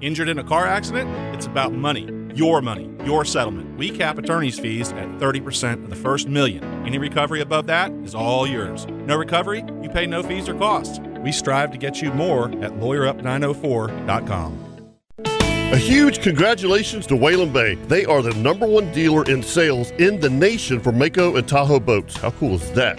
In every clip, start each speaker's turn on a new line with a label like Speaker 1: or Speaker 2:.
Speaker 1: Injured in a car accident? It's about money. Your money, your settlement. We cap attorney's fees at 30% of the first million. Any recovery above that is all yours. No recovery? You pay no fees or costs. We strive to get you more at lawyerup904.com.
Speaker 2: A huge congratulations to Whalen Bay. They are the number one dealer in sales in the nation for Mako and Tahoe boats. How cool is that?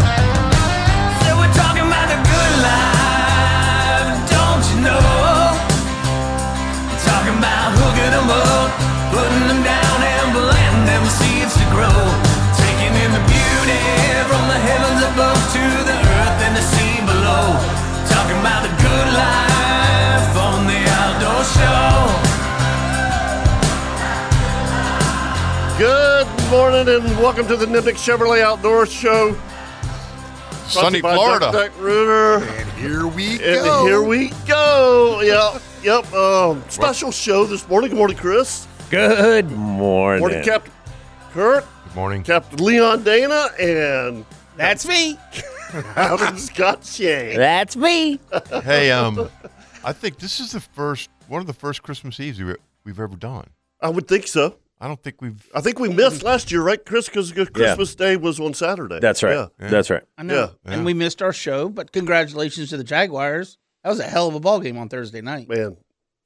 Speaker 3: So we're talking about the good life, don't you know? Talking about hooking 'em up, putting them down and planting them seeds to grow. Taking in the beauty from the heavens above to the earth and the sea below. Talking about the good life on the outdoor show.
Speaker 2: Good morning and welcome to the Nimnik Chevrolet Outdoor Show.
Speaker 4: Sunny
Speaker 2: Sponsored by
Speaker 4: Florida.
Speaker 2: Duck, Duck Rooter.
Speaker 4: And here we
Speaker 2: And
Speaker 4: go.
Speaker 2: Uh, here we go. Yep, yep. Um, special show this morning. Good morning, Chris.
Speaker 5: Good morning.
Speaker 2: Morning, Captain Kurt,
Speaker 4: Good morning.
Speaker 2: Captain Leon Dana, and
Speaker 5: That's me.
Speaker 2: Adam Scott Shane.
Speaker 5: That's me.
Speaker 4: Hey, um, I think this is the first one of the first Christmas Eves we, we've ever done.
Speaker 2: I would think so.
Speaker 4: I don't think we've.
Speaker 2: I think we missed last year, right, Chris? Because Christmas Day was on Saturday.
Speaker 5: That's right.
Speaker 2: Yeah.
Speaker 5: That's right.
Speaker 6: I know.
Speaker 2: Yeah.
Speaker 4: Yeah.
Speaker 6: And we missed our show, but congratulations to the Jaguars. That was a hell of a ball game on Thursday night.
Speaker 2: Man,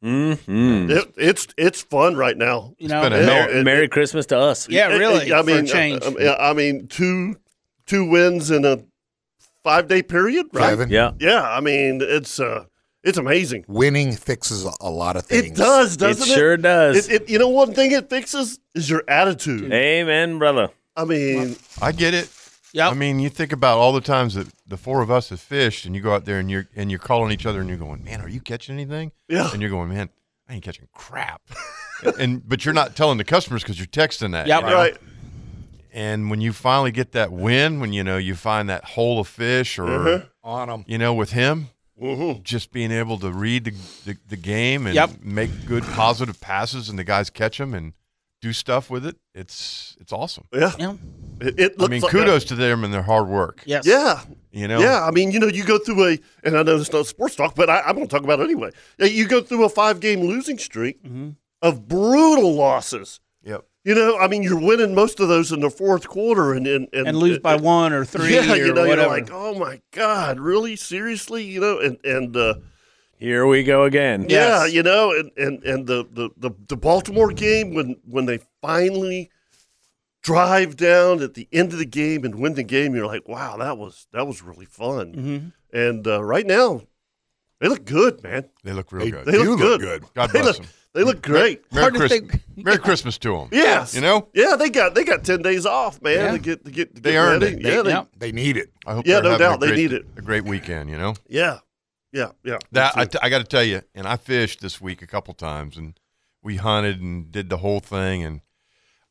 Speaker 4: Hmm.
Speaker 5: Mm-hmm.
Speaker 2: it, it's it's fun right now.
Speaker 6: You know,
Speaker 4: been a-
Speaker 2: It-
Speaker 4: Merry-
Speaker 2: it-
Speaker 5: Merry Christmas to us.
Speaker 6: yeah,
Speaker 2: it-
Speaker 6: really.
Speaker 2: it- I
Speaker 6: for
Speaker 2: mean,
Speaker 6: a change.
Speaker 2: uh, uh, I mean, two two wins in a five day period, right?
Speaker 7: Kevin.
Speaker 5: Yeah.
Speaker 2: Yeah, I mean, it's uh, it's amazing.
Speaker 7: Winning fixes a- a lot of things.
Speaker 2: It does,
Speaker 5: It
Speaker 2: doesn't it?
Speaker 5: sure does.
Speaker 2: It, it, you know, one thing it fixes is your attitude.
Speaker 5: Amen, brother.
Speaker 2: I mean,
Speaker 4: I get it.
Speaker 6: Yep.
Speaker 4: I mean, you think about all the times that the four of us have fished, and you go out there and you're and you're calling each other, and you're going, "Man, are you catching anything?"
Speaker 2: Yeah.
Speaker 4: And you're going, "Man, I ain't catching crap." and but you're not telling the customers because you're texting that.
Speaker 6: Yep.
Speaker 4: you know?
Speaker 2: right?
Speaker 4: And when you finally get that win, when you know you find that hole of fish, or
Speaker 7: on them.
Speaker 4: you know, with him,
Speaker 2: Mm-hmm.
Speaker 4: just being able to read the, the, the game and
Speaker 6: Yep.
Speaker 4: make good positive passes and the guys catch them and do stuff with it it's it's awesome
Speaker 2: Yeah,
Speaker 6: yeah.
Speaker 2: it, it
Speaker 4: i
Speaker 2: looks
Speaker 4: mean
Speaker 2: like
Speaker 4: kudos to them and their hard work
Speaker 6: Yes.
Speaker 2: Yeah,
Speaker 4: you know
Speaker 2: yeah. I mean, you know, you go through a, and I know it's not sports talk, but I, I'm going to talk about it anyway. Yeah, You go through a five game losing streak of brutal losses.
Speaker 4: yep
Speaker 2: You know, I mean, you're winning most of those in the fourth quarter, and and, and,
Speaker 6: And lose by one or three
Speaker 2: Yeah,
Speaker 6: or
Speaker 2: you know,
Speaker 6: whatever.
Speaker 2: you're like, oh my god, really, seriously, you know, and and uh,
Speaker 5: Here we go again.
Speaker 2: Yeah,
Speaker 6: Yes.
Speaker 2: you know, and and and the, the the the Baltimore game when when they finally drive down at the end of the game and win the game, you're like, wow, that was that was really fun. And uh, right now, they look good, man.
Speaker 4: Mm-hmm. they look real
Speaker 7: They,
Speaker 4: good
Speaker 2: They
Speaker 7: do
Speaker 2: look
Speaker 7: look
Speaker 2: good.
Speaker 7: good.
Speaker 4: god
Speaker 2: They
Speaker 4: bless
Speaker 2: look
Speaker 4: them
Speaker 2: they look great.
Speaker 4: merry,
Speaker 6: Hard to
Speaker 4: Christ-
Speaker 6: think-
Speaker 4: merry christmas to them
Speaker 2: Yes,
Speaker 4: you know
Speaker 2: Yeah, they got they got ten days off, man.
Speaker 6: Yeah.
Speaker 2: To get to get to
Speaker 4: They
Speaker 2: get
Speaker 4: earned
Speaker 2: ready.
Speaker 4: it.
Speaker 2: Yeah, they,
Speaker 6: Yep.
Speaker 7: They need it.
Speaker 4: i hope
Speaker 2: Yeah,
Speaker 4: they're
Speaker 2: no
Speaker 4: having a
Speaker 2: doubt. They
Speaker 4: great-
Speaker 2: need it.
Speaker 4: a great weekend you know
Speaker 2: yeah, yeah, yeah.
Speaker 4: That I,
Speaker 2: That's
Speaker 4: t- I got to tell you, and I fished this week a couple times, and we hunted and did the whole thing. And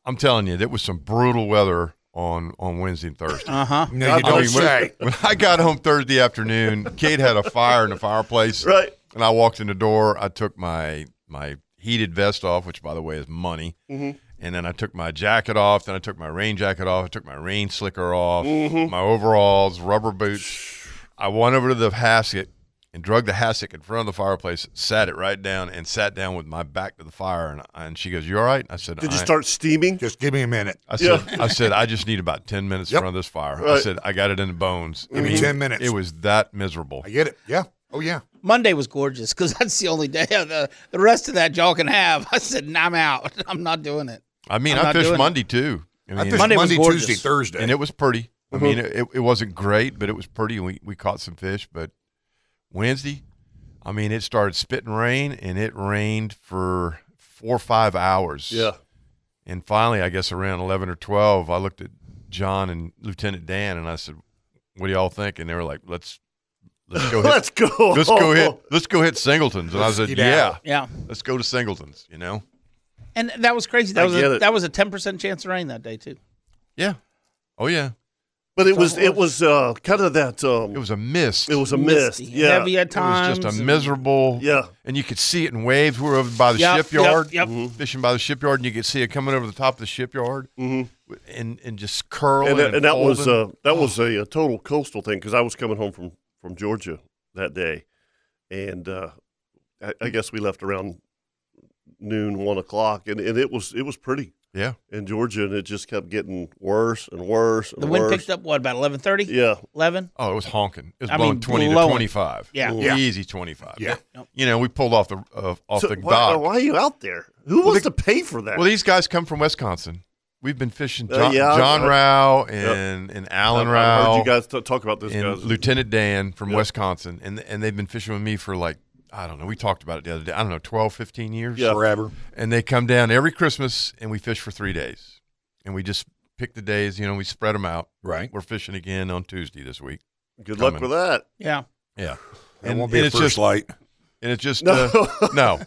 Speaker 4: I'm telling you, there was some brutal weather on on Wednesday and Thursday.
Speaker 6: Uh huh.
Speaker 7: No, you don't
Speaker 4: I mean, when,
Speaker 7: say.
Speaker 4: when I got home Thursday afternoon, Kate had a fire in the fireplace,
Speaker 2: it. right.
Speaker 4: and I walked in the door. I took my my heated vest off, which by the way is money,
Speaker 2: Mm-hmm.
Speaker 4: and then I took my jacket off. Then I took my rain jacket off. I took my rain slicker off.
Speaker 2: Mm-hmm.
Speaker 4: My overalls, rubber boots. I went over to the hassock and drug the hassock in front of the fireplace, sat it right down, and sat down with my back to the fire. And, and she goes, "You all right?" I said,
Speaker 2: Did you
Speaker 4: "I-
Speaker 2: start steaming?
Speaker 7: Just give me a minute.
Speaker 4: I said, I said, I just need about ten minutes in
Speaker 7: Yep.
Speaker 4: front of this fire. I
Speaker 2: Right. Mm-hmm.
Speaker 4: said, I got it in the bones. I
Speaker 7: Give me 10 minutes.
Speaker 4: It was that miserable.
Speaker 7: I get it. Yeah. Oh yeah.
Speaker 6: Monday was gorgeous because that's the only day of the, the rest of that y'all can have. I said, nah, I'm out. I'm not doing it.
Speaker 4: I mean,
Speaker 6: I'm
Speaker 4: i
Speaker 6: not
Speaker 4: fished
Speaker 6: doing it.
Speaker 4: Monday too. I mean,
Speaker 7: I fished
Speaker 6: Monday
Speaker 7: Monday,
Speaker 6: was gorgeous.
Speaker 7: Tuesday, Thursday.
Speaker 4: and it was pretty.
Speaker 6: Uh-huh.
Speaker 4: I mean, it, it wasn't great, but it was pretty. We we caught some fish, but Wednesday, I mean, it started spitting rain, and it rained for four or five hours.
Speaker 2: Yeah.
Speaker 4: And finally, I guess around eleven or twelve, I looked at John and Lieutenant Dan, and I said, "What do y'all think?" And they were like, "Let's let's go hit,
Speaker 2: Let's go.
Speaker 4: let's go hit let's go hit Singletons." And I said,
Speaker 7: skedaddle.
Speaker 4: "Yeah,
Speaker 6: Yeah.
Speaker 4: let's go to Singletons." You know?
Speaker 6: And that was crazy. That
Speaker 2: I
Speaker 6: was
Speaker 2: get
Speaker 6: a,
Speaker 2: it.
Speaker 6: that was a ten percent chance of rain that day too.
Speaker 4: Yeah. Oh yeah.
Speaker 2: But it was it was uh, kind of that um,
Speaker 4: It was a mist.
Speaker 2: it was a mist.
Speaker 6: Misty,
Speaker 2: Yeah.
Speaker 6: heavy at
Speaker 4: It was
Speaker 6: times.
Speaker 4: just a miserable.
Speaker 2: Yeah. Mm-hmm.
Speaker 4: And you could see it in waves. We were over by the
Speaker 6: Yep,
Speaker 4: shipyard,
Speaker 6: yep, yep.
Speaker 4: fishing by the shipyard, and you could see it coming over the top of the shipyard and, and just curling.
Speaker 2: Mm-hmm. And
Speaker 4: And,
Speaker 2: that, and that was
Speaker 4: folding.
Speaker 2: uh, that was a, a total coastal thing because I was coming home from from Georgia that day, and uh, I, I guess we left around noon, one o'clock, and, and it was it was pretty
Speaker 4: yeah.
Speaker 2: in Georgia, and it just kept getting worse and worse and
Speaker 6: the wind
Speaker 2: worse.
Speaker 6: picked up what about eleven thirty?
Speaker 2: Yeah,
Speaker 6: Eleven.
Speaker 4: Oh, it was honking. It was
Speaker 6: I
Speaker 4: blowing
Speaker 6: mean,
Speaker 4: 20
Speaker 6: blowing.
Speaker 4: to 25.
Speaker 6: Yeah.
Speaker 7: Yeah.
Speaker 4: Easy 25.
Speaker 7: Yeah.
Speaker 4: You know, we pulled off the uh, off
Speaker 2: So
Speaker 4: the
Speaker 2: why,
Speaker 4: dock.
Speaker 2: why are you out there? Who wants to pay for that?
Speaker 4: Well, these guys come from Wisconsin. We've been fishing
Speaker 2: Uh,
Speaker 4: John,
Speaker 2: yeah, I-
Speaker 4: John
Speaker 2: I-
Speaker 4: Rao and, and Alan
Speaker 2: I-
Speaker 4: Rao.
Speaker 2: I heard you guys t- talk about this.
Speaker 4: and
Speaker 2: Guys.
Speaker 4: Lieutenant Dan from Wisconsin, and and they've been fishing with me for like I don't know. We talked about it the other day. I don't know, 12, 15 years.
Speaker 2: Yeah.
Speaker 7: Forever.
Speaker 4: And they come down every Christmas, and we fish for three days, and we just pick the days. You know, we spread them out.
Speaker 7: Right.
Speaker 4: We're fishing again on Tuesday this week.
Speaker 2: Good luck
Speaker 4: coming.
Speaker 2: with that.
Speaker 6: Yeah.
Speaker 4: Yeah,
Speaker 7: That
Speaker 4: and,
Speaker 7: won't be
Speaker 4: and
Speaker 7: a
Speaker 4: it's
Speaker 7: first
Speaker 4: just
Speaker 7: light.
Speaker 4: and it's just
Speaker 2: No.
Speaker 4: uh, no,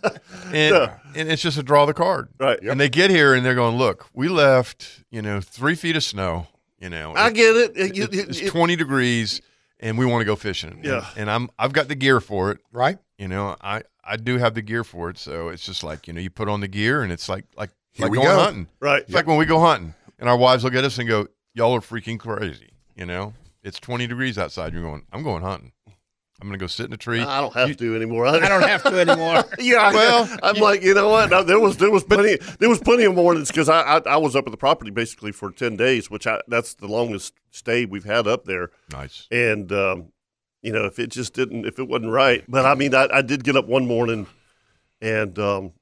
Speaker 4: and,
Speaker 2: No.
Speaker 4: and it's just a draw the card.
Speaker 2: Right.
Speaker 4: And they get here and they're going, look, we left you know three feet of snow. You know,
Speaker 2: I
Speaker 4: it-
Speaker 2: get it. It-
Speaker 4: it-
Speaker 2: it- it-
Speaker 4: it's twenty degrees, and we want to go fishing. And-
Speaker 2: Yeah.
Speaker 4: and I'm I've got the gear for it.
Speaker 7: Right.
Speaker 4: you know i i do have the gear for it so it's just like you know you put on the gear and it's like like
Speaker 7: Here
Speaker 4: like
Speaker 7: we
Speaker 4: going
Speaker 7: go.
Speaker 4: hunting
Speaker 2: right.
Speaker 4: it's like when we go hunting and our wives look at us and go y'all are freaking crazy you know it's 20 degrees outside you're going i'm going hunting i'm gonna go sit in a tree
Speaker 2: I don't have to anymore.
Speaker 6: I don't have to anymore.
Speaker 2: Yeah, well,
Speaker 4: Well,
Speaker 2: I'm like, you know what? No, there was there was plenty there was plenty of mornings because I, I I was up at the property basically for ten days, which I that's the longest stay we've had up there,
Speaker 4: nice
Speaker 2: and um, you know if it just didn't if it wasn't right, but I mean I, I did get up one morning, and um,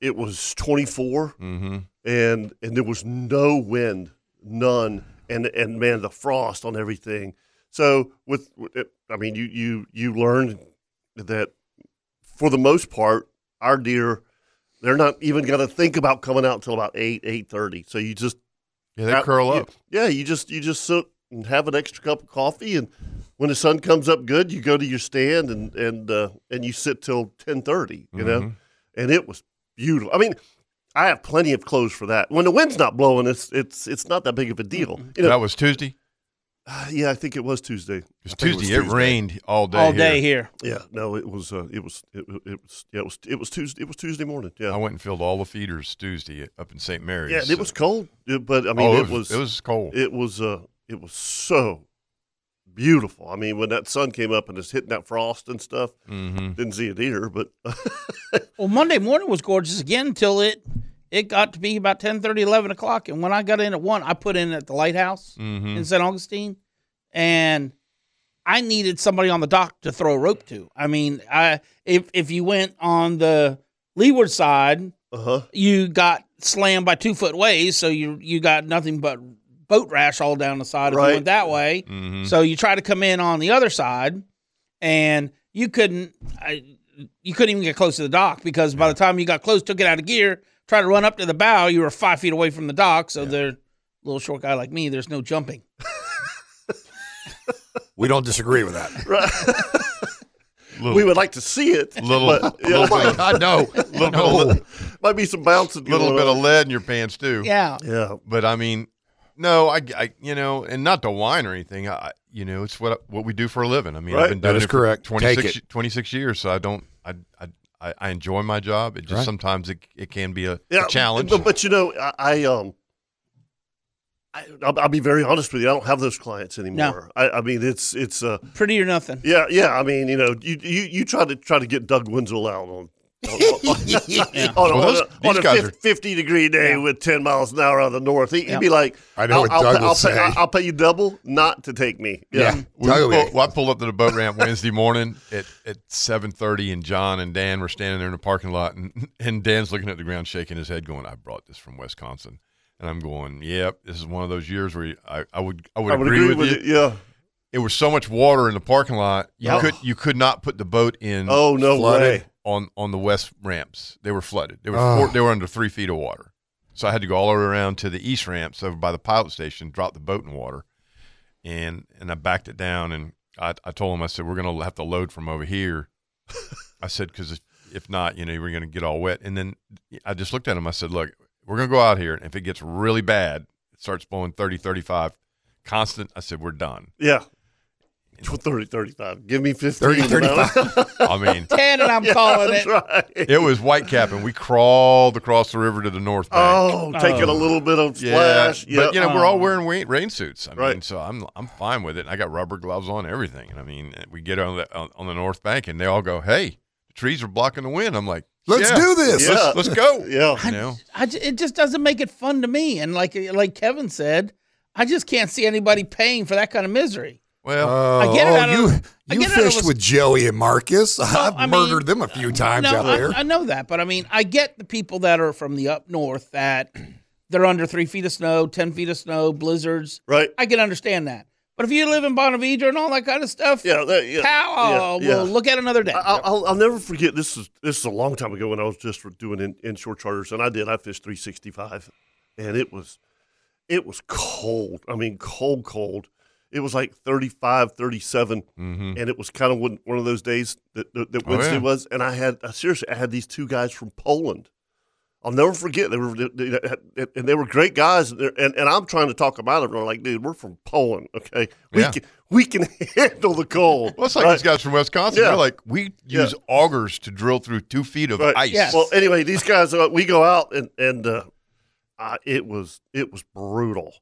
Speaker 2: it was 24,
Speaker 4: mm-hmm
Speaker 2: and and there was no wind, none, and and man the frost on everything. So with, I mean you you you learned that for the most part our deer they're not even going to think about coming out until about eight eight thirty. So you just
Speaker 4: yeah they curl up
Speaker 2: yeah you just you just sit and have an extra cup of coffee and. When the sun comes up good, you go to your stand and and uh, and you sit till ten thirty. You know,
Speaker 4: Mhm.
Speaker 2: and it was beautiful. I mean, I have plenty of clothes for that. When the wind's not blowing, it's it's it's not that big of a deal. You know,
Speaker 4: that was tuesday
Speaker 2: yeah, I think it was Tuesday.
Speaker 4: it was
Speaker 7: think it
Speaker 4: tuesday it,
Speaker 7: was Tuesday.
Speaker 4: rained all day
Speaker 6: All
Speaker 4: here.
Speaker 6: day here.
Speaker 2: Yeah, no, it was uh, it was it, it was yeah, it was it was Tuesday it was Tuesday morning. Yeah,
Speaker 4: i went and filled all the feeders tuesday up in st mary's
Speaker 2: yeah, and it
Speaker 4: so-
Speaker 2: was cold, yeah, but I mean,
Speaker 4: oh,
Speaker 2: it was
Speaker 4: it was cold
Speaker 2: it was uh, it was so beautiful. I mean, when that sun came up and it's hitting that frost and stuff,
Speaker 4: mm-hmm.
Speaker 2: didn't see it either, but
Speaker 6: Well, Monday morning was gorgeous again until it it got to be about 10, 11 o'clock. And when I got in at one, I put in at the lighthouse
Speaker 4: Mm-hmm.
Speaker 6: in St. Augustine, and I needed somebody on the dock to throw a rope to. I mean, I if if you went on the leeward side,
Speaker 2: uh huh.
Speaker 6: you got slammed by two foot waves, so you you got nothing but boat rash all down the side if
Speaker 2: Right.
Speaker 6: you went that way.
Speaker 4: Mm-hmm.
Speaker 6: So you try to come in on the other side, and you couldn't. I, you couldn't even get close to the dock because by the time you got close, took it out of gear, tried to run up to the bow, you were five feet away from the dock. So there, little short guy like me, there's no jumping.
Speaker 7: We don't disagree with that.
Speaker 2: We would like to see it.
Speaker 4: Little- oh
Speaker 2: but, yeah,
Speaker 4: little bit of-
Speaker 7: God no.
Speaker 4: little, little,
Speaker 2: might be some bouncing.
Speaker 4: little
Speaker 2: going
Speaker 4: bit of
Speaker 2: on.
Speaker 4: lead in your pants too
Speaker 6: Yeah.
Speaker 2: yeah,
Speaker 4: but I mean, no, I, I- you know, and not to whine or anything. I, you know, it's what what we do for a living. I mean,
Speaker 2: Right.
Speaker 4: I've been
Speaker 7: That
Speaker 4: doing
Speaker 7: is
Speaker 4: it for
Speaker 7: correct.
Speaker 4: 26,
Speaker 7: Take
Speaker 4: 26 years, so I don't, I, I, I- I enjoy my job. It just
Speaker 7: Right.
Speaker 4: sometimes it, it can be a, a
Speaker 2: yeah,
Speaker 4: challenge.
Speaker 2: But, but you know, I, I um, I, I'll, I'll be very honest with you. I don't have those clients anymore. I, I mean, it's it's uh,
Speaker 6: Pretty or nothing.
Speaker 2: yeah, yeah. I mean, you know, you you you try to try to get Doug Wenzel out on on,
Speaker 4: Well,
Speaker 2: on
Speaker 4: those-
Speaker 2: a, on
Speaker 4: these
Speaker 2: a
Speaker 4: guys
Speaker 2: fif-
Speaker 4: are-
Speaker 2: 50 degree day with 10 miles an hour out of the north. He,
Speaker 6: Yeah.
Speaker 2: would be like,
Speaker 7: I know
Speaker 2: I'll,
Speaker 7: what
Speaker 2: I'll,
Speaker 7: Doug
Speaker 2: pay-
Speaker 7: would
Speaker 2: I'll,
Speaker 7: say.
Speaker 2: pay, I'll, I'll pay you double not to take me. Yeah.
Speaker 4: We
Speaker 7: Tell
Speaker 4: pull-
Speaker 7: you.
Speaker 4: well, I pulled up to the boat ramp Wednesday morning at, at seven thirty, and John and Dan were standing there in the parking lot, and, and Dan's looking at the ground, shaking his head, going, "I brought this from Wisconsin," and I'm going, "Yep, this is one of those years where you- I, I would I would,
Speaker 2: I would agree with you. Yeah.
Speaker 4: It was so much water in the parking lot, you
Speaker 2: Yeah.
Speaker 4: could you could not put the boat in.
Speaker 2: Oh, no
Speaker 4: flooded
Speaker 2: way.
Speaker 4: On on the west ramps, they were flooded. They were
Speaker 7: Oh.
Speaker 4: four, they were under three feet of water, so I had to go all the way around to the east ramps over by the pilot station, drop the boat in water, and and I backed it down and I, I told him I said we're gonna have to load from over here. I said because if, if not, you know, we're gonna get all wet. And then I just looked at him. I said, look, we're gonna go out here, and if it gets really bad, it starts blowing 30, 35 constant. I said we're done.
Speaker 2: Yeah. 30, 35. Give me 15.
Speaker 7: 30, 35.
Speaker 4: I mean.
Speaker 6: Ten and I'm calling it.
Speaker 2: That's right.
Speaker 4: It was white cap, and we crawled across the river to the north bank.
Speaker 2: Oh, taking a little bit of splash.
Speaker 4: But you know, we're all
Speaker 6: Oh.
Speaker 4: wearing rain, rain suits. I mean,
Speaker 2: Right.
Speaker 4: so I'm I'm fine with it. And I got rubber gloves on, everything. And I mean, uh, we get on the on, on the north bank, and they all go, "Hey, the trees are blocking the wind." I'm like,
Speaker 7: Let's
Speaker 4: "Yeah,
Speaker 7: do this.
Speaker 2: Yeah.
Speaker 4: Let's, let's go."
Speaker 2: Yeah.
Speaker 4: You know,
Speaker 6: I ju- it just doesn't make it fun to me. And like like Kevin said, I just can't see anybody paying for that kind of misery.
Speaker 4: well,
Speaker 7: Oh,
Speaker 6: get it
Speaker 7: oh,
Speaker 6: out of- I
Speaker 7: you you
Speaker 6: get it out of
Speaker 7: fished
Speaker 6: Wis-
Speaker 7: with Joey and Marcus. I've
Speaker 6: I mean,
Speaker 7: murdered them a few times
Speaker 6: no,
Speaker 7: out
Speaker 6: I,
Speaker 7: there.
Speaker 6: I know that, but I mean, I get the people that are from the up north that they're under three feet of snow, ten feet of snow, blizzards.
Speaker 2: Right.
Speaker 6: I can understand that. But if you live in Bonaventure and all that kind of stuff,
Speaker 2: Yeah. That, yeah.
Speaker 6: how Oh,
Speaker 2: yeah, yeah.
Speaker 6: we'll look at another day.
Speaker 2: I- I'll, I'll, I'll never forget. This is this is a long time ago when I was just for doing in, inshore charters, and I did. I fished 365, and it was it was cold. I mean, cold, cold. It was like 35, 37, and it was kind of one, one of those days that that, that
Speaker 4: Mm-hmm. Oh, yeah.
Speaker 2: Wednesday was. And I had I, seriously, I had these two guys from Poland. I'll never forget. They were they, they- and they were great guys, and, they're- and and I'm trying to talk them out of it. I'm like, dude, we're from Poland, okay? We
Speaker 4: Yeah.
Speaker 2: can we can handle the cold.
Speaker 4: well, it's like
Speaker 2: right?
Speaker 4: these guys from Wisconsin.
Speaker 2: Yeah.
Speaker 4: They're like, we use augers to drill through two feet of
Speaker 2: Right.
Speaker 4: ice.
Speaker 6: Yes.
Speaker 2: Well, anyway, these guys, uh, we go out and and uh, I, it was it was brutal,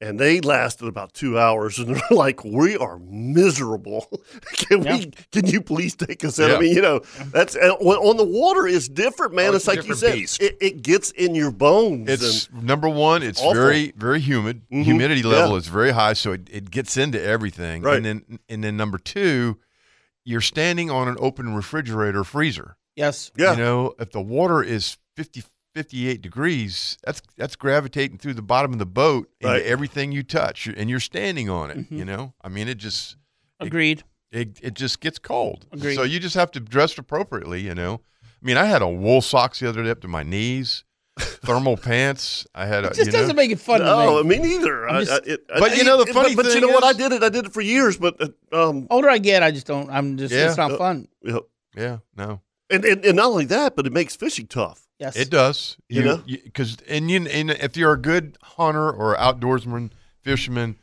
Speaker 2: and they lasted about two hours, and they're like, "We are miserable. can
Speaker 6: Yeah.
Speaker 2: we? Can you please take us in?"
Speaker 4: Yeah.
Speaker 2: I mean, you know, that's and on- on the water is different, man.
Speaker 4: Oh, it's
Speaker 2: it's
Speaker 4: a
Speaker 2: like you
Speaker 4: different
Speaker 2: said,
Speaker 4: beast.
Speaker 2: it, it gets in your bones.
Speaker 4: It's
Speaker 2: and,
Speaker 4: number one. It's
Speaker 2: awful. Mm-hmm.
Speaker 4: very very humid. Humidity
Speaker 2: Yeah.
Speaker 4: level is very high, so it, it gets into everything.
Speaker 2: Right.
Speaker 4: And then and then number two, you're standing on an open refrigerator freezer.
Speaker 6: yes.
Speaker 2: yeah,
Speaker 4: You know, if the water is 50, 58 degrees, that's that's gravitating through the bottom of the boat into
Speaker 2: Right.
Speaker 4: everything you touch, and you're standing on it. You know, I mean, it just
Speaker 6: Agreed.
Speaker 4: it, it just gets cold.
Speaker 6: Agreed.
Speaker 4: So you just have to dress appropriately, you know. I mean, I had on wool socks the other day up to my knees, thermal pants. I had a,
Speaker 6: It just
Speaker 4: you know,
Speaker 6: doesn't make it fun
Speaker 2: No,
Speaker 6: to
Speaker 2: I
Speaker 6: me.
Speaker 2: mean either. I,
Speaker 6: I'm just-
Speaker 2: I, it,
Speaker 4: But
Speaker 2: I-
Speaker 4: you know the
Speaker 2: it-
Speaker 4: funny
Speaker 2: but, but you
Speaker 4: thing
Speaker 2: know what? I
Speaker 4: is-
Speaker 2: did it. I did it for years, but uh, um,
Speaker 6: Older I get, I just don't. I'm just.
Speaker 4: Yeah.
Speaker 6: It's not fun.
Speaker 2: yeah.
Speaker 4: yeah, no,
Speaker 2: and, and and not only that, but it makes fishing tough.
Speaker 6: Yes.
Speaker 4: it does.
Speaker 2: You know?
Speaker 4: because and you and if you're a good hunter or outdoorsman, fisherman,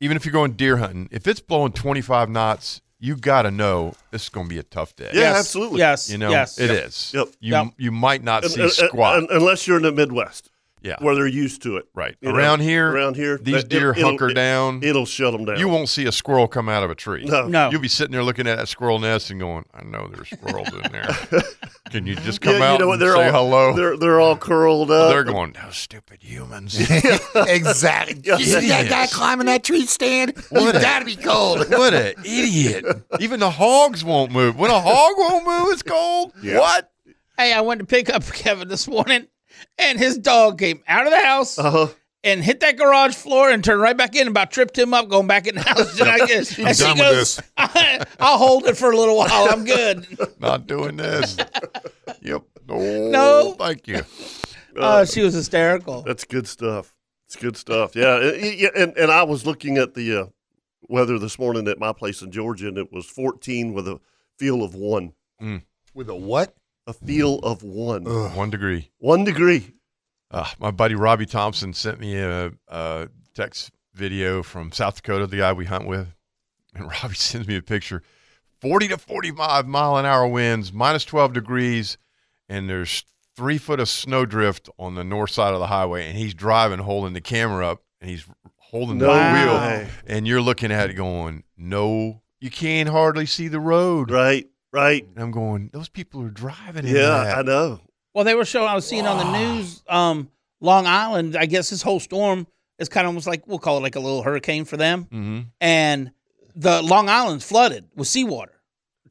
Speaker 4: even if you're going deer hunting, if it's blowing 25 knots, you got to know this is going to be a tough day.
Speaker 2: Yeah,
Speaker 6: Yes.
Speaker 2: absolutely.
Speaker 6: Yes.
Speaker 4: You know,
Speaker 6: Yes.
Speaker 4: it is.
Speaker 2: Yep.
Speaker 4: You
Speaker 6: Yep.
Speaker 4: you might not
Speaker 2: Un-
Speaker 4: see
Speaker 2: un-
Speaker 4: squat.
Speaker 2: un- unless you're in the Midwest.
Speaker 4: yeah.
Speaker 2: where they're used to it.
Speaker 4: Right.
Speaker 2: You know,
Speaker 4: Around here,
Speaker 2: around here,
Speaker 4: these
Speaker 2: that-
Speaker 4: deer
Speaker 2: it'll-
Speaker 4: hunker
Speaker 2: it-
Speaker 4: down.
Speaker 2: It'll shut them down.
Speaker 4: You won't see a squirrel come out of a tree.
Speaker 2: No.
Speaker 6: No.
Speaker 4: You'll be sitting there looking at that squirrel nest and going, I know there's squirrels in there. Can you just
Speaker 2: Yeah,
Speaker 4: come
Speaker 2: you
Speaker 4: out
Speaker 2: know what?
Speaker 4: and
Speaker 2: They're
Speaker 4: say
Speaker 2: all,
Speaker 4: hello?
Speaker 2: They're uh, they're all curled
Speaker 4: They're,
Speaker 2: up.
Speaker 4: going, those stupid humans.
Speaker 7: exactly. You see that guy
Speaker 4: Yes.
Speaker 7: climbing that tree stand? You
Speaker 4: What a-
Speaker 7: gotta be cold.
Speaker 4: what an idiot. Even the hogs won't move. When a hog won't move, it's cold. What?
Speaker 6: Hey, I went to pick up Kevin this morning, and his dog came out of the house
Speaker 2: Uh-huh.
Speaker 6: and hit that garage floor and turned right back in. About tripped him up, going back in the house. And I guess, and
Speaker 7: done
Speaker 6: she
Speaker 7: with
Speaker 6: goes, "I'll hold it for a little while. I'm good."
Speaker 4: Not doing this. yep. No.
Speaker 6: No.
Speaker 4: Thank you.
Speaker 6: Oh, she was hysterical.
Speaker 2: Uh, That's good stuff. It's good stuff. Yeah. it- it- yeah, and and I was looking at the uh, weather this morning at my place in Georgia, and it was 14 with a feel of one.
Speaker 7: With a what?
Speaker 2: A feel of one.
Speaker 4: One degree.
Speaker 2: One degree.
Speaker 4: Uh, my buddy Robbie Thompson sent me a, a text video from South Dakota, the guy we hunt with, and Robbie sends me a picture: forty to forty-five mile an hour winds, minus twelve degrees, and there's three foot of snow drift on the north side of the highway, and he's driving, holding the camera up, and he's holding the
Speaker 2: No
Speaker 4: wheel,
Speaker 2: way.
Speaker 4: and you're looking at it going, "No, you can hardly see the road."
Speaker 2: Right. right?
Speaker 4: And I'm going, those people are driving in
Speaker 2: Yeah,
Speaker 4: that.
Speaker 2: I know.
Speaker 6: Well, they were showing. I was seeing on the news, um, Long Island. I guess this whole storm is kind of almost like we'll call it like a little hurricane for them.
Speaker 4: Mm-hmm.
Speaker 6: And the Long Island's flooded with seawater.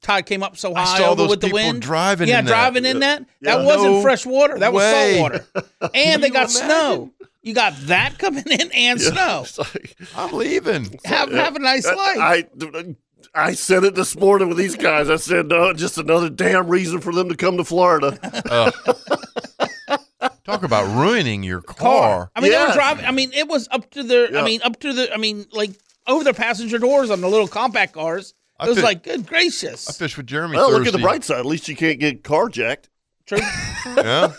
Speaker 6: Tide came up so high
Speaker 4: I saw
Speaker 6: over
Speaker 4: those
Speaker 6: with the
Speaker 4: people
Speaker 6: wind.
Speaker 4: driving
Speaker 6: yeah,
Speaker 4: in that.
Speaker 6: driving in that. That
Speaker 2: Yeah.
Speaker 6: wasn't
Speaker 4: No
Speaker 6: fresh water. That was
Speaker 4: way.
Speaker 6: salt water. And they
Speaker 4: you
Speaker 6: got snow.
Speaker 4: imagine?
Speaker 6: You got that coming in and snow.
Speaker 2: It's like-
Speaker 4: I'm leaving.
Speaker 6: Have have a nice life.
Speaker 2: I, Uh, I I said it this morning with these guys. I said, no, just another damn reason for them to come to Florida.
Speaker 4: Talk about ruining your
Speaker 6: car.
Speaker 4: car.
Speaker 6: I mean, they
Speaker 2: Yes.
Speaker 6: were driving. I mean, it was up to their.
Speaker 2: Yeah.
Speaker 6: I mean, up to the. I mean, like over their passenger doors on the little compact cars.
Speaker 4: I
Speaker 6: It was
Speaker 4: fit-
Speaker 6: like, good gracious.
Speaker 4: I fished with Jeremy.
Speaker 2: well, Oh, look at the
Speaker 4: Thursday.
Speaker 2: bright side. At least you can't get carjacked.
Speaker 6: True.
Speaker 4: Yeah.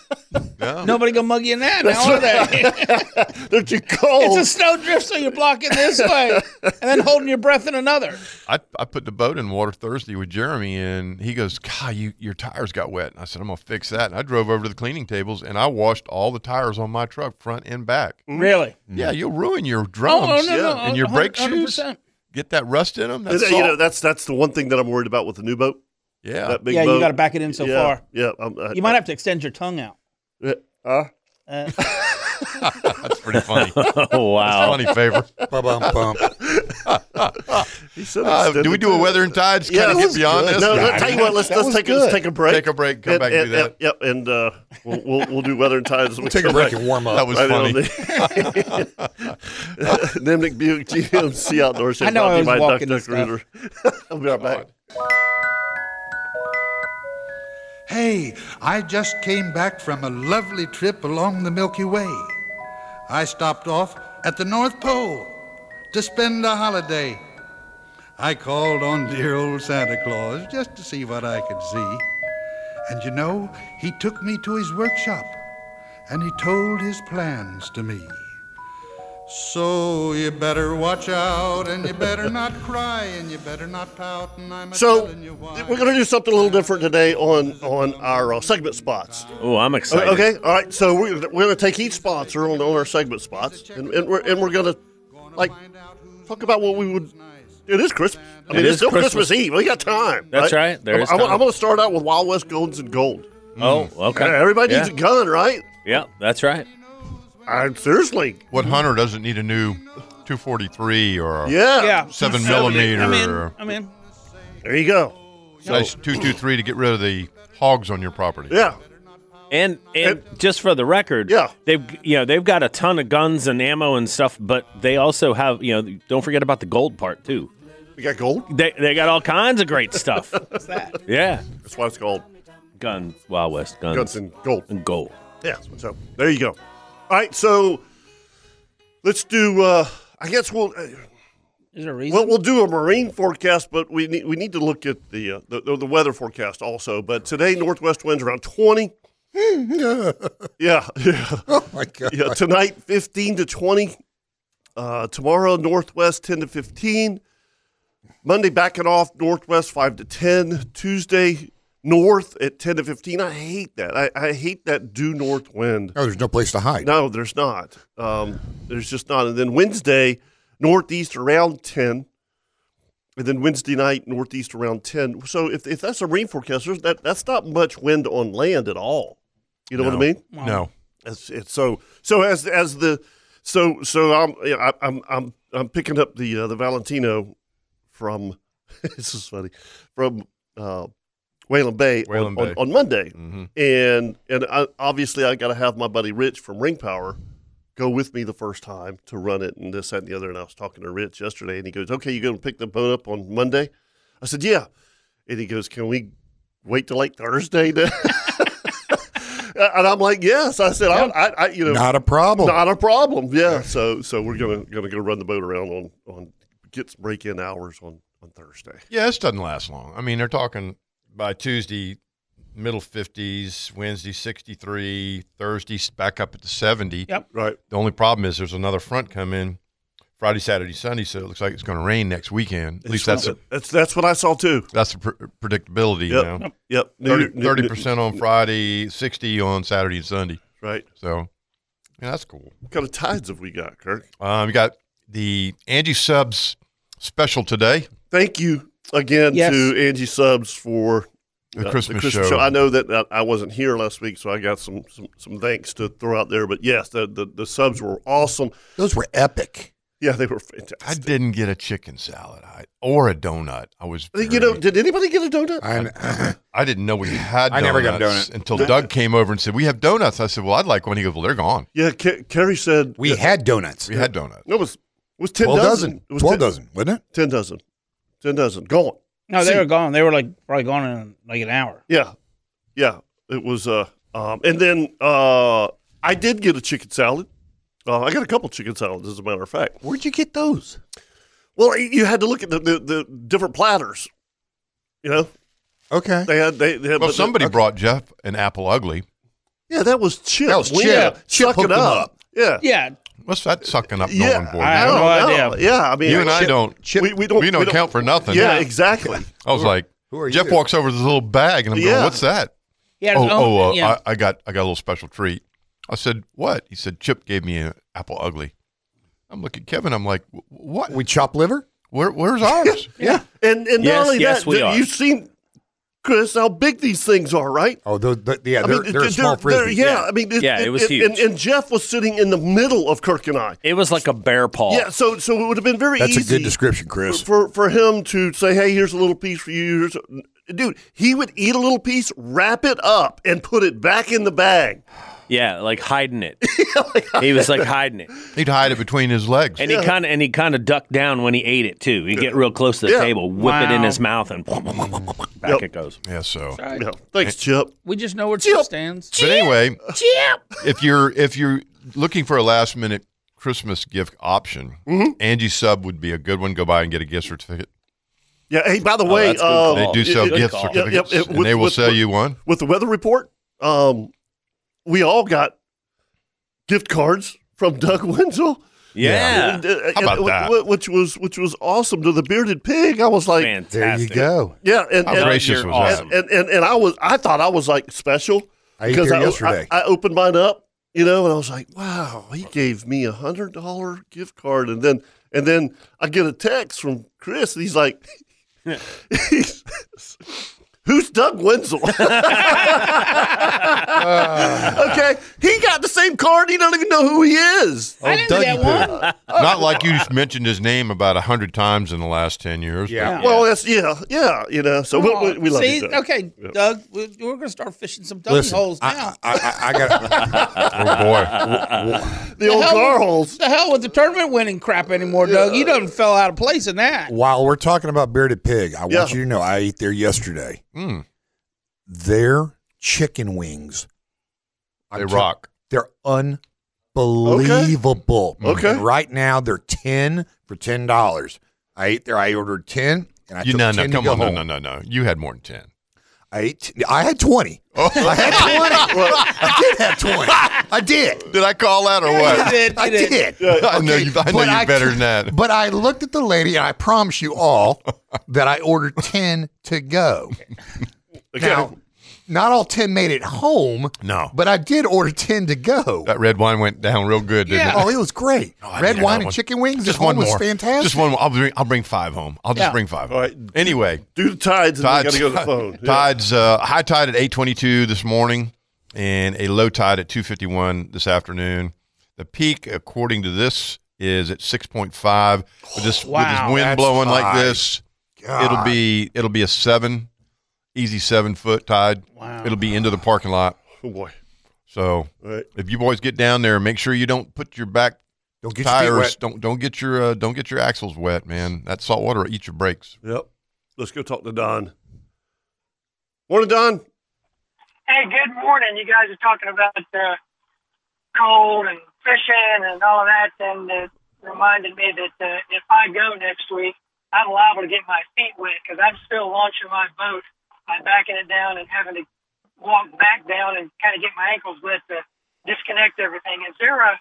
Speaker 4: yeah.
Speaker 6: Nobody gonna mug you in that now, are they?
Speaker 2: They're too
Speaker 6: it's
Speaker 4: Oh.
Speaker 2: cold.
Speaker 6: a snow drift, so you're blocking this way and then holding your breath in another.
Speaker 4: I, I put the boat in water Thursday with Jeremy, and he goes, God, you, your tires got wet. And I said, I'm going to fix that. And I drove over to the cleaning tables and I washed all the tires on my truck, front and back.
Speaker 2: Mm-hmm.
Speaker 6: Really?
Speaker 4: Yeah, you'll ruin your
Speaker 6: Oh,
Speaker 4: drums.
Speaker 6: oh, no, no.
Speaker 4: And your brake
Speaker 6: 100%.
Speaker 4: shoes? Get that rust in them. That's
Speaker 2: you know,
Speaker 4: salt.
Speaker 2: that's that's the one thing that I'm worried about with the new boat.
Speaker 4: yeah.
Speaker 2: That big
Speaker 6: Yeah,
Speaker 2: boat.
Speaker 6: you got to back it in so
Speaker 2: yeah,
Speaker 6: far.
Speaker 2: Yeah, I'm, I,
Speaker 6: You might have to extend your tongue out.
Speaker 2: have. Uh,
Speaker 6: Uh,
Speaker 4: that's pretty funny.
Speaker 5: Oh, wow.
Speaker 4: funny favor.
Speaker 7: Bum-bum-bum.
Speaker 2: he said
Speaker 4: Uh,
Speaker 2: extended
Speaker 4: do we do a
Speaker 2: it.
Speaker 4: weather and tides?
Speaker 2: Yeah,
Speaker 4: kind
Speaker 2: that
Speaker 4: of get
Speaker 2: was
Speaker 4: beyond
Speaker 2: good.
Speaker 4: this?
Speaker 2: No, no, tell you what, let's,
Speaker 7: That
Speaker 2: let's,
Speaker 7: was
Speaker 2: take, a-
Speaker 7: good.
Speaker 2: let's take a break.
Speaker 4: Take a break. Come
Speaker 2: and,
Speaker 4: back and
Speaker 2: and,
Speaker 4: do that.
Speaker 2: Yep, yep, and uh, we'll, we'll we'll do weather and tides. We'll
Speaker 7: Take a break and warm up.
Speaker 4: That was
Speaker 2: Right
Speaker 4: funny.
Speaker 2: on the Nimnik Buick GMC Outdoor Show.
Speaker 6: I know
Speaker 2: brought to
Speaker 6: I
Speaker 2: you
Speaker 6: was
Speaker 2: by
Speaker 6: walking
Speaker 2: Duck, Duck
Speaker 6: this stuff.
Speaker 2: Rooter. I'll be right back.
Speaker 8: Hey, I just came back from a lovely trip along the Milky Way. I stopped off at the North Pole to spend a holiday. I called on dear old Santa Claus just to see what I could see. And you know, he took me to his workshop and he told his plans to me. So you better watch out and you better not cry and you better not pout and I'm a
Speaker 2: So
Speaker 8: telling you why.
Speaker 2: we're going to do something a little different today on on our uh, segment spots.
Speaker 5: Oh, I'm excited.
Speaker 2: Okay, all right. So we're, we're going to take each sponsor on, on our segment spots, and, and we're and we're going to like talk about what we would. It is Christmas. I mean,
Speaker 5: It
Speaker 2: it's
Speaker 5: is
Speaker 2: still Christmas.
Speaker 5: Christmas.
Speaker 2: Eve. We got time.
Speaker 5: That's right. There
Speaker 2: I'm,
Speaker 5: is
Speaker 2: I'm,
Speaker 5: time.
Speaker 2: I'm going to start out with Wild West Golds and Gold.
Speaker 5: Oh, okay.
Speaker 2: Yeah, everybody needs
Speaker 5: Yeah.
Speaker 2: a gun, right?
Speaker 5: Yeah, that's right.
Speaker 2: I, seriously,
Speaker 4: What hunter doesn't need a new 243 or a
Speaker 2: yeah.
Speaker 6: yeah.
Speaker 4: 7
Speaker 6: 70.
Speaker 4: millimeter
Speaker 6: I mean,
Speaker 4: or
Speaker 6: I mean,
Speaker 2: There you go.
Speaker 4: slash 223 to get rid of the hogs on your property?
Speaker 2: Yeah.
Speaker 5: And, and just for the record,
Speaker 2: Yeah.
Speaker 5: they've you know they've got a ton of guns and ammo and stuff, but they also have you know don't forget about the gold part too.
Speaker 2: We got gold.
Speaker 5: They they got all kinds of great stuff.
Speaker 6: what's that?
Speaker 5: yeah,
Speaker 2: That's why it's called
Speaker 5: guns, Wild West guns,
Speaker 2: Guns and Gold.
Speaker 5: and gold.
Speaker 2: Yeah. So there you go. All right. So let's do. Uh, I guess we'll uh,
Speaker 6: Is there a reason?
Speaker 2: well we'll do a marine forecast, but we need we need to look at the uh, the, the weather forecast also. But today northwest winds around twenty. yeah, yeah,
Speaker 7: Oh my God.
Speaker 2: yeah. Tonight fifteen to twenty. Uh, tomorrow northwest ten to fifteen. Monday backing off northwest five to ten. Tuesday north at ten to fifteen. I hate that. I, I hate that due north wind.
Speaker 7: Oh, there's no place to hide.
Speaker 2: No, there's not. Um, there's just not. And then Wednesday, northeast around 10. And then Wednesday night, northeast around 10. So if, if that's a rain forecast, there's that, that's not much wind on land at all. You know what I
Speaker 4: No.
Speaker 2: mean?
Speaker 4: No.
Speaker 2: It's, it's so so as as the so so I'm yeah, I- I'm I'm I'm picking up the uh, the Valentino from this is funny from uh, Whalen Bay,
Speaker 4: Whalen
Speaker 2: on,
Speaker 4: Bay.
Speaker 2: On, on Monday,
Speaker 4: Mhm.
Speaker 2: and and I, obviously I got to have my buddy Rich from Ring Power go with me the first time to run it and this that, and the other. And I was talking to Rich yesterday, and he goes, "Okay, you going to pick the boat up on Monday?" I said, "Yeah," and he goes, "Can we wait till like Thursday?" To- and I'm like, "Yes," I said, I, I, "I, you know,
Speaker 7: Not a problem.
Speaker 2: not a problem. Yeah. So so we're gonna gonna go run the boat around on on get some break in hours on on Thursday.
Speaker 4: Yeah, this doesn't last long. I mean, they're talking by Tuesday, middle 50s, Wednesday 63, Thursday back up at the 70.
Speaker 6: Yep.
Speaker 2: Right.
Speaker 4: The only problem is there's another front come in Friday, Saturday, Sunday, so it looks like it's going to rain next weekend. At least that's a,
Speaker 2: that's that's what I saw too.
Speaker 4: that's the pr- predictability.
Speaker 2: Yep.
Speaker 4: You know?
Speaker 2: Yep.
Speaker 4: 30,
Speaker 2: New- new- new-
Speaker 4: percent on Friday, 60 on Saturday and Sunday.
Speaker 2: Right.
Speaker 4: So, yeah, that's cool.
Speaker 2: What kind of tides have we got, Kirk?
Speaker 4: Um, you got the Angie Subs special today.
Speaker 2: Thank you again
Speaker 6: Yes.
Speaker 2: to Angie Subs for
Speaker 4: The
Speaker 2: uh,
Speaker 4: Christmas show.
Speaker 2: I know that uh, I wasn't here last week, so I got some, some some thanks to throw out there. But yes, the the, the subs were awesome.
Speaker 7: Those were epic.
Speaker 2: Yeah, they were fantastic.
Speaker 4: I didn't get a chicken salad I, or a donut. I was
Speaker 2: you know, did anybody get a donut?
Speaker 7: I,
Speaker 4: I didn't know we had.
Speaker 9: I never got a
Speaker 4: donuts
Speaker 9: donut.
Speaker 4: until Doug came over and said we have donuts. I said, well, I'd like one. He goes, well, they're gone.
Speaker 2: yeah, Ke- Kerry said
Speaker 7: we had donuts.
Speaker 4: We had donuts.
Speaker 2: it was it was ten
Speaker 7: 12
Speaker 2: dozen.
Speaker 7: dozen.
Speaker 2: It was
Speaker 7: 12
Speaker 2: ten,
Speaker 7: dozen, wasn't it?
Speaker 2: Ten dozen. Ten dozen. Gone.
Speaker 6: No, they
Speaker 2: See-
Speaker 6: were gone. They were like probably gone in like an hour.
Speaker 2: Yeah, yeah. It was. Uh, um, and then uh, I did get a chicken salad. Uh, I got a couple chicken salads, as a matter of fact.
Speaker 7: Where'd you get those?
Speaker 2: Well, you had to look at the, the, the different platters. You know,
Speaker 7: Okay.
Speaker 2: they had they, they
Speaker 4: Well,
Speaker 2: had but the- uh,
Speaker 4: somebody brought Jeff an apple ugly.
Speaker 2: yeah, that was Chip.
Speaker 7: That was
Speaker 2: We-
Speaker 7: Chip.
Speaker 2: Yeah,
Speaker 7: Chip
Speaker 2: suck it
Speaker 7: hooked 'em
Speaker 2: up.
Speaker 7: up.
Speaker 2: Yeah,
Speaker 6: Yeah,
Speaker 4: What's that sucking up
Speaker 2: yeah.
Speaker 4: going for?
Speaker 6: I
Speaker 4: man?
Speaker 6: have no idea.
Speaker 2: Yeah, I mean,
Speaker 4: you and I
Speaker 2: Chip-
Speaker 4: don't.
Speaker 7: Chip,
Speaker 2: We, we don't.
Speaker 4: we don't count for nothing.
Speaker 2: Yeah, exactly.
Speaker 4: I was like,
Speaker 7: who are
Speaker 4: Jeff
Speaker 7: you?
Speaker 4: walks over to this little bag, and I'm
Speaker 2: Yeah.
Speaker 4: going, "What's that?"
Speaker 6: he had
Speaker 4: Oh,
Speaker 6: his own.
Speaker 4: oh, uh,
Speaker 6: yeah.
Speaker 4: I, I got, I got a little special treat. I said, "What?" He said, "Chip gave me an apple ugly." I'm looking at Kevin. I'm like, "Wh- "What?
Speaker 7: we chop liver?
Speaker 4: Where, where's ours?"
Speaker 2: And and
Speaker 5: Yes,
Speaker 2: not only
Speaker 5: yes,
Speaker 2: that,
Speaker 5: we
Speaker 2: th-
Speaker 5: are.
Speaker 2: you've seen Chris how big these things are, right?
Speaker 7: Oh, those, th- yeah, they're, they're, a small
Speaker 2: they're-
Speaker 7: frisbee.
Speaker 2: yeah,
Speaker 5: Yeah.
Speaker 2: I mean,
Speaker 5: Yeah, it was huge.
Speaker 2: And, and Jeff was sitting in the middle of Kirk and I.
Speaker 5: It was like a bear paw.
Speaker 2: Yeah, so so it would have been very
Speaker 7: That's
Speaker 2: easy.
Speaker 7: a good description, Chris.
Speaker 2: for for him to say, "Hey, here's a little piece for you." Here's a- Dude, he would eat a little piece, wrap it up, and put it back in the bag.
Speaker 5: Yeah, like hiding it. he was like hiding it,
Speaker 4: He'd hide it between his legs.
Speaker 5: and he kind of and he kind of ducked down when he ate it too. He'd get real close to the
Speaker 2: Yeah.
Speaker 5: table, whip it in
Speaker 6: Wow.
Speaker 5: his mouth, and back
Speaker 2: Yep.
Speaker 5: it goes.
Speaker 4: yeah, so.
Speaker 2: Yeah, thanks, Chip.
Speaker 6: we just know where Chip stands.
Speaker 4: But anyway, if you're if you're looking for a last minute Christmas gift option, Angie Sub would be a good one. Go by and get a gift certificate.
Speaker 2: Yeah. Hey, by the way,
Speaker 5: that's good
Speaker 2: uh,
Speaker 4: They
Speaker 5: Oh,
Speaker 4: do sell
Speaker 2: it- it-
Speaker 4: gift
Speaker 5: call. Yep,
Speaker 2: yep,
Speaker 4: certificates,
Speaker 2: it-
Speaker 4: and
Speaker 2: with-
Speaker 4: they will
Speaker 2: with-
Speaker 4: sell you one.
Speaker 2: with the weather report, um, we all got gift cards from Doug Wenzel.
Speaker 5: Yeah,
Speaker 2: And, uh,
Speaker 4: How about
Speaker 2: and-
Speaker 4: that?
Speaker 2: wh- Which was which was awesome to the bearded pig. I was like,
Speaker 5: fantastic.
Speaker 7: There you go.
Speaker 2: yeah, and,
Speaker 4: How
Speaker 2: and-
Speaker 4: gracious
Speaker 5: you're
Speaker 4: was
Speaker 5: awesome.
Speaker 4: that?
Speaker 2: and, and and I was I thought I was like special
Speaker 7: I ate there
Speaker 2: I,
Speaker 7: yesterday.
Speaker 2: I, I opened mine up, you know, and I was like, wow, he gave me a hundred dollar gift card, and then and then I get a text from Chris, and he's like. Who's Doug Wenzel?
Speaker 7: Uh,
Speaker 2: okay, he got the same card. He don't even know who he is.
Speaker 6: I didn't get
Speaker 4: Dougie
Speaker 6: one.
Speaker 4: Pig. Not like you just mentioned his name about a hundred times in the last ten years. but-
Speaker 7: Yeah.
Speaker 2: Well, that's yeah, yeah. You know, so we, we, we love
Speaker 6: See,
Speaker 2: you, Doug.
Speaker 6: okay, Doug, we- we're going to start fishing some Dougie
Speaker 7: Listen,
Speaker 6: holes now.
Speaker 7: I, I, I, I got
Speaker 4: Oh boy.
Speaker 2: The old
Speaker 6: hell
Speaker 2: car
Speaker 6: was-
Speaker 2: holes.
Speaker 6: the hell with the tournament winning crap anymore, Doug. You done fell out of place in that.
Speaker 7: While we're talking about bearded pig, I
Speaker 2: Yeah.
Speaker 7: want you to know I ate there yesterday.
Speaker 4: Mm,
Speaker 7: Their chicken wings, I'm
Speaker 4: they
Speaker 7: tell-
Speaker 4: rock. Mm-hmm.
Speaker 7: They're unbelievable.
Speaker 2: Okay.
Speaker 7: And right now they're ten for ten dollars. I ate there. I ordered ten, and I
Speaker 4: You
Speaker 7: took
Speaker 4: no no
Speaker 7: ten to
Speaker 4: come
Speaker 7: go
Speaker 4: on no
Speaker 7: home.
Speaker 4: no no no. You had more than ten.
Speaker 7: I ate. I had twenty.
Speaker 4: Oh.
Speaker 7: I had twenty. I did have twenty. I did.
Speaker 4: Did I call that or
Speaker 6: You
Speaker 4: what?
Speaker 6: did, you
Speaker 7: I
Speaker 6: did.
Speaker 7: did.
Speaker 4: I know you. I know
Speaker 7: but
Speaker 4: you better than that.
Speaker 7: But I looked at the lady, and I promise you all that I ordered ten to go. Now, not all ten made it home.
Speaker 4: No.
Speaker 7: but I did order ten to go.
Speaker 4: That red wine went down real good, didn't
Speaker 7: Oh, it was great.
Speaker 4: I
Speaker 7: Red
Speaker 4: need
Speaker 7: wine
Speaker 4: another
Speaker 7: and
Speaker 4: one.
Speaker 7: chicken wings.
Speaker 4: it?
Speaker 7: Just one was fantastic.
Speaker 4: Just one more. I'll bring. I'll bring five home. I'll just
Speaker 6: Yeah.
Speaker 4: bring five.
Speaker 2: All right.
Speaker 4: Anyway,
Speaker 2: Do the tides, and
Speaker 4: tides.
Speaker 2: we got to go to the phone. Yeah.
Speaker 4: tides. Uh, high tide at eight twenty-two this morning, and a low tide at two fifty-one this afternoon. The peak, according to this, is at six point five. With this, with this
Speaker 6: Wow,
Speaker 4: wind
Speaker 7: that's
Speaker 4: blowing like
Speaker 7: high.
Speaker 4: this,
Speaker 7: God.
Speaker 4: it'll be it'll be a seven, easy seven foot tide.
Speaker 6: Wow.
Speaker 4: It'll be into the parking lot.
Speaker 2: Oh boy.
Speaker 4: So
Speaker 2: All right.
Speaker 4: if you boys get down there, make sure you don't put your back
Speaker 7: Don't get your feet
Speaker 4: tires
Speaker 7: wet.
Speaker 4: don't don't get your uh, don't get your axles wet, man. That salt water will eat your brakes.
Speaker 2: Yep. Let's go talk to Don. Morning, Don.
Speaker 10: Hey, good morning. You guys are talking about the cold and fishing and all of that, and it reminded me that uh, if I go next week, I'm liable to get my feet wet because I'm still launching my boat by backing it down and having to walk back down and kind of get my ankles wet to disconnect everything. Is there a,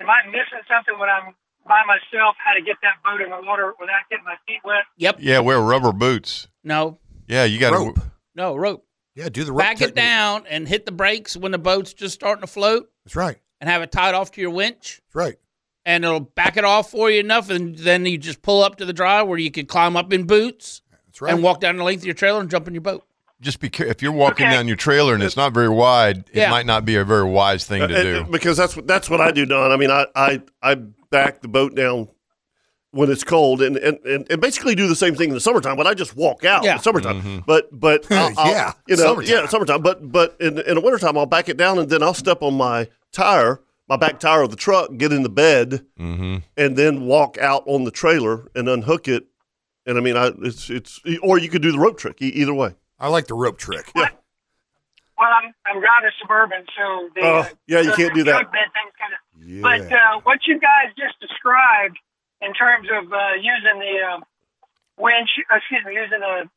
Speaker 10: am I missing something when I'm by myself, how to get that boat in the water without getting my feet wet?
Speaker 6: Yep.
Speaker 4: Yeah, wear rubber boots.
Speaker 6: No,
Speaker 4: Yeah, you got
Speaker 7: rope.
Speaker 4: to.
Speaker 6: no, rope.
Speaker 7: Yeah, do the rope.
Speaker 6: Back it
Speaker 7: technique.
Speaker 6: down and hit the brakes when the boat's just starting to float
Speaker 7: That's right.
Speaker 6: and have it tied off to your winch.
Speaker 7: That's right.
Speaker 6: And it'll back it off for you enough. And then you just pull up to the dry where you can climb up in boots
Speaker 7: That's right.
Speaker 6: and walk down the length of your trailer and jump in your boat.
Speaker 4: just be careful. If you're walking
Speaker 10: Okay.
Speaker 4: down your trailer and it's not very wide, it
Speaker 6: Yeah.
Speaker 4: might not be a very wise thing
Speaker 7: Uh,
Speaker 4: to
Speaker 2: And-
Speaker 4: do.
Speaker 2: and- because that's what that's what I do, Don. I mean, I I, I back the boat down when it's cold, and, and, and, and basically do the same thing in the summertime. But I just walk out
Speaker 6: Yeah.
Speaker 2: in the summertime.
Speaker 4: Mm-hmm.
Speaker 2: But but I'll- I'll-
Speaker 7: Yeah,
Speaker 2: you know,
Speaker 7: summertime.
Speaker 2: yeah, summertime. But but in in the wintertime, I'll back it down, and then I'll step on my tire, my back tire of the truck, get in the bed,
Speaker 4: Mm-hmm.
Speaker 2: and then walk out on the trailer and unhook it. And I mean, I it's it's or you could do the rope trick e- either way.
Speaker 7: I like the rope trick.
Speaker 10: Well, I'm I'm driving a suburban, so the,
Speaker 2: Oh, yeah, you
Speaker 10: the-
Speaker 2: can't do
Speaker 10: the
Speaker 2: that.
Speaker 10: truck bed thing's kinda- But uh, what you guys just described in terms of uh, using the uh, winch, excuse me, using a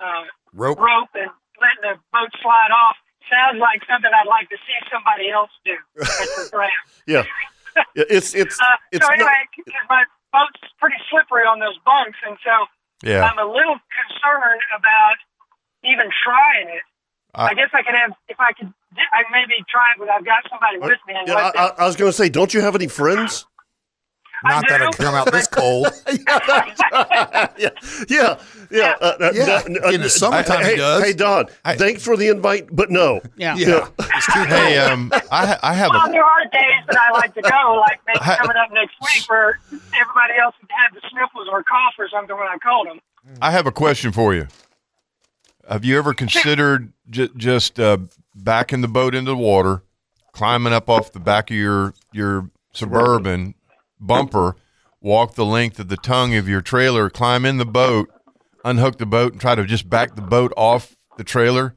Speaker 10: uh,
Speaker 7: Rope.
Speaker 10: rope and letting the boat slide off sounds like something I'd like to see somebody else do at the ramp.
Speaker 2: Yeah, Yeah, it's it's
Speaker 10: Uh,
Speaker 2: it's
Speaker 10: so
Speaker 2: not-
Speaker 10: anyway, because my boat's pretty slippery on those bunks, and so
Speaker 4: Yeah.
Speaker 10: I'm a little concerned about even trying it.
Speaker 4: I-
Speaker 10: I, guess I could have if I could. I maybe try it, but I've got somebody with me. And
Speaker 2: Uh, Yeah,
Speaker 10: let
Speaker 2: I, I, I was going to say, don't you have any friends?
Speaker 10: I
Speaker 7: Not that I
Speaker 10: do.
Speaker 7: come out this cold.
Speaker 2: yeah, yeah, yeah. Uh, uh,
Speaker 7: Yeah,
Speaker 2: no, uh,
Speaker 7: in the summertime
Speaker 2: hey,
Speaker 7: he does.
Speaker 2: Hey, Don, thanks for the invite, but no.
Speaker 6: Yeah.
Speaker 7: Yeah.
Speaker 4: hey, um, I, ha- I have
Speaker 10: Well,
Speaker 4: a
Speaker 10: there are days that I like to go, like maybe
Speaker 4: I-
Speaker 10: coming up next week, where everybody else had the sniffles or cough or something when I called them.
Speaker 4: I have a question for you. Have you ever considered j- just uh, backing the boat into the water, climbing up off the back of your your suburban bumper, walk the length of the tongue of your trailer, climb in the boat, unhook the boat, and try to just back the boat off the trailer,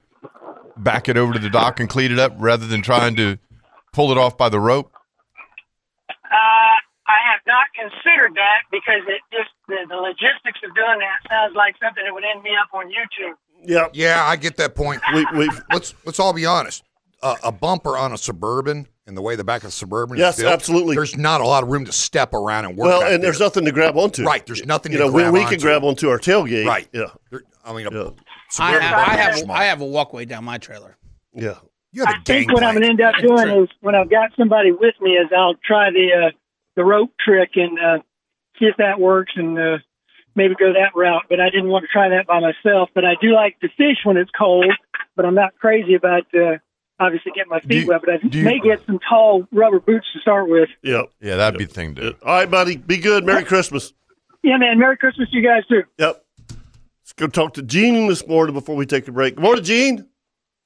Speaker 4: back it over to the dock and clean it up, rather than trying to pull it off by the rope?
Speaker 10: Uh, I have not considered that because it just the, the logistics of doing that sounds like something that would end me up on YouTube.
Speaker 2: Yeah,
Speaker 7: Yeah, I get that point.
Speaker 2: we, we,
Speaker 7: Let's let's all be honest. Uh, a bumper on a suburban and the way the back of suburban
Speaker 2: Yes,
Speaker 7: is built,
Speaker 2: absolutely.
Speaker 7: There's not a lot of room to step around and work.
Speaker 2: well,
Speaker 7: back
Speaker 2: and there's
Speaker 7: there.
Speaker 2: nothing to grab onto.
Speaker 7: Right, there's nothing
Speaker 2: You
Speaker 7: to
Speaker 2: know, we,
Speaker 7: grab
Speaker 2: we can
Speaker 7: onto.
Speaker 2: grab onto our tailgate.
Speaker 7: Right.
Speaker 2: Yeah.
Speaker 7: There- I mean, a
Speaker 2: Yeah.
Speaker 6: I
Speaker 7: suburban
Speaker 6: have,
Speaker 7: bumper
Speaker 6: I
Speaker 7: is
Speaker 6: have,
Speaker 7: small.
Speaker 6: I have a walkway down my trailer.
Speaker 2: Yeah.
Speaker 7: You have a
Speaker 10: I think
Speaker 7: gangplank.
Speaker 10: what I'm going to end up doing
Speaker 6: True.
Speaker 10: is when I've got somebody with me is I'll try the uh, the rope trick and uh, see if that works and uh, maybe go that route. But I didn't want to try that by myself. But I do like to fish when it's cold. But I'm not crazy about uh, obviously getting my
Speaker 4: Do
Speaker 10: feet
Speaker 4: you-
Speaker 10: wet. But I
Speaker 4: do you-
Speaker 10: may get some tall rubber boots to start with.
Speaker 2: Yeah.
Speaker 4: Yeah, that'd be the thing to
Speaker 2: Yeah.
Speaker 4: do.
Speaker 2: All right, buddy. Be good. Merry Christmas.
Speaker 10: Yeah, man. Merry Christmas to you guys too.
Speaker 2: Yep. Let's go talk to Gene this morning before we take a break. Good morning, Gene.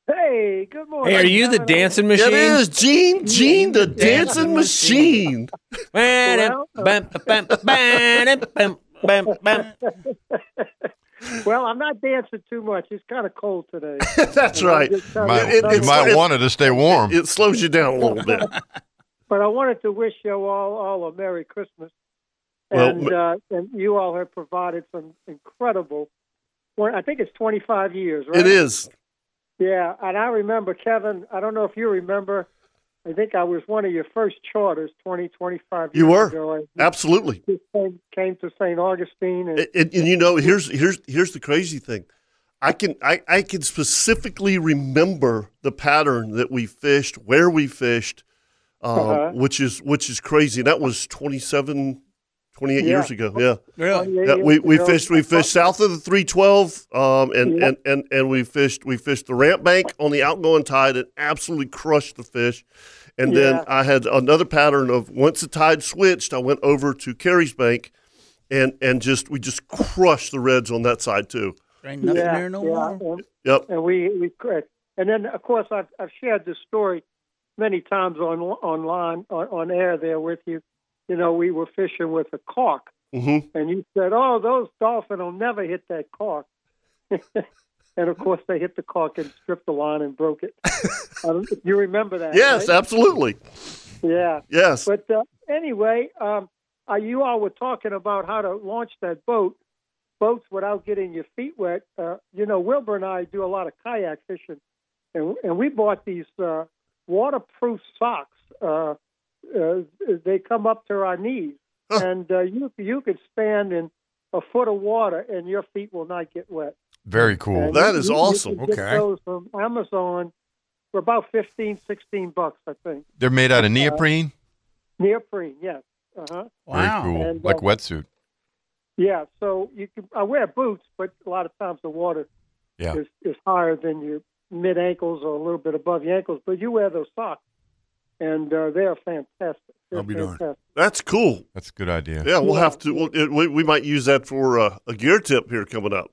Speaker 10: Hey, good morning.
Speaker 5: Hey, are you the dancing machine?
Speaker 2: It is Gene. Gene, the dancing machine.
Speaker 5: Bam, bam, bam, bam, bam, bam, bam.
Speaker 10: Well, I'm not dancing too much. It's kind of cold today.
Speaker 2: That's right. It,
Speaker 4: You might,
Speaker 2: It- it-
Speaker 4: you might
Speaker 2: it's-
Speaker 4: want it to stay warm.
Speaker 2: it slows you down a little bit.
Speaker 10: but I wanted to wish you all all a Merry Christmas,
Speaker 2: Well,
Speaker 10: and uh, and you all have provided some incredible. Well, I think it's 25 years, right?
Speaker 2: It is.
Speaker 10: Yeah, and I remember Kevin. I don't know if you remember. I think I was one of your first charters 20, 25 years
Speaker 2: You were.
Speaker 10: ago. I
Speaker 2: Absolutely.
Speaker 10: just came, came to St. Augustine, and
Speaker 2: and, and, and you know here's here's here's the crazy thing i can I, I can specifically remember the pattern that we fished where we fished um,
Speaker 10: Uh-huh.
Speaker 2: which is which is crazy that was 27 28 years
Speaker 10: Yeah.
Speaker 2: ago yeah,
Speaker 6: Really?
Speaker 2: yeah we, we
Speaker 10: Yeah.
Speaker 2: fished we fished south of the 312 um, and,
Speaker 10: Yeah.
Speaker 2: and, and and we fished we fished the ramp bank on the outgoing tide and absolutely crushed the fish and then
Speaker 10: Yeah.
Speaker 2: I had another pattern of once the tide switched, I went over to Carey's Bank, and and just we just crushed the reds on that side too.
Speaker 6: There ain't nothing
Speaker 10: yeah,
Speaker 6: there no
Speaker 10: yeah,
Speaker 6: more.
Speaker 10: and-
Speaker 2: Yep.
Speaker 10: and we we correct. And then of course I've I've shared this story many times on online on, on air there with you. You know, we were fishing with a cork,
Speaker 2: hmm
Speaker 10: and you said, "Oh, those dolphins will never hit that cork." and of course, they hit the cork and stripped the line and broke it. I don't, you remember that?
Speaker 2: Yes,
Speaker 10: right?
Speaker 2: absolutely.
Speaker 10: yeah.
Speaker 2: Yes.
Speaker 10: But uh, anyway, um, uh, you all were talking about how to launch that boat, boats without getting your feet wet. Uh, you know, Wilbur and I do a lot of kayak fishing, and and we bought these uh, waterproof socks. Uh, uh, they come up to our knees,
Speaker 2: Huh.
Speaker 10: and uh, you you could stand in a foot of water, and your feet will not get wet.
Speaker 4: Very cool.
Speaker 10: And uh,
Speaker 2: That
Speaker 10: you-
Speaker 2: is
Speaker 10: you- you
Speaker 2: awesome.
Speaker 10: can get
Speaker 7: Okay.
Speaker 10: those from Amazon for about 15, 16 bucks, I think.
Speaker 4: They're made
Speaker 10: uh,
Speaker 4: out of neoprene.
Speaker 10: Neoprene, yes.
Speaker 9: Uh-huh.
Speaker 10: Uh huh.
Speaker 6: Wow.
Speaker 4: Very cool.
Speaker 10: And,
Speaker 4: like
Speaker 10: uh,
Speaker 4: wetsuit.
Speaker 10: Yeah, so you can. I wear boots, but a lot of times the water
Speaker 4: Yeah.
Speaker 9: is, is higher than your mid ankles or a little bit above your ankles, but you wear those socks, and uh, they are fantastic. They're
Speaker 4: I'll be darned.
Speaker 10: uh,
Speaker 9: fantastic.
Speaker 2: That's cool.
Speaker 4: That's a good idea.
Speaker 2: Yeah, we'll have to. We'll, it, we, we might use that for uh, a gear tip here coming up.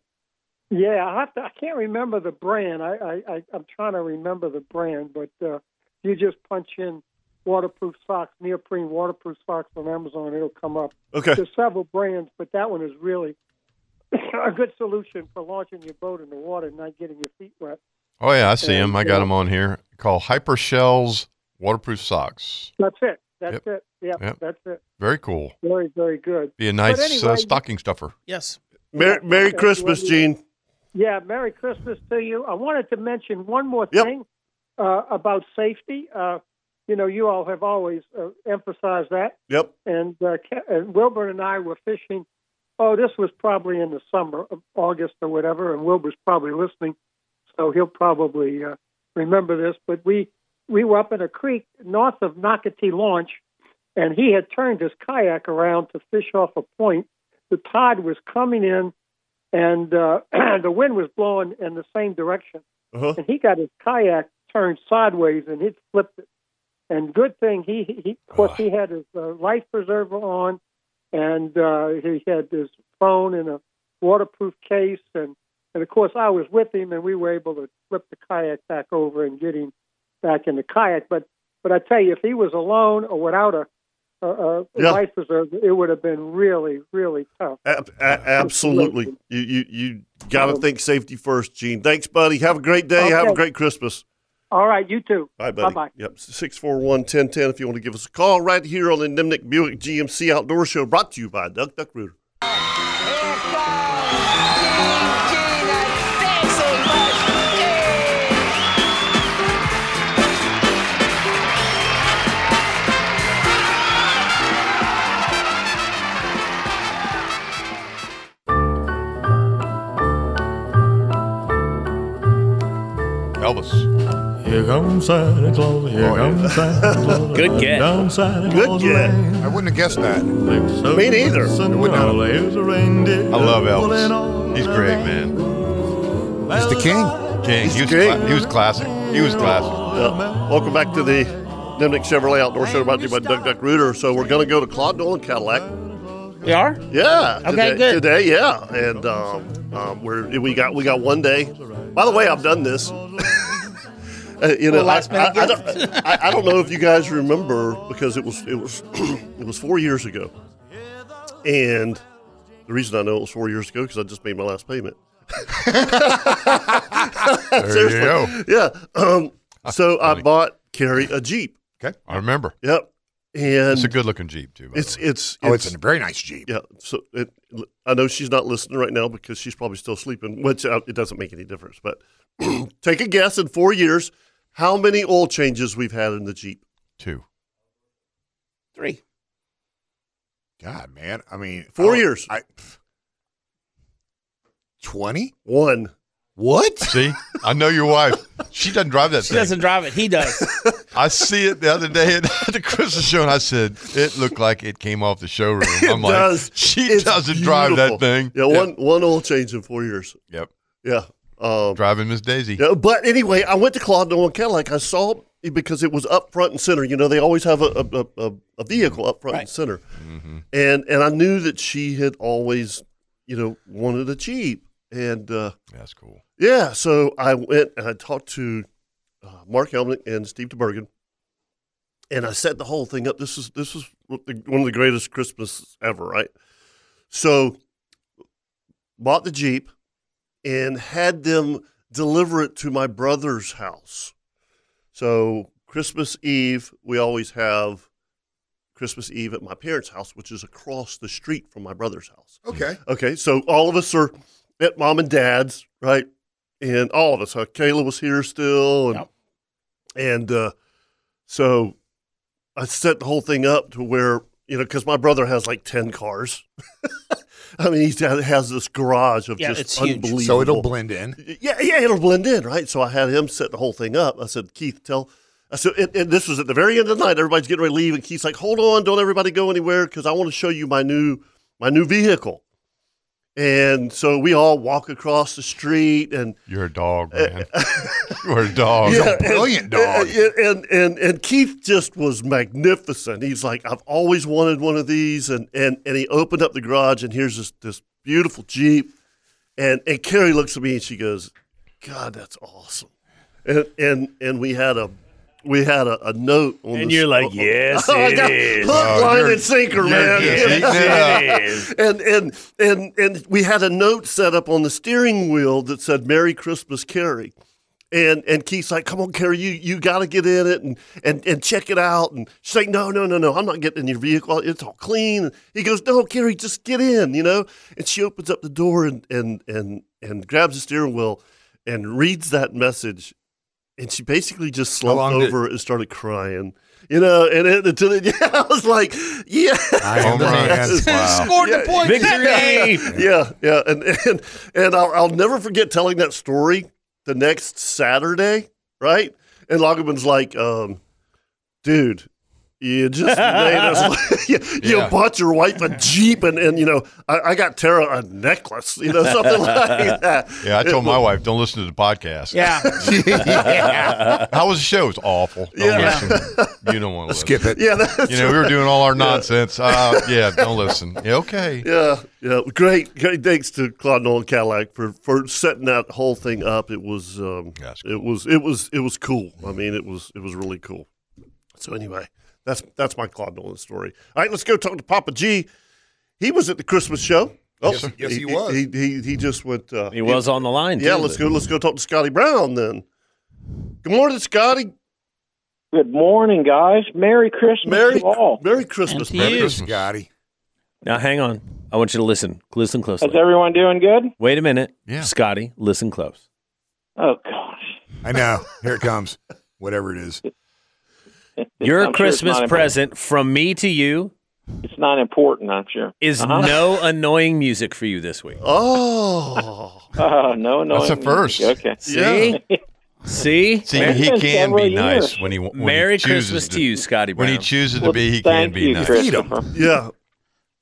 Speaker 9: Yeah, I have to. I can't remember the brand. I, I, I I'm trying to remember the brand, but uh, you just punch in waterproof socks, neoprene waterproof socks on Amazon, it'll come up.
Speaker 2: Okay.
Speaker 9: There's several brands, but that one is really a good solution for launching your boat in the water and not getting your feet wet.
Speaker 4: Oh yeah, I see them. I got them on here. Call Hyper Shells waterproof socks.
Speaker 9: That's it. That's it. Yeah,
Speaker 4: Yep.
Speaker 9: that's it.
Speaker 4: Very cool.
Speaker 9: Very, very good.
Speaker 4: Be a nice
Speaker 9: But
Speaker 4: uh,
Speaker 9: anyway,
Speaker 4: stocking stuffer.
Speaker 6: Yes.
Speaker 2: Merry, Merry
Speaker 9: Okay.
Speaker 2: Christmas, Gene.
Speaker 9: Yeah, Merry Christmas to you. I wanted to mention one more
Speaker 2: Yep.
Speaker 9: thing uh, about safety. Uh, you know, you all have always uh, emphasized that.
Speaker 2: Yep.
Speaker 9: and uh, Ca- and Wilbur and I were fishing. Oh, this was probably in the summer, of August or whatever, and Wilbur's probably listening, so he'll probably uh, remember this. But we we were up in a creek north of Nocatee Launch, and he had turned his kayak around to fish off a point. The tide was coming in, and uh, the wind was blowing in the same direction
Speaker 2: Uh-huh.
Speaker 9: and he got his kayak turned sideways and it flipped it. And good thing he, he of course, he had his uh, life preserver on, and uh, he had his phone in a waterproof case, and and of course I was with him, and we were able to flip the kayak back over and get him back in the kayak. But but I tell you, if he was alone or without a, a, a
Speaker 2: Yeah.
Speaker 9: life preserver, it would have been really really tough.
Speaker 2: Ab- a- absolutely. You you you got to think safety first, Gene. Thanks, buddy. Have a great day. Have a
Speaker 9: Okay.
Speaker 2: great Christmas.
Speaker 9: All right, you too.
Speaker 2: All right, buddy.
Speaker 9: Bye bye.
Speaker 2: Yep. 641-1010 if you want to give us a call right here on the Nimnik Buick GMC Outdoor Show brought to you by Duck Duck Rooter.
Speaker 4: Elvis. Oh,
Speaker 11: Here comes Santa Claus, here comes Santa Claus.
Speaker 5: Good guess.
Speaker 11: Down Santa
Speaker 2: Good
Speaker 11: Claus
Speaker 2: guess.
Speaker 11: Lane.
Speaker 7: I wouldn't have guessed that.
Speaker 11: Licks up
Speaker 2: Me neither.
Speaker 11: once and
Speaker 2: I wouldn't have.
Speaker 11: all, there's a reindeer
Speaker 4: I love
Speaker 11: pulling on
Speaker 4: Elvis. He's
Speaker 11: the
Speaker 4: great,
Speaker 11: bank.
Speaker 4: man.
Speaker 7: He's the king.
Speaker 4: King. He was,
Speaker 2: great.
Speaker 4: cla- he was classic. He was classic.
Speaker 2: Yeah. Welcome back to the Nimnik Chevrolet Outdoor Show brought to you by Duck Duck Rooter. So we're going to go to Claude Dolan Cadillac.
Speaker 6: We are?
Speaker 2: Yeah.
Speaker 6: Okay,
Speaker 2: today,
Speaker 6: good.
Speaker 2: Today, yeah, and um, um, we're we got we got one day. By the way, I've done this. Uh, you know,
Speaker 6: Well, last
Speaker 2: I, I,
Speaker 6: minute
Speaker 2: I don't, I, I don't know if you guys remember because it was it was it was four years ago, and the reason I know it was four years ago because I just made my last payment.
Speaker 4: There you go. Ah,
Speaker 2: Yeah. Um, so I bought Carrie a Jeep.
Speaker 4: Okay. I remember.
Speaker 2: Yep. And
Speaker 4: It's a good looking Jeep, too. by the
Speaker 2: it's
Speaker 4: way.
Speaker 2: it's
Speaker 7: Oh, it's a very nice Jeep.
Speaker 2: yeah, so it, I know she's not listening right now because she's probably still sleeping, which uh, it doesn't make any difference. But take a guess in four years how many oil changes we've had in the Jeep.
Speaker 4: two.
Speaker 6: Three.
Speaker 7: God, man. I mean, I
Speaker 2: Four
Speaker 7: don't-
Speaker 2: years.
Speaker 7: I, 20?
Speaker 2: One.
Speaker 7: What?
Speaker 4: See? I know your wife. She doesn't drive that
Speaker 6: She
Speaker 4: thing.
Speaker 6: doesn't drive it. He does.
Speaker 4: I see it the other day at the Christmas show, and I said it looked like it came off the showroom. I'm like,
Speaker 2: does.
Speaker 4: she
Speaker 2: It's
Speaker 4: doesn't drive that
Speaker 2: beautiful.
Speaker 4: thing.
Speaker 2: Yeah, one one oil change in four years.
Speaker 4: Yep.
Speaker 2: Yeah. Um,
Speaker 4: Driving Miss Daisy.
Speaker 2: yeah, but anyway, I went to Claude Nolan Cadillac. I saw it because it was up front and center. You know, they always have a a, a, a vehicle up front and center, and and I knew that she had always, you know, wanted a Jeep, and. uh
Speaker 4: That's cool.
Speaker 2: Yeah, so I went and I talked to uh, Mark Helmick and Steve DeBergen, and I set the whole thing up. This is this was one of the greatest Christmas ever, right? So, bought the Jeep and had them deliver it to my brother's house. So Christmas Eve, we always have Christmas Eve at my parents' house, which is across the street from my brother's house.
Speaker 7: Okay.
Speaker 2: Okay, so all of us are at mom and dad's, right? And all of us. Uh, Kayla was here still, and
Speaker 6: Yep.
Speaker 2: and uh, so I set the whole thing up to where you know because my brother has like ten cars. I mean, he has this garage of
Speaker 6: Yeah,
Speaker 2: just
Speaker 6: it's huge.
Speaker 2: unbelievable.
Speaker 7: So it'll blend in.
Speaker 2: Yeah, yeah, it'll blend in, right? So I had him set the whole thing up. I said, Keith, tell. I said, and, and this was at the very end of the night. Everybody's getting ready to leave, and Keith's like, "Hold on, don't everybody go anywhere, because I want to show you my new my new vehicle." And so we all walk across the street, and
Speaker 4: you're a dog,
Speaker 2: Uh,
Speaker 4: man. you are a dog.
Speaker 2: brilliant dog. uh, And, and and Keith just was magnificent. He's like, I've always wanted one of these, and and and he opened up the garage, and here's this this beautiful Jeep, and and Carrie looks at me and she goes, God, that's awesome. And and and we had a we had a, a note on
Speaker 5: And
Speaker 2: the
Speaker 5: you're like,
Speaker 2: on-
Speaker 5: "Yes,
Speaker 2: I
Speaker 5: it
Speaker 2: got
Speaker 5: is."
Speaker 2: Hook,
Speaker 5: Oh,
Speaker 2: line,
Speaker 5: you're-
Speaker 2: and sinker,
Speaker 5: you're
Speaker 2: man.
Speaker 5: just eating it
Speaker 2: Yes, it is. And and and and we had a note set up on the steering wheel that said "Merry Christmas, Carrie." And and Keith's like, "Come on, Carrie, you you got to get in it and and and check it out." And she's like, "No, no, no, no, I'm not getting in your vehicle. It's all clean." He goes, "No, Carrie, just get in," you know. And she opens up the door and and and and grabs the steering wheel and reads that message and she basically just slumped
Speaker 4: long did-
Speaker 2: over and started crying. You know, and it, until it, I was like, yeah,
Speaker 4: I am the man. Wow.
Speaker 6: Scored the points that day.
Speaker 2: yeah, yeah, yeah. And and and I'll, I'll never forget telling that story the next Saturday, right? And Lagerman's like, um, dude, you just made us. you, you
Speaker 4: Yeah.
Speaker 2: bought your wife a jeep, and and you know, I, I got Tara a necklace, you know, something like that.
Speaker 4: Yeah, I
Speaker 2: It
Speaker 4: told my
Speaker 2: was-
Speaker 4: wife, don't listen to the podcast.
Speaker 6: Yeah.
Speaker 4: How was the show? It was awful. Don't
Speaker 2: Yeah.
Speaker 4: listen. You don't want to
Speaker 7: Skip it.
Speaker 2: Yeah, that's
Speaker 4: You know, we were doing all our nonsense. Uh, yeah, don't listen. Yeah, okay.
Speaker 2: Yeah, yeah. Great, great. Thanks to Claude Nolan Cadillac for for setting that whole thing up. It was, um,
Speaker 4: That's
Speaker 2: it was, it was, it was cool. I mean, it was, it was really cool. So anyway, that's that's my Claude Nolan story. All right, let's go talk to Papa G. He was at the Christmas show. Oh,
Speaker 7: Yes, sir. Yes, he was.
Speaker 2: He he, he just went. Uh,
Speaker 5: He was on the line.
Speaker 2: Yeah,
Speaker 5: too,
Speaker 2: let's
Speaker 5: but-
Speaker 2: go. Let's go talk to Scotty Brown then. Good morning, Scotty.
Speaker 12: Good morning, guys. Merry Christmas
Speaker 2: Merry
Speaker 12: to all.
Speaker 2: Merry Christmas.
Speaker 6: And to
Speaker 2: man.
Speaker 6: you.
Speaker 7: Scotty.
Speaker 5: Now, hang on. I want you to listen. Listen
Speaker 12: Is
Speaker 5: closely.
Speaker 12: everyone doing good?
Speaker 5: Wait a minute.
Speaker 4: Yeah.
Speaker 5: Scotty, listen close.
Speaker 12: Oh gosh.
Speaker 7: I know. Here it comes. Whatever it is.
Speaker 5: Your
Speaker 12: I'm sure it's
Speaker 5: Christmas
Speaker 12: not important.
Speaker 5: present from me to you
Speaker 12: It's not important, I'm sure.
Speaker 5: is
Speaker 12: Uh-huh.
Speaker 5: no annoying music for you this week.
Speaker 2: Oh,
Speaker 12: Oh, no, no.
Speaker 4: That's a
Speaker 12: I'm-
Speaker 4: first.
Speaker 12: Okay.
Speaker 5: See? See?
Speaker 4: See,
Speaker 12: Merry
Speaker 4: he
Speaker 12: Christmas,
Speaker 4: can
Speaker 12: several
Speaker 4: be
Speaker 12: years.
Speaker 4: nice when he when he
Speaker 5: Merry
Speaker 4: chooses
Speaker 5: Christmas
Speaker 4: to,
Speaker 5: to you, Scotty
Speaker 4: When
Speaker 5: Brown.
Speaker 4: he chooses
Speaker 12: Well,
Speaker 4: to be, he can
Speaker 12: thank
Speaker 4: be
Speaker 12: you,
Speaker 4: nice.
Speaker 7: Chris. Feed 'em.
Speaker 12: Christopher.
Speaker 2: Yeah,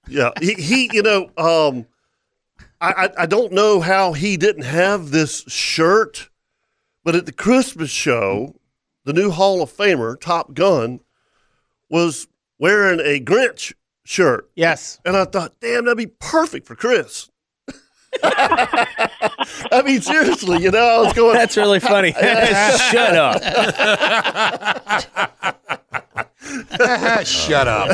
Speaker 2: yeah. He, he you know, um, I, I I don't know how he didn't have this shirt, but at the Christmas show, the new Hall of Famer Top Gun was wearing a Grinch shirt,
Speaker 6: Yes.
Speaker 2: and I thought, damn, that'd be perfect for Chris. I mean, seriously, you know, I was going.
Speaker 5: That's really funny. Shut up.
Speaker 7: Shut up.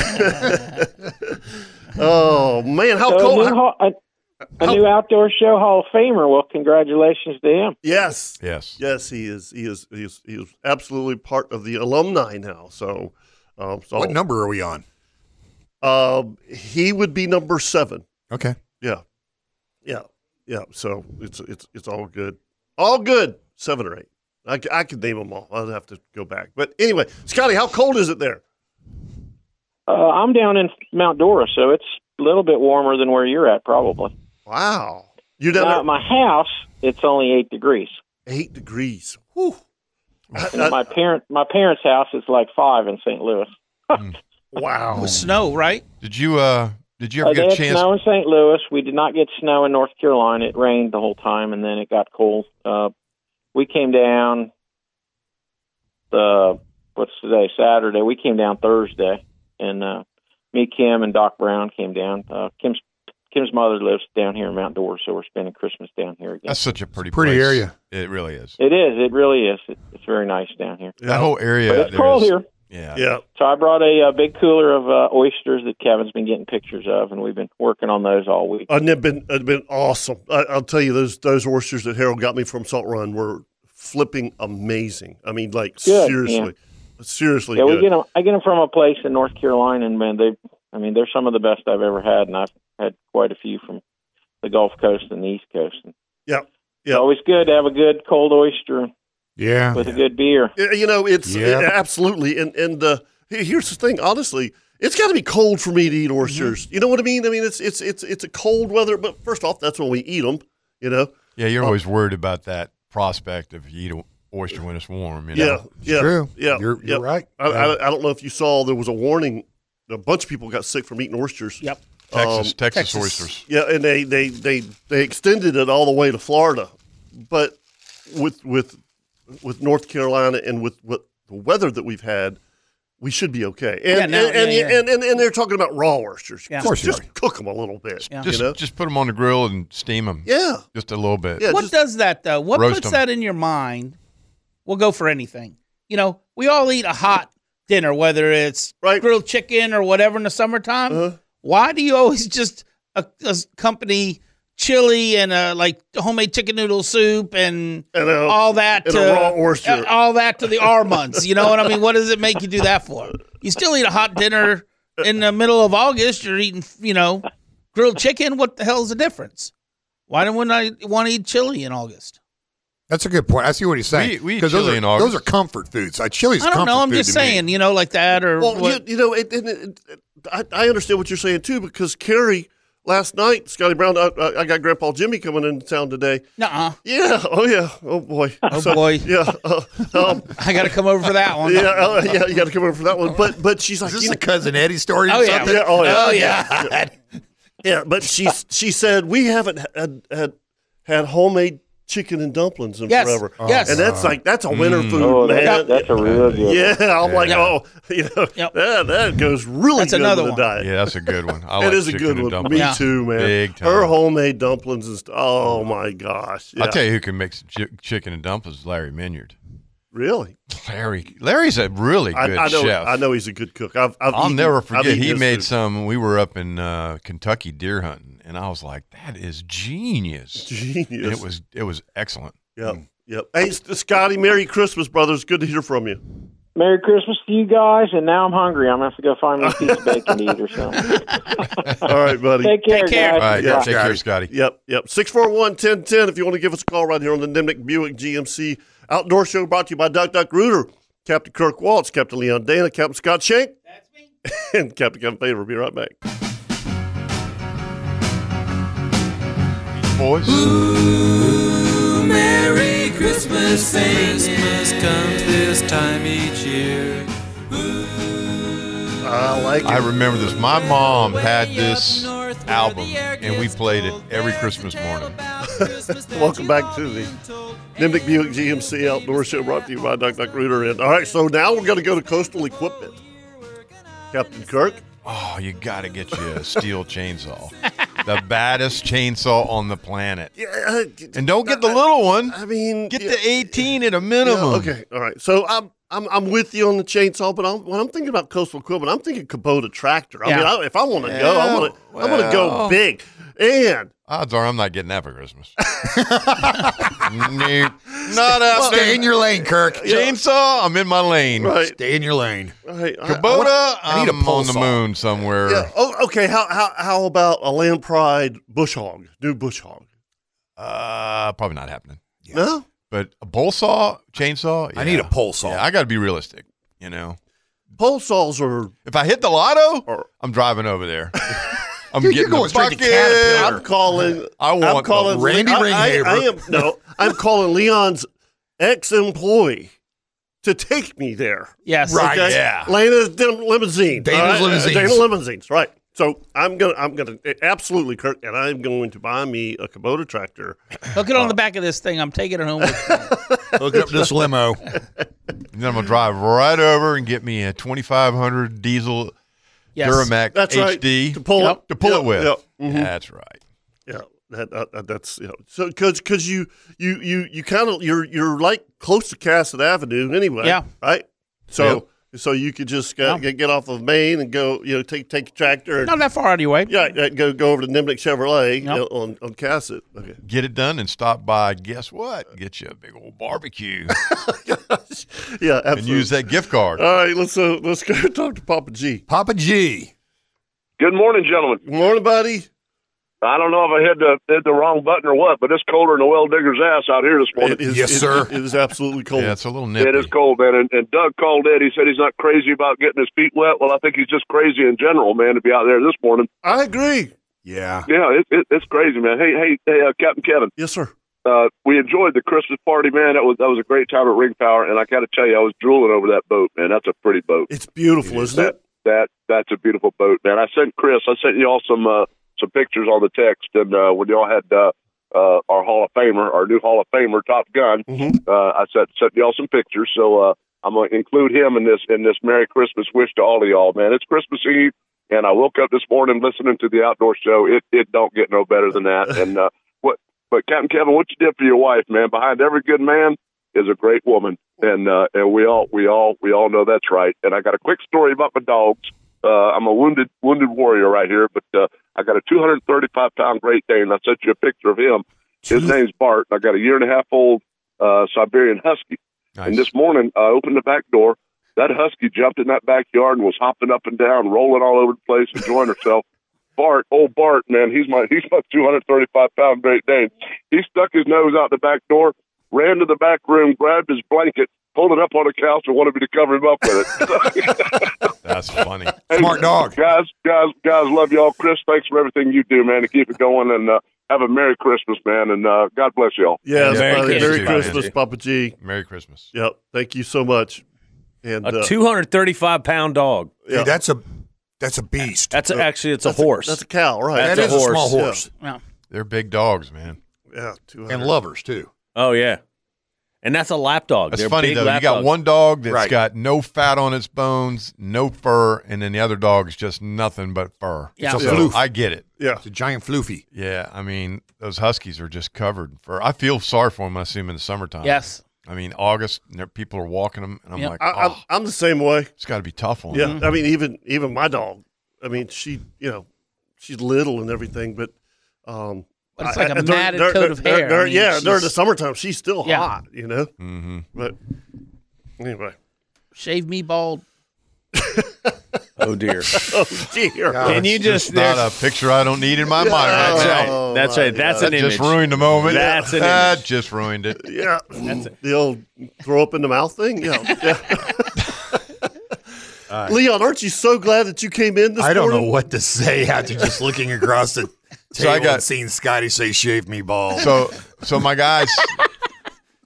Speaker 2: Oh man, how
Speaker 12: So a,
Speaker 2: cold!
Speaker 12: new, hall- a, a new outdoor show Hall of Famer. Well, congratulations to him.
Speaker 2: yes,
Speaker 4: Yes.
Speaker 2: yes, he is. He is. He is. He is absolutely part of the alumni now. So, um, so
Speaker 7: What number are we on?
Speaker 2: Um, he would be number seven.
Speaker 7: Okay.
Speaker 2: Yeah, yeah, yeah. So it's it's it's all good, all good. Seven or eight. I, c- I could name them all. I'd have to go back. But anyway, Scotty, how cold is it there?
Speaker 12: Uh, I'm down in Mount Dora, so it's a little bit warmer than where you're at, probably.
Speaker 2: Wow, you're down
Speaker 12: Now, at
Speaker 2: there
Speaker 12: my house, it's only eight degrees.
Speaker 2: eight degrees. Whew. I-
Speaker 12: And at my
Speaker 2: I-
Speaker 12: parent, my parents' house is like five in St. Louis.
Speaker 2: Hmm. wow.
Speaker 6: With snow, right?
Speaker 4: Oh. Did you uh did you ever
Speaker 12: Uh, they
Speaker 4: get a
Speaker 12: had
Speaker 4: chance?
Speaker 12: snow in St. Louis. We did not get snow in North Carolina. It rained the whole time, and then it got cold. Uh, we came down the what's today Saturday. We came down Thursday, and uh, me, Kim, and Doc Brown came down. Uh, Kim's Kim's mother lives down here in Mount Door, so we're spending Christmas down here again.
Speaker 4: That's such a pretty
Speaker 7: Pretty
Speaker 4: place.
Speaker 7: area.
Speaker 4: Uh, It really is.
Speaker 12: it is. It really is. It, it's very nice down here.
Speaker 4: That whole area.
Speaker 12: But it's
Speaker 4: there
Speaker 12: cold
Speaker 4: is-
Speaker 12: here.
Speaker 4: Yeah.
Speaker 2: Yeah.
Speaker 12: So I brought a, uh big cooler of uh, oysters that Kevin's been getting pictures of, and we've been working on those all week.
Speaker 2: And they've been it's been awesome. I, I'll tell you those those oysters that Harold got me from Salt Run were flipping amazing. I mean, like
Speaker 12: Good,
Speaker 2: seriously, seriously.
Speaker 12: Yeah,
Speaker 2: good.
Speaker 12: we get them. I get them from a place in North Carolina, and man, they, I mean, they're some of the best I've ever had, and I've had quite a few from the Gulf Coast and the East Coast. And
Speaker 2: Yeah,
Speaker 12: It's
Speaker 2: yeah.
Speaker 12: always good to have a good cold oyster
Speaker 7: Yeah.
Speaker 12: with a good beer.
Speaker 2: Yeah, You know, it's
Speaker 7: Yeah.
Speaker 2: it- absolutely. And and uh, he- here's the thing, honestly, it's got to be cold for me to eat oysters. You know what I mean? I mean, it's it's it's it's a cold weather. But first off, that's when we eat them. You know?
Speaker 4: Yeah,
Speaker 2: Oh.
Speaker 4: you're always worried about that prospect of you eat an oyster when it's warm. You
Speaker 2: Yeah,
Speaker 4: know?
Speaker 2: yeah,
Speaker 7: True.
Speaker 2: yeah.
Speaker 7: You're,
Speaker 2: yeah.
Speaker 7: you're right.
Speaker 2: I, I, I don't know if you saw there was a warning. A bunch of people got sick from eating oysters. Um,
Speaker 6: Yep.
Speaker 4: Texas- Texas oysters.
Speaker 2: Yeah, and they, they they they extended it all the way to Florida, but with with with North Carolina and with with the weather that we've had, we should be okay. And
Speaker 4: Yeah, no,
Speaker 2: and, and,
Speaker 4: yeah, yeah.
Speaker 2: And, and and they're talking about raw oysters.
Speaker 4: Yeah. Of
Speaker 2: Of
Speaker 4: course
Speaker 2: course,
Speaker 4: you
Speaker 2: just cook them a little bit.
Speaker 4: Just,
Speaker 2: You know?
Speaker 4: just put them on the grill and steam them.
Speaker 2: Yeah.
Speaker 4: Just a little bit.
Speaker 6: what does that though? What
Speaker 4: Roast
Speaker 6: puts
Speaker 4: 'em.
Speaker 6: that in your mind? We'll go for anything. You know, we all eat a hot dinner, whether it's grilled chicken or whatever in the summertime.
Speaker 2: Uh-huh.
Speaker 6: Why do you always just uh, accompany chili and uh, like homemade chicken noodle soup and,
Speaker 2: And a-
Speaker 6: all that
Speaker 2: and a
Speaker 6: to
Speaker 2: raw oyster.
Speaker 6: uh, all that to the R months? You know what I mean? What does it make you do that for? You still eat a hot dinner in the middle of August. You're eating, you know, grilled chicken. What the hell's the difference? Why don't I want to eat chili in August?
Speaker 7: That's a good point. I see what he's saying.
Speaker 4: We- we eat
Speaker 7: 'Cause those
Speaker 4: chili
Speaker 7: are,
Speaker 4: in August.
Speaker 7: Those are comfort foods. Like chili's
Speaker 6: I don't
Speaker 7: comfort
Speaker 6: know. I'm
Speaker 7: food
Speaker 6: just
Speaker 7: to me.
Speaker 6: saying, you know, like that or
Speaker 2: Well,
Speaker 6: what.
Speaker 2: you, you know, it, it, it, I, I understand what you're saying too, because Kerry last night, Scotty Brown, I, I- I got Grandpa Jimmy coming into town today.
Speaker 6: Nuh-uh.
Speaker 2: Yeah. Oh yeah. Oh boy.
Speaker 6: Oh, boy.
Speaker 2: Yeah. uh, um,
Speaker 6: I got to come over for that one.
Speaker 2: Yeah. uh, yeah. You got to come over for that one. But but she's like,
Speaker 7: Is this
Speaker 2: you
Speaker 7: a cousin Eddie story?
Speaker 2: know-
Speaker 7: or something?
Speaker 2: yeah. Oh yeah.
Speaker 7: Oh yeah.
Speaker 2: Yeah. Yeah, But she she said we haven't had had, had homemade chicken and dumplings in
Speaker 7: Yes,
Speaker 2: forever.
Speaker 7: yes.
Speaker 2: And that's like that's a winter
Speaker 7: Mm.
Speaker 2: food,
Speaker 7: Oh,
Speaker 2: man.
Speaker 7: that- that's a
Speaker 12: really good one.
Speaker 2: Yeah. I'm like,
Speaker 12: Yeah.
Speaker 2: oh, you know, that, that goes really
Speaker 6: That's
Speaker 2: good
Speaker 6: another
Speaker 2: with
Speaker 6: one.
Speaker 2: the diet.
Speaker 4: Yeah, that's a good one. I
Speaker 2: it
Speaker 4: like
Speaker 2: is a
Speaker 4: chicken
Speaker 2: good
Speaker 4: and
Speaker 2: one.
Speaker 4: dumplings.
Speaker 2: Me too, man.
Speaker 4: Big time.
Speaker 2: Her homemade dumplings and st- oh my gosh! Yeah.
Speaker 4: I'll tell you who can make some chi- chicken and dumplings is Larry Minyard.
Speaker 2: really,
Speaker 4: Larry. Larry's a really
Speaker 2: I,
Speaker 4: good
Speaker 2: I know,
Speaker 4: chef.
Speaker 2: I know he's a good cook. I've, I've
Speaker 4: I'll
Speaker 2: eaten-
Speaker 4: never
Speaker 2: I've
Speaker 4: forget.
Speaker 2: eaten
Speaker 4: He
Speaker 2: his
Speaker 4: made
Speaker 2: food.
Speaker 4: some. We were up in uh, Kentucky deer hunting, and I was like, "That is genius."
Speaker 2: Genius.
Speaker 4: And it was. It was excellent.
Speaker 2: Yep, yep. Hey, S- Scotty, Merry Christmas, brothers. Good to hear from you.
Speaker 12: Merry Christmas to you guys, and now I'm hungry. I'm gonna have to go find me a piece of bacon to eat or something.
Speaker 2: All right, buddy.
Speaker 12: Take care, Take care. guys.
Speaker 4: All right, take care, Scotty.
Speaker 2: Yep, yep. 641-1010 if you want to give us a call right here on the Nimnik Buick GMC Outdoor Show brought to you by Duck Duck Rooter, Captain Kirk Waltz, Captain Leon Dana, Captain Scott Shank. That's me. And Captain Kevin Favor. We'll be right back.
Speaker 4: Boys.
Speaker 3: Merry Christmas, Christmas comes this time each year.
Speaker 2: I like it.
Speaker 4: I remember this. My mom had this album, and we played it every Christmas morning.
Speaker 2: Welcome back to the Nimnik Buick GMC Outdoor Show brought to you by Duck Duck Rooter. And all right, so now we're going to go to Coastal Equipment. Captain Kirk.
Speaker 4: Oh, you got to get you a steel chainsaw, the baddest chainsaw on the planet.
Speaker 2: Yeah,
Speaker 4: And don't get the little one.
Speaker 2: I mean,
Speaker 4: get the 18 at a minimum.
Speaker 2: okay, all right. So I'm I'm I'm with you on the chainsaw, but I'm, when I'm thinking about coastal equipment, I'm thinking Kubota tractor. I mean,
Speaker 4: Yeah.
Speaker 2: I, if I want to go, I want to I want to
Speaker 4: Well.
Speaker 2: go big. And
Speaker 4: Odds are I'm not getting that for Christmas. nope. Not
Speaker 7: Well,
Speaker 4: happening.
Speaker 7: Stay in your lane, Kirk.
Speaker 4: Chainsaw, I'm in my lane.
Speaker 2: Right.
Speaker 7: Stay in your lane.
Speaker 2: Right. I- I
Speaker 4: Kubota, um, I,
Speaker 2: want- I need a
Speaker 4: am on
Speaker 2: pole
Speaker 4: the
Speaker 2: saw.
Speaker 4: moon somewhere.
Speaker 2: yeah. Oh, okay. How how how about a land pride bush hog? New bush hog?
Speaker 4: Uh, probably not happening.
Speaker 2: No.
Speaker 4: But a pole saw, chainsaw.
Speaker 7: I need a
Speaker 4: yeah.
Speaker 7: pole saw.
Speaker 4: Yeah, I got to be realistic. You know,
Speaker 2: pole saws are.
Speaker 4: If I hit the lotto, I'm driving over there. I'm
Speaker 7: Dude, you're
Speaker 4: getting
Speaker 7: going
Speaker 4: the
Speaker 7: straight to
Speaker 4: bucket.
Speaker 7: Caterpillar.
Speaker 2: I'm calling.
Speaker 4: I want
Speaker 2: I'm calling
Speaker 4: the- Randy
Speaker 2: I- I,
Speaker 4: Ringhaver.
Speaker 2: I am no. I'm calling Leon's ex-employee to take me there.
Speaker 6: Yes.
Speaker 4: Right, yeah.
Speaker 2: Lana's dim- limousine.
Speaker 4: Dana's
Speaker 2: all right? Uh,
Speaker 4: limousines.
Speaker 2: Dana limousines. Right. So I'm gonna. I'm gonna eh, absolutely, Kirk, and I'm going to buy me a Kubota tractor.
Speaker 6: Hook it on the back of this thing. I'm taking it home. With me.
Speaker 7: Hook up this limo.
Speaker 4: And then I'm gonna drive right over and get me a 2500 diesel
Speaker 6: Yes.
Speaker 4: Duramax
Speaker 2: That's right.
Speaker 4: HD
Speaker 2: To pull it.
Speaker 4: to pull
Speaker 2: Yep,
Speaker 4: it with.
Speaker 2: yep. Mhm.
Speaker 4: That's right.
Speaker 2: Yeah, that, uh, uh, that's you know, so because because you you you you kind of you're you're like close to Cassett Avenue anyway.
Speaker 6: Yeah.
Speaker 2: right. So so you could just uh, get, get off of Maine and go you know take take a tractor. And,
Speaker 6: Not that far out of your way.
Speaker 2: Yeah, uh, go go over to Nimnik Chevrolet you know, on on Cassett. Okay.
Speaker 4: Get it done and stop by. Guess what? Get you a big old barbecue
Speaker 2: Yeah, absolutely.
Speaker 4: and use that gift
Speaker 2: All
Speaker 4: card.
Speaker 2: right, let's uh, let's go talk to Papa G.
Speaker 7: Papa G.
Speaker 13: Good morning, gentlemen.
Speaker 2: Good morning, buddy.
Speaker 13: I don't know if I hit the hit the wrong button or what, but it's colder than a well digger's ass out here this morning.
Speaker 2: It is- it- It is absolutely cold.
Speaker 4: yeah, it's a little nippy.
Speaker 13: It is cold, man. And, and Doug called in. He said he's not crazy about getting his feet wet. Well, I think he's just crazy in general, man, to be out there this morning.
Speaker 2: I agree.
Speaker 7: Yeah.
Speaker 13: Yeah, it, it, it's crazy, man. Hey, hey, hey, uh, Captain Kevin.
Speaker 2: Yes, sir.
Speaker 13: Uh, we enjoyed the Christmas party, man. That was that was a great time at Ring Power, and I got to tell you, I was drooling over that boat, man. That's a pretty boat.
Speaker 2: It's beautiful, isn't it?
Speaker 13: that that's a beautiful boat, man. I sent Chris, I sent y'all some uh, some pictures on the text, and uh, when y'all had uh, uh, our Hall of Famer, our new Hall of Famer, Top Gun,
Speaker 2: Mm-hmm.
Speaker 13: uh, I sent sent y'all some pictures. So uh, I'm gonna include him in this in this Merry Christmas wish to all of y'all, man. It's Christmas Eve, and I woke up this morning listening to the outdoor show. It it don't get no better than that. And uh, what, but Captain Kevin, what you did for your wife, man? Behind every good man is a great woman, and uh, and we all we all we all know that's right. And I got a quick story about my dogs. Uh, I'm a wounded wounded warrior right here, but uh, I got a 235 pound Great Dane. I sent you a picture of him. His name's Bart. I got a year and a half old uh, Siberian Husky. And this morning, I opened the back door. That husky jumped in that backyard and was hopping up and down, rolling all over the place, enjoying herself. Bart, old Bart, man, he's my he's my 235 pound Great Dane. He stuck his nose out the back door, ran to the back room, grabbed his blanket, pulled it up on the couch, and wanted me to cover him up with it.
Speaker 4: That's funny.
Speaker 13: Smart dog, guys, guys, guys, love y'all. Chris, thanks for everything you do, man, to keep it going, and uh, have a merry Christmas, man, and uh, God bless y'all.
Speaker 2: Yes, Merry, Merry Christmas, Papa G.
Speaker 4: Merry Christmas.
Speaker 2: Yep. Thank you so much. And uh,
Speaker 5: A 235 pound dog.
Speaker 2: Yeah. Hey, that's
Speaker 7: a that's a beast.
Speaker 5: That's a, actually it's a horse.
Speaker 2: That's a cow, right?
Speaker 5: That's a horse.
Speaker 6: Yeah.
Speaker 4: They're big dogs, man.
Speaker 2: Yeah, 200.
Speaker 7: and lovers too.
Speaker 5: Oh yeah, and that's a lap dog.
Speaker 4: That's
Speaker 5: They're
Speaker 4: funny
Speaker 5: big
Speaker 4: though. You
Speaker 5: lap
Speaker 4: got
Speaker 5: dogs.
Speaker 4: one dog that's
Speaker 5: Right.
Speaker 4: got no fat on its bones, no fur, and then the other dog's just nothing but fur.
Speaker 7: Yeah. It's a
Speaker 4: So,
Speaker 7: floof.
Speaker 4: I get it.
Speaker 2: Yeah,
Speaker 7: it's a giant floofy.
Speaker 4: Yeah, I mean those huskies are just covered in fur. I feel sorry for them. I assume in the summertime.
Speaker 2: Yes.
Speaker 4: I mean August, and there- people are walking them, and I'm
Speaker 2: Yeah.
Speaker 4: like,
Speaker 2: I- I'm- I'm the same way.
Speaker 4: It's got to be tough on
Speaker 2: Yeah,
Speaker 4: them.
Speaker 2: I mean, even even my dog. I mean, she you know, she's little and everything, but um,
Speaker 6: But it's
Speaker 2: I-
Speaker 6: like a
Speaker 2: I- during-
Speaker 6: matted
Speaker 2: during-
Speaker 6: coat of
Speaker 2: during-
Speaker 6: hair. I
Speaker 2: during-
Speaker 6: mean,
Speaker 2: yeah, during
Speaker 6: she's-
Speaker 2: the summertime, she's still
Speaker 6: Yeah.
Speaker 2: hot, you know.
Speaker 4: Mm-hmm.
Speaker 2: But anyway,
Speaker 6: Shave me bald.
Speaker 5: Oh dear.
Speaker 2: oh dear.
Speaker 5: Can you
Speaker 4: That's
Speaker 5: just-
Speaker 4: not
Speaker 5: there's- Oh,
Speaker 4: a picture I don't need in my mind right
Speaker 5: That's
Speaker 4: now.
Speaker 5: right. That's right. That's
Speaker 4: that
Speaker 5: an
Speaker 4: just
Speaker 5: image.
Speaker 4: ruined the moment.
Speaker 5: That's an
Speaker 4: that
Speaker 5: image.
Speaker 4: just ruined it.
Speaker 2: Yeah, the old throw up in the mouth thing. Yeah. yeah. Leon, aren't you so glad that you came in this
Speaker 7: I don't know
Speaker 2: morning?
Speaker 7: what to say after just looking across the
Speaker 4: So
Speaker 7: table
Speaker 4: I got-
Speaker 7: and seeing Scotty say "shave me bald."
Speaker 4: So, so my guys,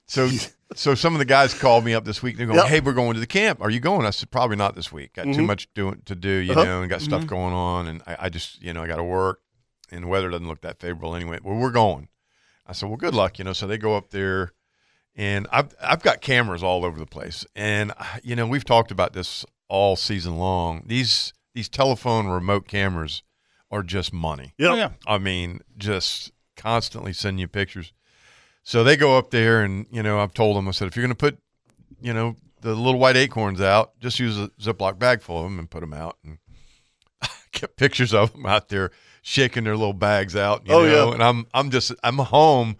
Speaker 4: so so some of the guys called me up this week. They're going,
Speaker 7: Yep.
Speaker 4: "Hey, we're going to the camp. Are you going?" I said, "Probably not this week.
Speaker 5: Mm-hmm.
Speaker 4: Got too
Speaker 7: Mhm.
Speaker 4: much doing to do, you
Speaker 7: Uh-huh.
Speaker 4: know, and got stuff
Speaker 7: Mhm.
Speaker 4: going on, and I, I just, you know, I got to work, and the weather doesn't look that favorable anyway. Well, we're going." I said, "Well, good luck," you know. So they go up there, and I've I've got cameras all over the place, and you know, we've talked about this all season long. These these telephone remote cameras are just money.
Speaker 2: Yep. Oh, yeah.
Speaker 4: I mean, just constantly sending you pictures. So they go up there, and you know, I've told them, I said, if you're going to put, you know, the little white acorns out, just use a Ziploc bag full of them and put them out. And I get pictures of them out there shaking their little bags out. You
Speaker 2: Oh,
Speaker 4: know?
Speaker 2: yeah.
Speaker 4: And I'm, I'm just, I'm home,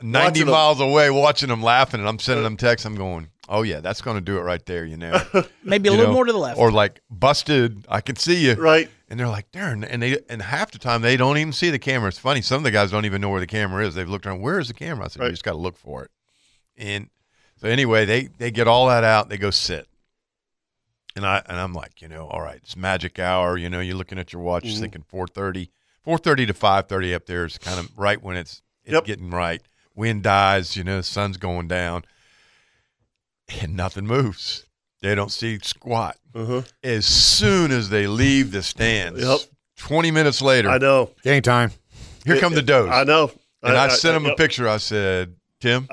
Speaker 4: ninety
Speaker 2: Watching 'em.
Speaker 4: miles away, watching them laughing, and I'm sending
Speaker 6: Uh.
Speaker 4: them texts. I'm going, oh yeah, that's going to do it right there. You know,
Speaker 6: Maybe a
Speaker 4: You
Speaker 6: little
Speaker 4: know?
Speaker 6: more to the left.
Speaker 4: or like busted. I can see you,
Speaker 2: right?
Speaker 4: And they're like, darn. And they and half the time they don't even see the camera. It's funny. Some of the guys don't even know where the camera is. They've looked around. Where is the camera? I said, you just got to look for it. And so anyway, they they get all that out. They go sit. And I and I'm like, you know, all right, it's magic hour. You know, you're looking at your watch,
Speaker 2: Mhm.
Speaker 4: thinking 4:30, 4:30 to 5:30 up there is kind of right when it's it's getting right. Wind dies. You know, the sun's going down and nothing moves. They don't see squat. As soon as they leave the stands,
Speaker 2: Uh-huh. Yep.
Speaker 4: 20 minutes later,
Speaker 2: I know.
Speaker 7: Game time.
Speaker 4: Here
Speaker 2: It-
Speaker 4: come the does.
Speaker 2: I know.
Speaker 4: And
Speaker 2: I-
Speaker 4: I,
Speaker 2: I-
Speaker 4: sent
Speaker 2: I-
Speaker 4: him a
Speaker 2: yep.
Speaker 4: picture. I said, Tim,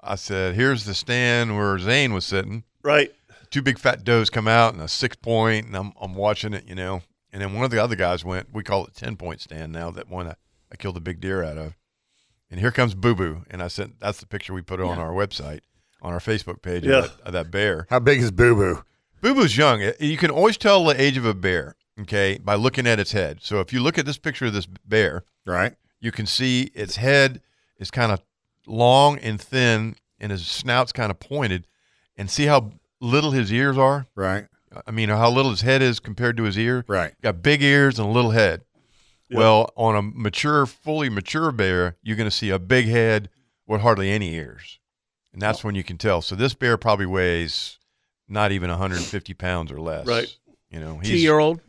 Speaker 4: I said, here's the stand where Zane was sitting.
Speaker 2: Right.
Speaker 4: Two big fat does come out and a six point, and I'm, I'm watching it, you know. And then one of the other guys went, we call it 10 point stand now, that one I, I killed the big deer out of. And here comes Boo Boo. And I sent, that's the picture we put on our website, on our Facebook page
Speaker 7: Yeah.
Speaker 4: of, that, of that bear.
Speaker 7: How big is Boo Boo?
Speaker 4: Boo Boo's young. Uh, You can always tell the age of a bear, okay, by looking at its head. So if you look at this picture of this bear,
Speaker 7: right,
Speaker 4: you can see its head is kind of long and thin, and his snout's kind of pointed. And see how little his ears are,
Speaker 7: right?
Speaker 4: I mean, how little his head is compared to his ear,
Speaker 7: right?
Speaker 4: Got big ears and a little head.
Speaker 2: Yeah.
Speaker 4: Well, on a mature, fully mature bear, you're going to see a big head with hardly any ears, and that's when you can tell. So this bear probably weighs not even 150 pounds or less.
Speaker 2: Right.
Speaker 4: You know, he's-
Speaker 6: Two-year-old?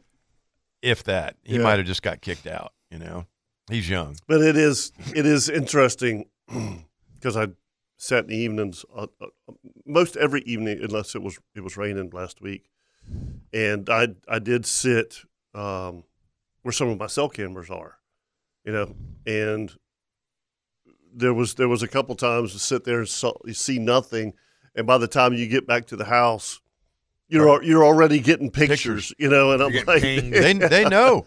Speaker 4: if that. He
Speaker 2: Yeah.
Speaker 4: might have just got kicked out. You know, he's young.
Speaker 2: But it is it is interesting because I sat in the evenings uh, uh, most every evening unless it was it was raining last week, and I I did sit um, where some of my cell cameras are, you know, and there was there was a couple times to sit there and so, you see nothing, and by the time you get back to the house, you're al- you're already getting pictures, you know, and I'm like,
Speaker 4: They, they know.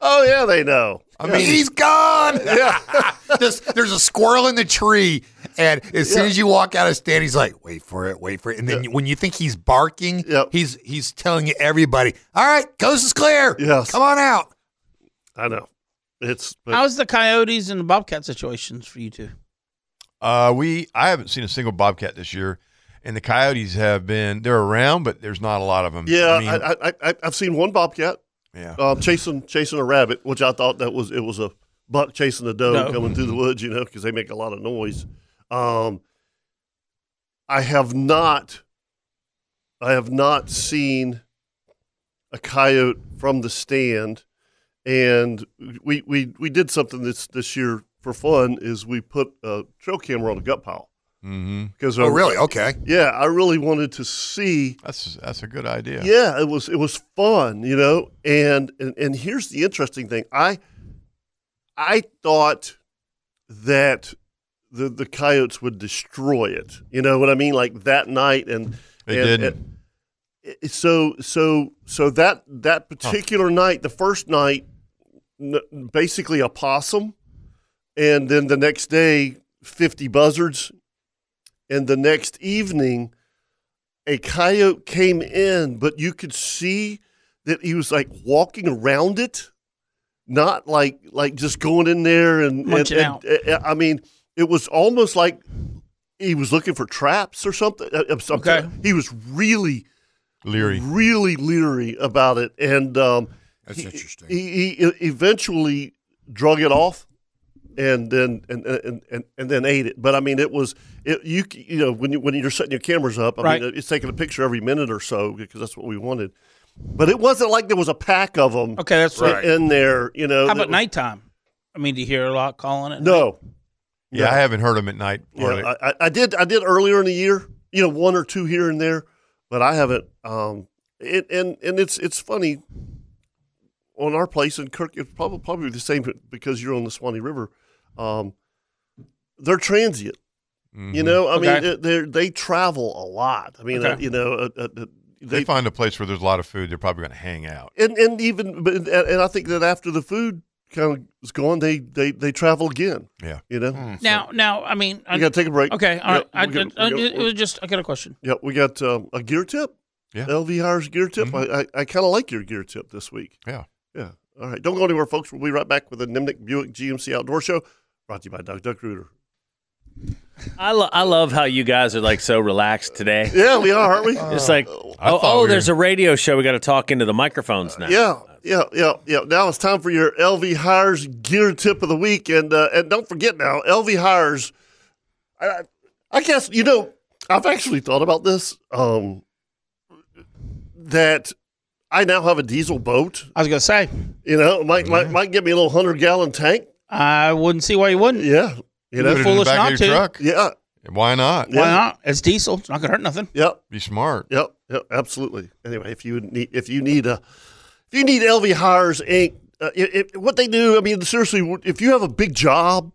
Speaker 2: Oh yeah, they know.
Speaker 4: I
Speaker 2: mean-
Speaker 7: he's gone.
Speaker 4: Um,
Speaker 7: there's, there's a squirrel in the tree, and as soon as you walk out of stand, he's like, "Wait for it, wait for it." And then when you think he's barking, he's he's telling everybody, "All right, coast is clear. Yes, come on out."
Speaker 2: I know. It's
Speaker 6: How's the coyotes and the bobcat situations for you two?
Speaker 4: Uh, we I haven't seen a single bobcat this year, and the coyotes have been they're around, but there's not a lot of them.
Speaker 2: Yeah,
Speaker 4: I mean,
Speaker 2: I, I, I, I've seen one bobcat.
Speaker 4: Yeah.
Speaker 2: um, chasing chasing a rabbit, which I thought that was it was a buck chasing a doe
Speaker 4: No.
Speaker 2: coming through the woods, you know, because they make a lot of noise. Um, I have not, I have not seen a coyote from the stand, and we we we did something this this year for fun is we put a trail camera on a gut pile.
Speaker 4: Mhm.
Speaker 2: Because
Speaker 4: Oh, really? Okay.
Speaker 2: Yeah, I really wanted to see.
Speaker 4: That's that's a good idea.
Speaker 2: Yeah, it was it was fun, you know. And and, and here's the interesting thing. I I thought that the the coyotes would destroy it. You know what I mean? Like that night and
Speaker 4: They
Speaker 2: and-
Speaker 4: didn't.
Speaker 2: and- it- so so so that that particular night, the first night, n- basically a possum, and then the next day, fifty buzzards, and the next evening, a coyote came in, but you could see that he was like walking around it, not like like just going in there and, and,
Speaker 6: Munching
Speaker 2: and-
Speaker 6: out.
Speaker 2: uh, I mean, it was almost like he was looking for traps or something. Uh, uh, something. He was really
Speaker 4: leery,
Speaker 2: really leery about it, and um, that's interesting. He, he eventually drug it off, and then and, and and and then ate it. But I mean, it was it, you c- you know when you, when you're setting your cameras up, I
Speaker 6: Right.
Speaker 2: mean, it's taking a picture every minute or so because that's what we wanted. But it wasn't like there was a pack of them.
Speaker 6: Okay, that's right.
Speaker 2: in there. You
Speaker 6: How
Speaker 2: know, that
Speaker 6: about
Speaker 2: was-
Speaker 6: nighttime? I mean, do you hear a lot calling it?
Speaker 2: No,
Speaker 4: Yeah, I haven't heard them at night. hardly.
Speaker 2: Yeah, I, I- I did. I did earlier in the year. You know, one or two here and there, but I haven't. Um, it, and and it's it's funny. On our place in Kirk, it's probably probably the same because you're on the Swanee River. Um, they're transient. You
Speaker 4: Mhm.
Speaker 2: know, I
Speaker 4: Okay.
Speaker 2: mean, they they travel a lot. I mean, uh,
Speaker 4: Okay.
Speaker 2: you know, uh, uh, uh,
Speaker 4: they, find a place where there's a lot of food. They're probably going to hang out.
Speaker 2: and and even but and, and I think that after the food kind of is gone, they they they travel again.
Speaker 4: Yeah, Hmm.
Speaker 2: you know.
Speaker 6: Now, now, I mean, I
Speaker 2: We gotta take a break.
Speaker 6: Okay, all right.
Speaker 2: Yeah,
Speaker 6: I,
Speaker 2: we gotta-
Speaker 6: I-
Speaker 2: we gotta-
Speaker 6: it was just I got a question.
Speaker 2: Yep, we got um, a gear tip.
Speaker 4: Yeah, Mm-hmm.
Speaker 2: LVR's gear tip. I, I, I kind of like your gear tip this week.
Speaker 4: Yeah,
Speaker 2: yeah. All right, don't go anywhere, folks. We'll be right back with the Nimnik Buick GMC Outdoor Show, brought to you by Doug Duck Rooter.
Speaker 5: I, lo- I love how you guys are like so relaxed today.
Speaker 2: Yeah, Uh, we are, aren't we?
Speaker 5: It's like, oh,
Speaker 2: I thought
Speaker 5: oh,
Speaker 2: we were-
Speaker 5: there's a radio show. We got to talk into the microphones now.
Speaker 2: Yeah, yeah, yeah, yeah. Now it's time for your LV Hires gear tip of the week, and uh, and don't forget now, LV Hires. I, I- I guess you know I've actually thought about this. Um, that I now have a diesel boat.
Speaker 6: I was gonna say,
Speaker 2: you know, might might, might give me a little hundred gallon tank.
Speaker 6: I wouldn't see why you wouldn't.
Speaker 2: Yeah, you know,
Speaker 6: You're foolish not to.
Speaker 2: Yeah,
Speaker 4: Why not?
Speaker 6: Why not? It's diesel. It's not gonna hurt nothing.
Speaker 2: Yep.
Speaker 4: Be smart.
Speaker 2: Yep. Yep. Absolutely. Anyway, if you need, if you need a, if you need LV Hires Inc., uh, it, it, what they do, I mean, seriously, if you have a big job,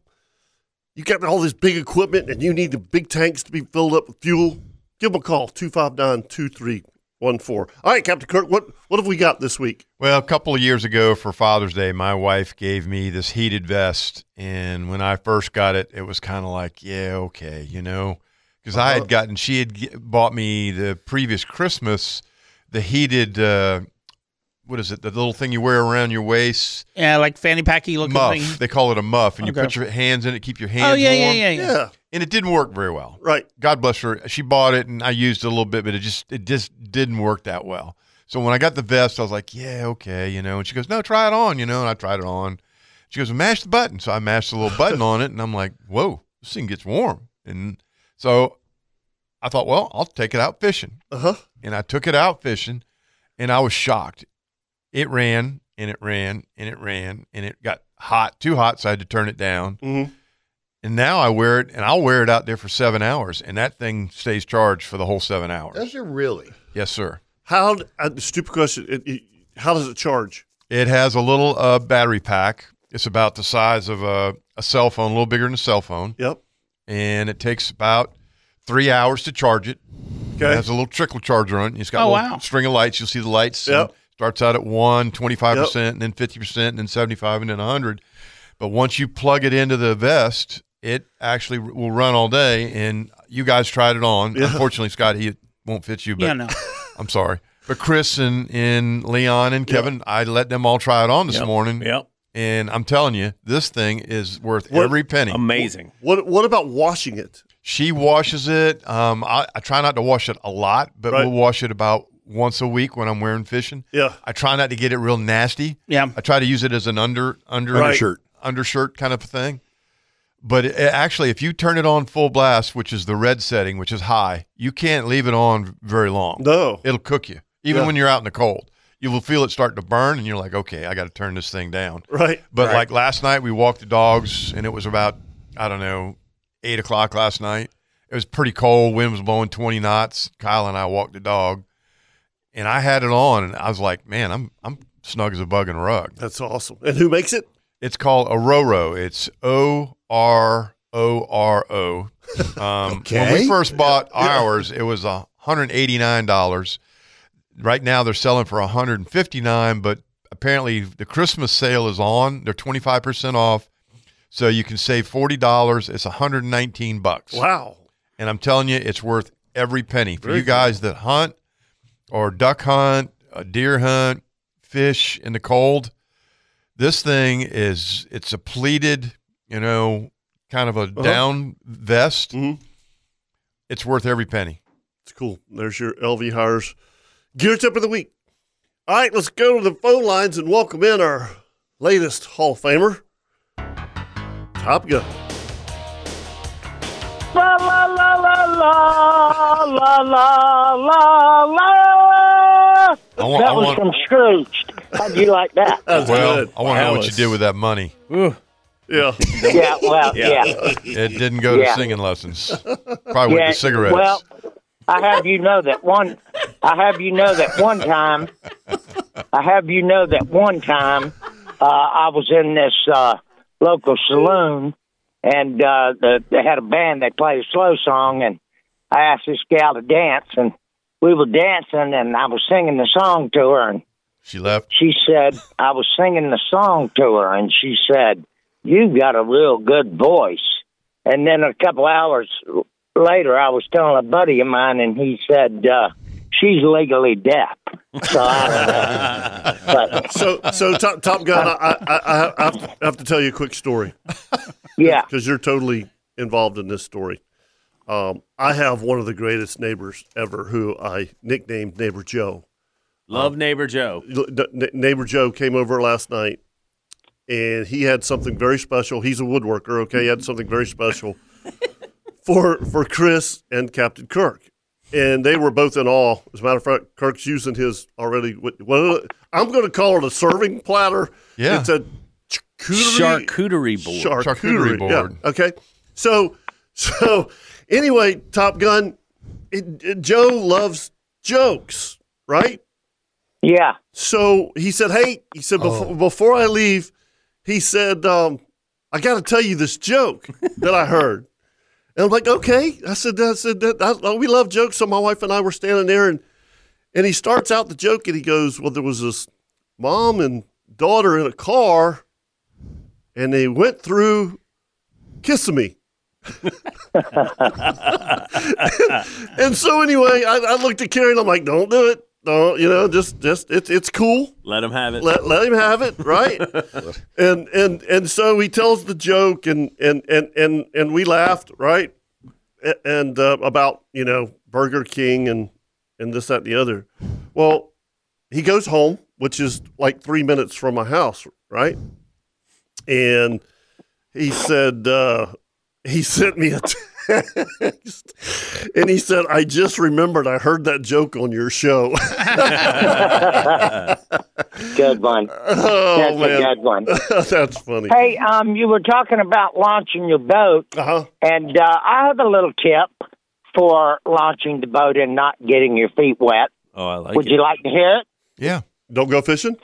Speaker 2: you got all this big equipment and you need the big tanks to be filled up with fuel, give them a call, 259 2314. All right, Captain Kirk, what, what have we got this week?
Speaker 4: Well, a couple of years ago for Father's Day, my wife gave me this heated vest, and when I first got it, it was kind of like, yeah, okay, you know, because I had gotten she had g- bought me the previous Christmas the heated uh, what is it the little thing you wear around your waist
Speaker 6: Yeah, like fanny packy looking
Speaker 4: muff
Speaker 6: thing.
Speaker 4: they call it a muff, and you
Speaker 6: Okay.
Speaker 4: put your hands in it, keep your hands
Speaker 6: Oh yeah, yeah,
Speaker 4: warm.
Speaker 6: yeah, yeah.
Speaker 4: And it didn't work very well.
Speaker 2: Right.
Speaker 4: God bless her. She bought it and I used it a little bit, but it just it just didn't work that well. So when I got the vest, I was like, yeah, okay, you know. And she goes, no, try it on, you know. And I tried it on. She goes, mash the button. So I mashed the little button on it, and I'm like, whoa, this thing gets warm. And so I thought, well, I'll take it out fishing.
Speaker 2: Uh-huh.
Speaker 4: And I took it out fishing, and I was shocked. It ran and it ran and it ran and it got hot, too hot, so I had to turn it down.
Speaker 2: Mm-hmm.
Speaker 4: And now I wear it, and I'll wear it out there for seven hours, and that thing stays charged for the whole seven hours.
Speaker 7: Does it really?
Speaker 4: Yes, sir.
Speaker 2: How? Uh, stupid question. It, it, how does it charge?
Speaker 4: It has a little uh, battery pack. It's about the size of a, a cell phone, a little bigger than a cell phone.
Speaker 2: Yep.
Speaker 4: And it takes about three hours to charge it.
Speaker 2: Okay.
Speaker 4: It has a little trickle charger on it. It's got
Speaker 2: Oh,
Speaker 4: a little
Speaker 2: wow.
Speaker 4: string of lights. You'll see the lights.
Speaker 2: Yep.
Speaker 4: And Starts out at one, 25%, and then 50%, and then 75 and then 100 But once you plug it into the vest, it actually r- will run all day. And you guys tried it on.
Speaker 2: Yeah.
Speaker 4: Unfortunately, Scott, he it won't fit you. But
Speaker 6: Yeah, no.
Speaker 4: I'm sorry. But Chris and, and Leon and Kevin, I let them all try it on this
Speaker 5: Yep.
Speaker 4: morning.
Speaker 5: Yep.
Speaker 4: And I'm telling you, this thing is worth
Speaker 2: What-
Speaker 4: every penny.
Speaker 5: Amazing.
Speaker 2: What What about washing it?
Speaker 4: She washes it. Um, I, I try not to wash it a lot, but
Speaker 2: Right.
Speaker 4: we'll wash it about once a week when I'm wearing fishing.
Speaker 2: Yeah.
Speaker 4: I try not to get it real nasty.
Speaker 6: Yeah.
Speaker 4: I try to use it as an under under
Speaker 2: Right. Undershirt.
Speaker 4: undershirt kind of thing. But it, it- actually, if you turn it on full blast, which is the red setting, which is high, you can't leave it on very long.
Speaker 2: No,
Speaker 4: it'll cook you. Even
Speaker 2: Yeah.
Speaker 4: when you're out in the cold, you will feel it start to burn, and you're like, okay, I got to turn this thing down.
Speaker 2: Right.
Speaker 4: But
Speaker 2: Right.
Speaker 4: like last night, we walked the dogs, and it was about I don't know eight o'clock last night. It was pretty cold. Wind was blowing twenty knots. Kyle and I walked the dog, and I had it on, and I was like, man, I'm I'm snug as a bug in a rug.
Speaker 2: That's awesome. And who makes it?
Speaker 4: It's called Ororo. It's O R O R O. Um, When we
Speaker 2: Okay.
Speaker 4: first bought
Speaker 2: Yeah.
Speaker 4: ours, it was a hundred eighty nine dollars. Right now, they're selling for one hundred and fifty nine, but apparently the Christmas sale is on. They're twenty five percent off, so you can save forty dollars. It's one hundred nineteen bucks.
Speaker 2: Wow.
Speaker 4: And I'm telling you, it's worth every penny for
Speaker 2: Very
Speaker 4: you guys that hunt or duck hunt, uh, deer hunt, fish in the cold. This thing is it's a pleated, you know, kind of a
Speaker 2: Uh-huh.
Speaker 4: down vest.
Speaker 2: Mm-hmm.
Speaker 4: It's worth every penny.
Speaker 2: It's cool. There's your LV hires. Gear tip of the week. All right, let's go to the phone lines and welcome in our latest Hall of Famer, Top Gun.
Speaker 14: La la la la la la la la la.
Speaker 4: I want-
Speaker 14: that
Speaker 4: I
Speaker 14: was
Speaker 4: want-
Speaker 14: from Scrooged. How do you like that?
Speaker 4: well, I want to know what you
Speaker 14: Alice.
Speaker 4: did with that money.
Speaker 2: Yeah.
Speaker 14: Yeah, well, yeah.
Speaker 4: It didn't go
Speaker 14: Yeah.
Speaker 4: to singing lessons. Probably went
Speaker 14: Yeah,
Speaker 4: to cigarettes.
Speaker 14: Well, I have you know that one. I have you know that one time. I have you know that one time. Uh, I was in this uh, local saloon, and uh, the, they had a band. They played a slow song, and I asked this gal to dance, and we were dancing, and I was singing the song to her, and
Speaker 4: she left.
Speaker 14: She said I was singing the song to her, and she said, "You've got a real good voice." And then a couple hours later, I was telling a buddy of mine, and he said, uh, "She's legally deaf." So I don't know. But,
Speaker 2: So, so Top, Top Gun, I, I, I, I have to- I have to tell you a quick story.
Speaker 14: Yeah.
Speaker 2: Because you're totally involved in this story. Um, I have one of the greatest neighbors ever who I nicknamed Neighbor Joe. Uh,
Speaker 5: Love neighbor Joe.
Speaker 2: L- d- n- neighbor Joe came over last night, and he had something very special. He's a woodworker, okay? He had something very special for for Chris and Captain Kirk, and they were both in awe. As a matter of fact, Kirk's using his already. What, what- I'm going to call it a serving platter.
Speaker 5: Yeah.
Speaker 2: it's a charcuterie
Speaker 5: Charcuterie board.
Speaker 2: Charcuterie,
Speaker 5: Charcuterie
Speaker 2: board.
Speaker 5: board.
Speaker 2: Okay, so so anyway, Top Gun. it- it- Joe loves jokes, right?
Speaker 14: Yeah.
Speaker 2: So he said, "Hey," he said, "before, before I leave," he said, um, "I got to tell you this joke that I heard." And I'm like, "Okay," I said, "I said that I, we love jokes." So my wife and I were standing there, and and he starts out the joke, and he goes, "Well, there was this mom and daughter in a car, and they went through kissing me." and so anyway, I, I looked at Carrie and I'm like, "Don't do it. Don't you know? Just just it's it's cool.
Speaker 5: Let him have it.
Speaker 2: Let let him have it, right?" and and and so he tells the joke, and and and and and we laughed, right? A- And uh, about you know Burger King and and this that and the other. Well, he goes home, which is like three minutes from my house, right? And he said uh, he sent me a text, and he said, "I just remembered I heard that joke on your show."
Speaker 14: good one.
Speaker 2: Oh,
Speaker 14: That's
Speaker 2: man.
Speaker 14: a good one.
Speaker 2: That's funny.
Speaker 14: Hey, um, you were talking about launching your boat,
Speaker 2: Uh-huh.
Speaker 14: and uh, I have a little tip for launching the boat and not getting your feet wet.
Speaker 5: Oh, I like
Speaker 14: Would
Speaker 5: it.
Speaker 14: you like to hear it?
Speaker 4: Yeah.
Speaker 2: Don't go fishing.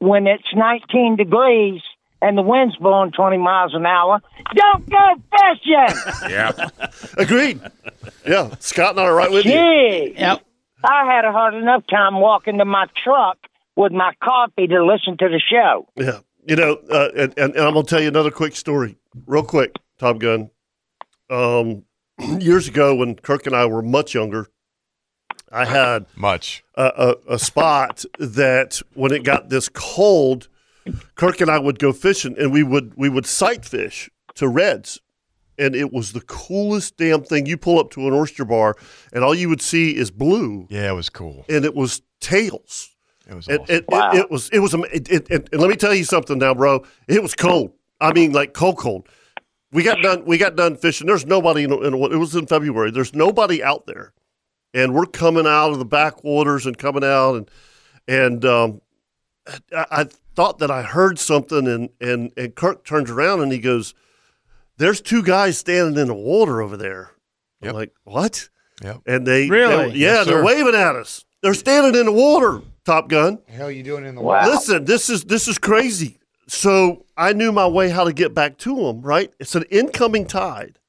Speaker 14: When it's 19 degrees and the wind's blowing 20 miles an hour, don't go fishing.
Speaker 4: Yeah.
Speaker 2: Agreed. Yeah. Scott and I are right with
Speaker 14: Gee, I had a hard enough time walking to my truck with my coffee to listen to the show.
Speaker 2: you. Yeah. You know, uh, and, and, and I'm going to tell you another quick story, real quick, Tom Gunn. Um, years ago, when Kirk and I were much younger, I had
Speaker 4: much
Speaker 2: a, a, a spot that when it got this cold, Kirk and I would go fishing, and we would we would sight fish to reds, and it was the coolest damn thing. You pull up to an oyster bar, and all you would see is blue.
Speaker 4: Yeah, it was cool,
Speaker 2: and it was tails.
Speaker 4: It was
Speaker 2: it, it, it, was it was am- it, it, it- and let me tell you something now, bro. It was cold. I mean, like cold, cold. We got done. We got done fishing. There's nobody in, in it was in February. There's nobody out there and we're coming out of the backwaters and coming out and and um, I, I thought that I heard something and and and Kirk turns around and he goes, "There's two guys standing in the water over there." I'm like, "What?"
Speaker 4: Yep.
Speaker 2: And they they-
Speaker 7: Really?
Speaker 2: yeah,
Speaker 7: Yes,
Speaker 2: they're
Speaker 7: sir.
Speaker 2: waving at us. They're standing in the water. Top Gun.
Speaker 7: hell are you doing in the
Speaker 2: Listen, this is this is crazy. So I knew my way how to get back to them. Right, it's an incoming tide.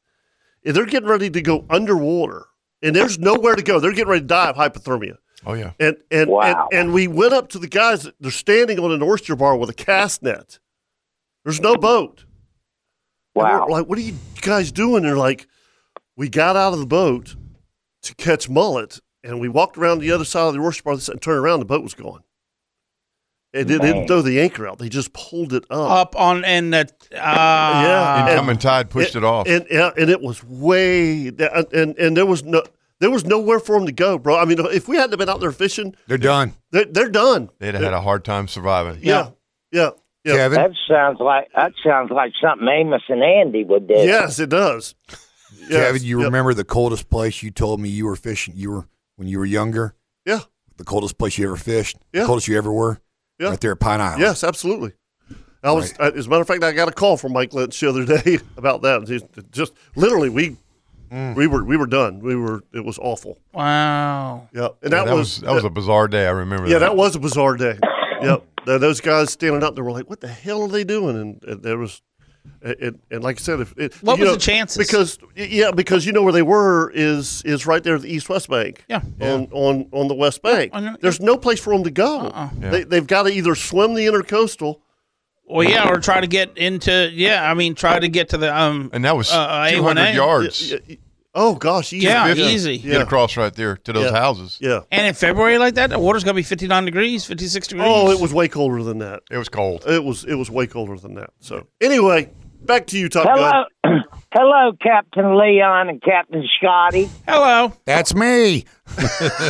Speaker 2: And they're getting ready to go underwater, and there's nowhere to go. They're getting ready to die of hypothermia.
Speaker 4: Oh yeah.
Speaker 2: And and, and and we went up to the guys. that- They're standing on an oyster bar with a cast net. There's no boat. And we're like, what are you guys doing? They're like, we got out of the boat to catch mullet, and we walked around the other side of the oyster bar and turned around. The boat was gone. And they didn't
Speaker 6: Dang.
Speaker 2: throw the anchor out. They just pulled it up.
Speaker 6: Up Ah. on and the uh,
Speaker 2: yeah,
Speaker 4: Incoming tide pushed it off.
Speaker 2: and yeah, and it was way that- and and there was no there was nowhere for them to go, bro. I mean, if we hadn't been out there fishing,
Speaker 4: They're done.
Speaker 2: they're, they're done.
Speaker 4: They'd have had a hard time surviving.
Speaker 2: Yeah. Yeah. Yeah.
Speaker 14: That sounds like that sounds like something Amos and Andy would do.
Speaker 2: Yes, it does.
Speaker 7: Kevin, you remember the coldest place you told me you were fishing? You were when you were younger.
Speaker 2: Yeah.
Speaker 7: The coldest place you ever fished.
Speaker 2: Yeah.
Speaker 7: The coldest you ever were.
Speaker 2: Yeah.
Speaker 7: Right there at Pine Island.
Speaker 2: Yes, absolutely. I was, I- as a matter of fact, I got a call from Mike Lynch the other day about that. Just, just literally, we
Speaker 4: Mm.
Speaker 2: we were we were done. We were it was awful.
Speaker 6: Wow.
Speaker 2: Yeah, and
Speaker 4: Yeah,
Speaker 2: that, was,
Speaker 4: that was a bizarre day. I remember.
Speaker 2: yeah,
Speaker 4: that.
Speaker 2: that was a bizarre day. yep, Th- those guys standing up there were like, "What the hell are they doing?" And, and there was, and, and like I said, if it,
Speaker 6: What
Speaker 2: you
Speaker 6: was
Speaker 2: know,
Speaker 6: the chances?
Speaker 2: Because yeah, because you know where they were is is right there at the East West Bank.
Speaker 6: Yeah.
Speaker 2: on on on the West Bank. There's no place for them to go.
Speaker 6: Uh-uh.
Speaker 2: They, they've got to either swim the intercoastal.
Speaker 6: Well, yeah, or try to get into yeah. I mean, try to get to the um.
Speaker 4: And that was
Speaker 6: uh, uh,
Speaker 4: 200
Speaker 6: A1A.
Speaker 4: yards.
Speaker 2: Oh gosh, easy.
Speaker 6: Yeah,
Speaker 4: 50.
Speaker 6: easy.
Speaker 4: Get across right there to those
Speaker 6: Yeah.
Speaker 4: houses.
Speaker 2: Yeah.
Speaker 6: And in February like that, the water's gonna be fifty nine degrees, fifty six degrees.
Speaker 2: Oh, it was way colder than that.
Speaker 4: It was cold.
Speaker 2: It was it was way colder than that. So anyway, back to you, Top
Speaker 14: Hello,
Speaker 2: Gun.
Speaker 14: hello, Captain Leon and Captain Scotty.
Speaker 6: Hello.
Speaker 7: That's me.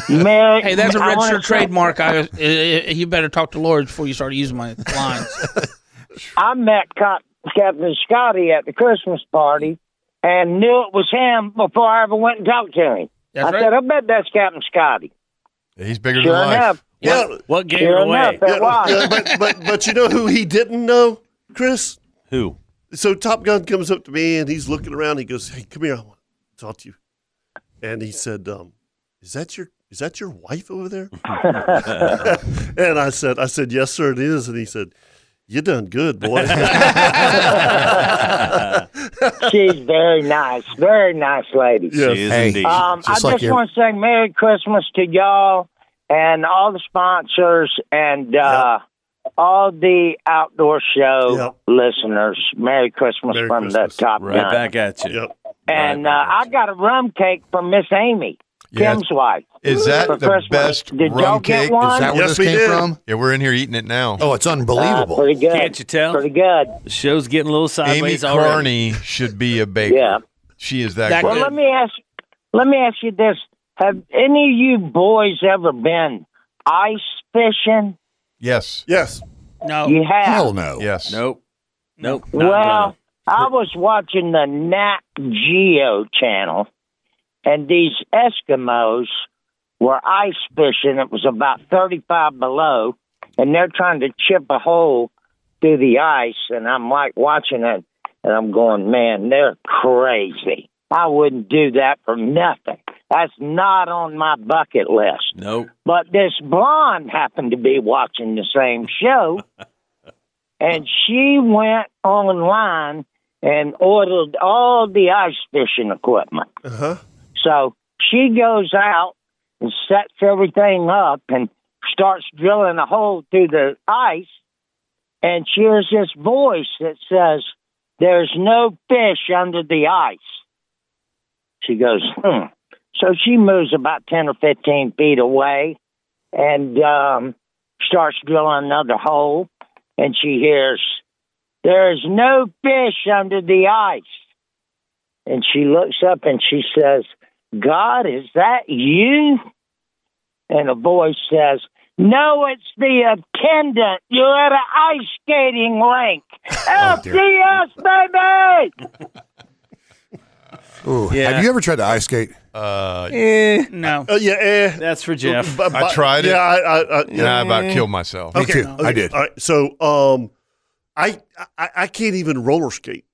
Speaker 14: Mary,
Speaker 6: Hey, that's a
Speaker 14: I wanna
Speaker 6: registered
Speaker 14: say-
Speaker 6: trademark. I, uh, uh, you better talk to Lord before you start using my lines.
Speaker 14: I met Cap- Captain Scotty at the Christmas party and knew it was him before I ever went and talked to him. I said, I bet that's Captain Scotty.
Speaker 4: He's bigger
Speaker 14: Sure
Speaker 4: than life.
Speaker 14: enough.
Speaker 2: Yeah.
Speaker 5: What
Speaker 14: gave Sure it away? enough, it was.
Speaker 2: but, but but you know who he didn't know, Chris?
Speaker 5: Who?
Speaker 2: So Top Gun comes up to me and he's looking around. He goes, "Hey, come here. I want to talk to you." And he said, um, "Is that your is that your wife over there?" and I said, "I said yes, sir, it is." And he said, "You done good, boy."
Speaker 14: She's very nice, very nice lady.
Speaker 2: Yes. She is Hey, indeed.
Speaker 14: Um, I
Speaker 2: just like
Speaker 14: just
Speaker 2: your-
Speaker 14: want to say Merry Christmas to y'all and all the sponsors and uh, all the outdoor show listeners. Merry Christmas from the top
Speaker 5: Right
Speaker 14: Gun.
Speaker 5: back at you.
Speaker 14: And uh, I got a rum cake from Miss Amy,
Speaker 4: Yeah.
Speaker 14: Kim's wife.
Speaker 4: Is that
Speaker 14: for
Speaker 4: the
Speaker 14: Christmas.
Speaker 4: best
Speaker 14: Did y'all
Speaker 4: rum
Speaker 14: get
Speaker 4: cake?
Speaker 14: one?
Speaker 4: Yeah, we're in here eating it now.
Speaker 7: Oh, it's
Speaker 14: Uh, pretty good.
Speaker 5: Can't you tell?
Speaker 14: Pretty good.
Speaker 5: The show's getting a little
Speaker 4: Amy
Speaker 5: sideways already.
Speaker 4: Carney should be a baker.
Speaker 14: Yeah.
Speaker 4: She is that,
Speaker 14: well,
Speaker 4: good.
Speaker 14: let me ask. Let me ask you this: Have any of you boys ever been ice fishing?
Speaker 4: Yes.
Speaker 2: Yes.
Speaker 6: No.
Speaker 14: You have? Hell
Speaker 7: no.
Speaker 4: Yes.
Speaker 5: Nope. Nope. not
Speaker 14: well,
Speaker 5: gonna.
Speaker 14: I was watching the Nat Geo channel, and these Eskimos were ice fishing. It was about thirty-five below, and they're trying to chip a hole through the ice. And I'm like watching it, and I'm going, "Man, they're crazy. I wouldn't do that for nothing." That's not on my bucket list.
Speaker 5: Nope.
Speaker 14: But this blonde happened to be watching the same show, and she went online and ordered all the ice fishing equipment.
Speaker 2: Uh-huh.
Speaker 14: So she goes out and sets everything up and starts drilling a hole through the ice. And she hears this voice that says, There's no fish under the ice. She goes, Hmm. So she moves about 10 or 15 feet away and um, starts drilling another hole. And she hears, There's no fish under the ice. And she looks up and she says, God, is that you? And a voice says, No, it's the attendant. You're at an ice skating rink. LCS, baby!
Speaker 7: Ooh, Have you ever tried to ice skate?
Speaker 4: Uh,
Speaker 6: Eh, no.
Speaker 2: Oh yeah, eh.
Speaker 5: That's for
Speaker 2: Jeff.
Speaker 4: I tried it.
Speaker 2: Yeah, I, I, I, Mm.
Speaker 4: And I about killed myself. Me too. I did.
Speaker 2: All right, so, um, I, I I can't even roller skate.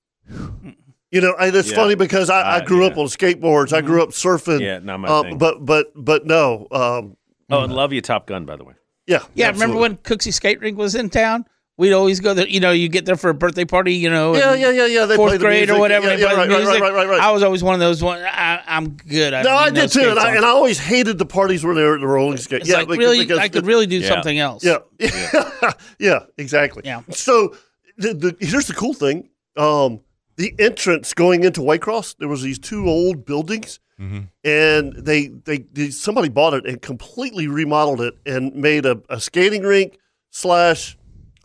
Speaker 2: You know, and it's
Speaker 5: Yeah. Uh, Mm-hmm.
Speaker 2: funny because I, I grew up on skateboards. I grew up surfing.
Speaker 5: Yeah, not my
Speaker 2: uh,
Speaker 5: thing.
Speaker 2: But but but no. Um,
Speaker 5: Oh, and love you, Top Gun, by the way.
Speaker 2: yeah,
Speaker 6: Yeah, remember when Cooksey Skate Rink was in town? We'd always go there. You know, you get there for a birthday party. You know,
Speaker 2: Yeah,
Speaker 6: in
Speaker 2: yeah, yeah, yeah, they
Speaker 6: fourth
Speaker 2: play the
Speaker 6: grade
Speaker 2: music.
Speaker 6: or whatever.
Speaker 2: Yeah,
Speaker 6: they
Speaker 2: yeah,
Speaker 6: play the
Speaker 2: right, right,
Speaker 6: music.
Speaker 2: right, right, right.
Speaker 6: I was always one of those. One, I, I'm good. I
Speaker 2: no,
Speaker 6: don't
Speaker 2: I
Speaker 6: need
Speaker 2: did too,
Speaker 6: skates
Speaker 2: and I,
Speaker 6: on.
Speaker 2: and I always hated the parties where they were at the rolling skate.
Speaker 6: It's like, really, I could really do Yeah. something else.
Speaker 2: Yeah, yeah, exactly. Yeah. So the, the, here's the cool thing: um, the entrance going into Waycross, there was these two old buildings, and they, they they somebody bought it and completely remodeled it and made a, a skating rink slash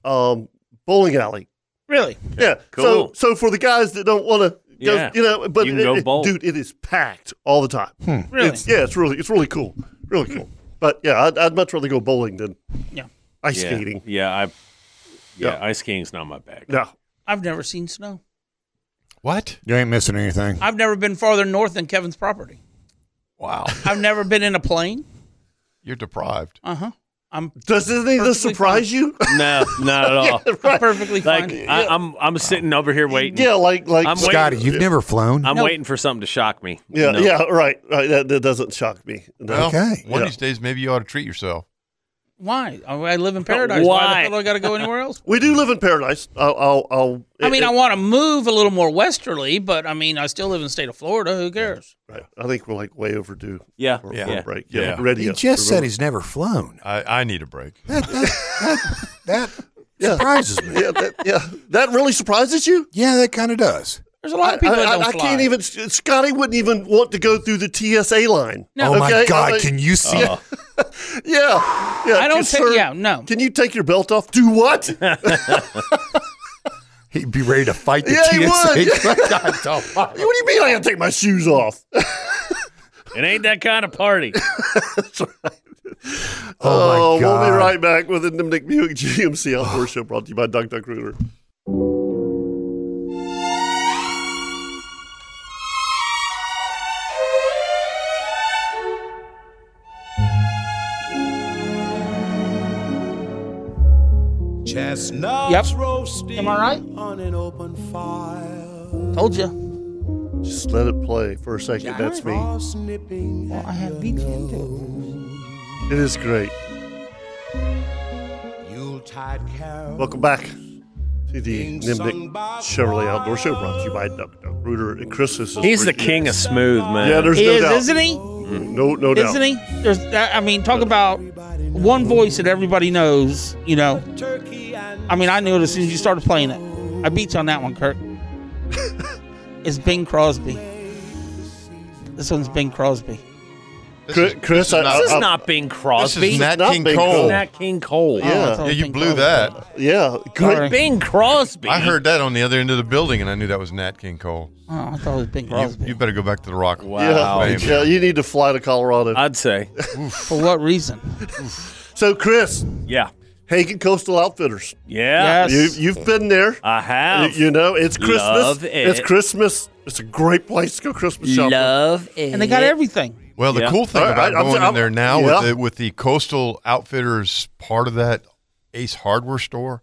Speaker 2: um, bowling alley.
Speaker 6: Really?
Speaker 2: Yeah. So
Speaker 5: Cool.
Speaker 2: so for the guys that don't want to. Go,
Speaker 5: Yeah.
Speaker 2: You know, but
Speaker 5: You can go
Speaker 2: it- it-
Speaker 5: bowl.
Speaker 2: dude, it is packed all the time.
Speaker 6: Really?
Speaker 2: It's, yeah, it's really it's really cool, really cool. But yeah, I'd, I'd much rather go bowling than
Speaker 6: Yeah.
Speaker 2: ice
Speaker 5: Yeah.
Speaker 2: skating.
Speaker 5: Yeah, I. Yeah, ice skating's not my bag.
Speaker 2: No,
Speaker 6: I've never seen snow.
Speaker 4: What?
Speaker 7: You ain't missing anything.
Speaker 6: I've never been farther north than Kevin's property.
Speaker 4: Wow.
Speaker 6: I've never been in a plane.
Speaker 4: You're deprived.
Speaker 6: Uh huh. I'm.
Speaker 2: Does any of this surprise you?
Speaker 5: No, not at all.
Speaker 6: I'm perfectly
Speaker 5: Like
Speaker 6: fine.
Speaker 5: I, I'm, I'm sitting over here waiting.
Speaker 2: Yeah, like like
Speaker 5: I'm
Speaker 7: Scotty,
Speaker 5: waiting-
Speaker 7: you've never flown.
Speaker 5: I'm waiting for something to shock me.
Speaker 2: Yeah,
Speaker 5: No.
Speaker 2: yeah, right, right. That, that doesn't shock me. No.
Speaker 7: Okay.
Speaker 4: One
Speaker 2: Yeah.
Speaker 4: of these days, maybe you ought to treat yourself.
Speaker 6: Why? I I live in paradise. Why, the hell do I got to go anywhere else?
Speaker 2: We do live in paradise. I'll, I'll, I'll
Speaker 6: I mean,
Speaker 2: it-
Speaker 6: I want to move a little more westerly, but I mean, I still live in the state of Florida. Who cares?
Speaker 2: Right. I think we're like way overdue.
Speaker 5: Yeah,
Speaker 2: for,
Speaker 4: yeah.
Speaker 2: for a break. Yeah,
Speaker 4: Yeah.
Speaker 2: ready.
Speaker 7: He
Speaker 2: up.
Speaker 7: just said
Speaker 2: Remember-
Speaker 7: he's never flown.
Speaker 4: I, I need a break.
Speaker 7: That surprises me.
Speaker 2: Yeah, that, yeah, that really surprises you.
Speaker 7: Yeah, that kind of does.
Speaker 6: There's a lot of people
Speaker 2: I,
Speaker 6: that
Speaker 2: I-
Speaker 6: don't
Speaker 2: I
Speaker 6: fly.
Speaker 2: can't even. Scotty wouldn't even want to go through the TSA line.
Speaker 7: Oh my
Speaker 2: Okay? Uh-huh.
Speaker 7: God!
Speaker 2: I mean-
Speaker 7: Can you see?
Speaker 2: Yeah. yeah, yeah.
Speaker 6: I don't
Speaker 2: Sir,
Speaker 6: take. Yeah, no.
Speaker 2: Can you take your belt off? Do what?
Speaker 7: He'd be ready to fight the
Speaker 2: Yeah, he
Speaker 7: TSA.
Speaker 2: would.
Speaker 7: God, don't-
Speaker 2: what do you mean I gotta take my shoes off?
Speaker 5: It ain't that kind of party.
Speaker 7: Oh, my God.
Speaker 2: We'll be right back with the Nimnik Buick GMC Outdoor Show brought to you by Duck Duck Rooter.
Speaker 6: Yep.
Speaker 15: Chestnuts roasting
Speaker 6: Am I right?
Speaker 15: on an open fire.
Speaker 6: Told you.
Speaker 2: Just let it play for a second. That's me.
Speaker 15: Frost nipping
Speaker 6: Well, I
Speaker 15: at
Speaker 6: have
Speaker 15: your
Speaker 6: beat you
Speaker 15: nose.
Speaker 2: It is great.
Speaker 15: Yuletide carol.
Speaker 2: Welcome back to the Nimnik Chevrolet Outdoor Show brought to you by Duck Duck Rooter. And Chris is
Speaker 5: He's the king of smooth, man.
Speaker 2: Yeah, there's
Speaker 6: He
Speaker 2: no
Speaker 6: is,
Speaker 2: doubt. Mm,
Speaker 6: isn't he?
Speaker 2: No, no doubt.
Speaker 6: Isn't he? There's. that- I mean, talk about one voice that everybody knows. You know. I mean, I knew it as soon as you started playing it. I beat you on that one, Kirk. it's Bing Crosby. This one's Bing Crosby.
Speaker 2: Chris, Chris I,
Speaker 4: not-
Speaker 2: I-
Speaker 5: This is
Speaker 2: I-
Speaker 5: not Bing Crosby.
Speaker 4: This is Nat
Speaker 2: not
Speaker 4: King
Speaker 2: Bing
Speaker 4: Cole.
Speaker 2: Cole.
Speaker 5: Nat King Cole.
Speaker 6: Oh,
Speaker 2: yeah,
Speaker 4: Yeah, you blew that.
Speaker 2: yeah.
Speaker 6: Sorry.
Speaker 2: Good.
Speaker 5: Bing Crosby.
Speaker 4: I heard that on the other end of the building, and I knew that was Nat King Cole.
Speaker 6: Oh, I thought it was Bing
Speaker 4: You,
Speaker 6: Crosby.
Speaker 4: you better go back to the Rock. Wow.
Speaker 2: Yeah, yeah, you need to fly to Colorado.
Speaker 5: I'd say.
Speaker 6: For what reason?
Speaker 2: so, Chris,
Speaker 5: Yeah.
Speaker 2: Hagen Coastal Outfitters.
Speaker 5: Yeah.
Speaker 6: Yes.
Speaker 2: You, you've been there.
Speaker 5: I have.
Speaker 2: You, you know, it's Christmas.
Speaker 5: Love it.
Speaker 2: It's Christmas. It's a great place to go Christmas shopping.
Speaker 5: Love it.
Speaker 6: and they got everything.
Speaker 4: Well, the
Speaker 5: Yeah.
Speaker 4: cool thing
Speaker 2: All right,
Speaker 4: about
Speaker 2: I'm-
Speaker 4: going
Speaker 2: I'm-
Speaker 4: in there now
Speaker 2: yeah.
Speaker 4: with, the, with the Coastal Outfitters part of that Ace Hardware store,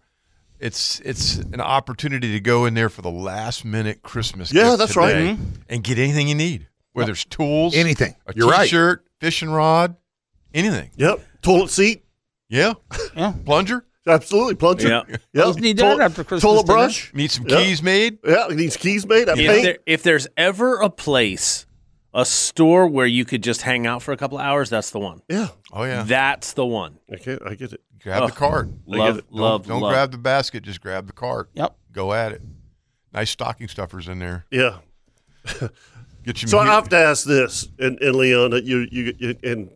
Speaker 4: it's it's an opportunity to go in there for the last minute Christmas.
Speaker 2: Yeah,
Speaker 4: gift
Speaker 2: that's right. Mm-hmm.
Speaker 4: today And get anything you need. where there's tools,
Speaker 7: Anything.
Speaker 4: a
Speaker 7: You're right.
Speaker 4: shirt fishing rod, anything.
Speaker 2: Yep. Toilet seat.
Speaker 4: Yeah. Plunger.
Speaker 2: Absolutely, plunger.
Speaker 4: Yeah.
Speaker 2: Yep.
Speaker 4: Those need
Speaker 2: Toilet-
Speaker 4: that after Christmas
Speaker 2: Toilet
Speaker 4: dinner.
Speaker 2: brush.
Speaker 4: Need some
Speaker 2: Yeah.
Speaker 4: keys made.
Speaker 2: Yeah, needs keys made. I
Speaker 5: If,
Speaker 2: paint.
Speaker 5: there, if there's ever a place, a store where you could just hang out for a couple hours, that's the one.
Speaker 2: Yeah.
Speaker 4: Oh yeah.
Speaker 5: That's the one.
Speaker 2: I get, I get it.
Speaker 4: Grab the
Speaker 5: Oh,
Speaker 4: card.
Speaker 5: love,
Speaker 4: don't,
Speaker 5: love,
Speaker 4: Don't
Speaker 5: love.
Speaker 4: grab the basket. Just grab the card.
Speaker 6: Yep.
Speaker 4: Go at it. Nice stocking stuffers in there.
Speaker 2: Yeah.
Speaker 4: Get you.
Speaker 2: So I have to ask this, and, and Leon, that you, you you and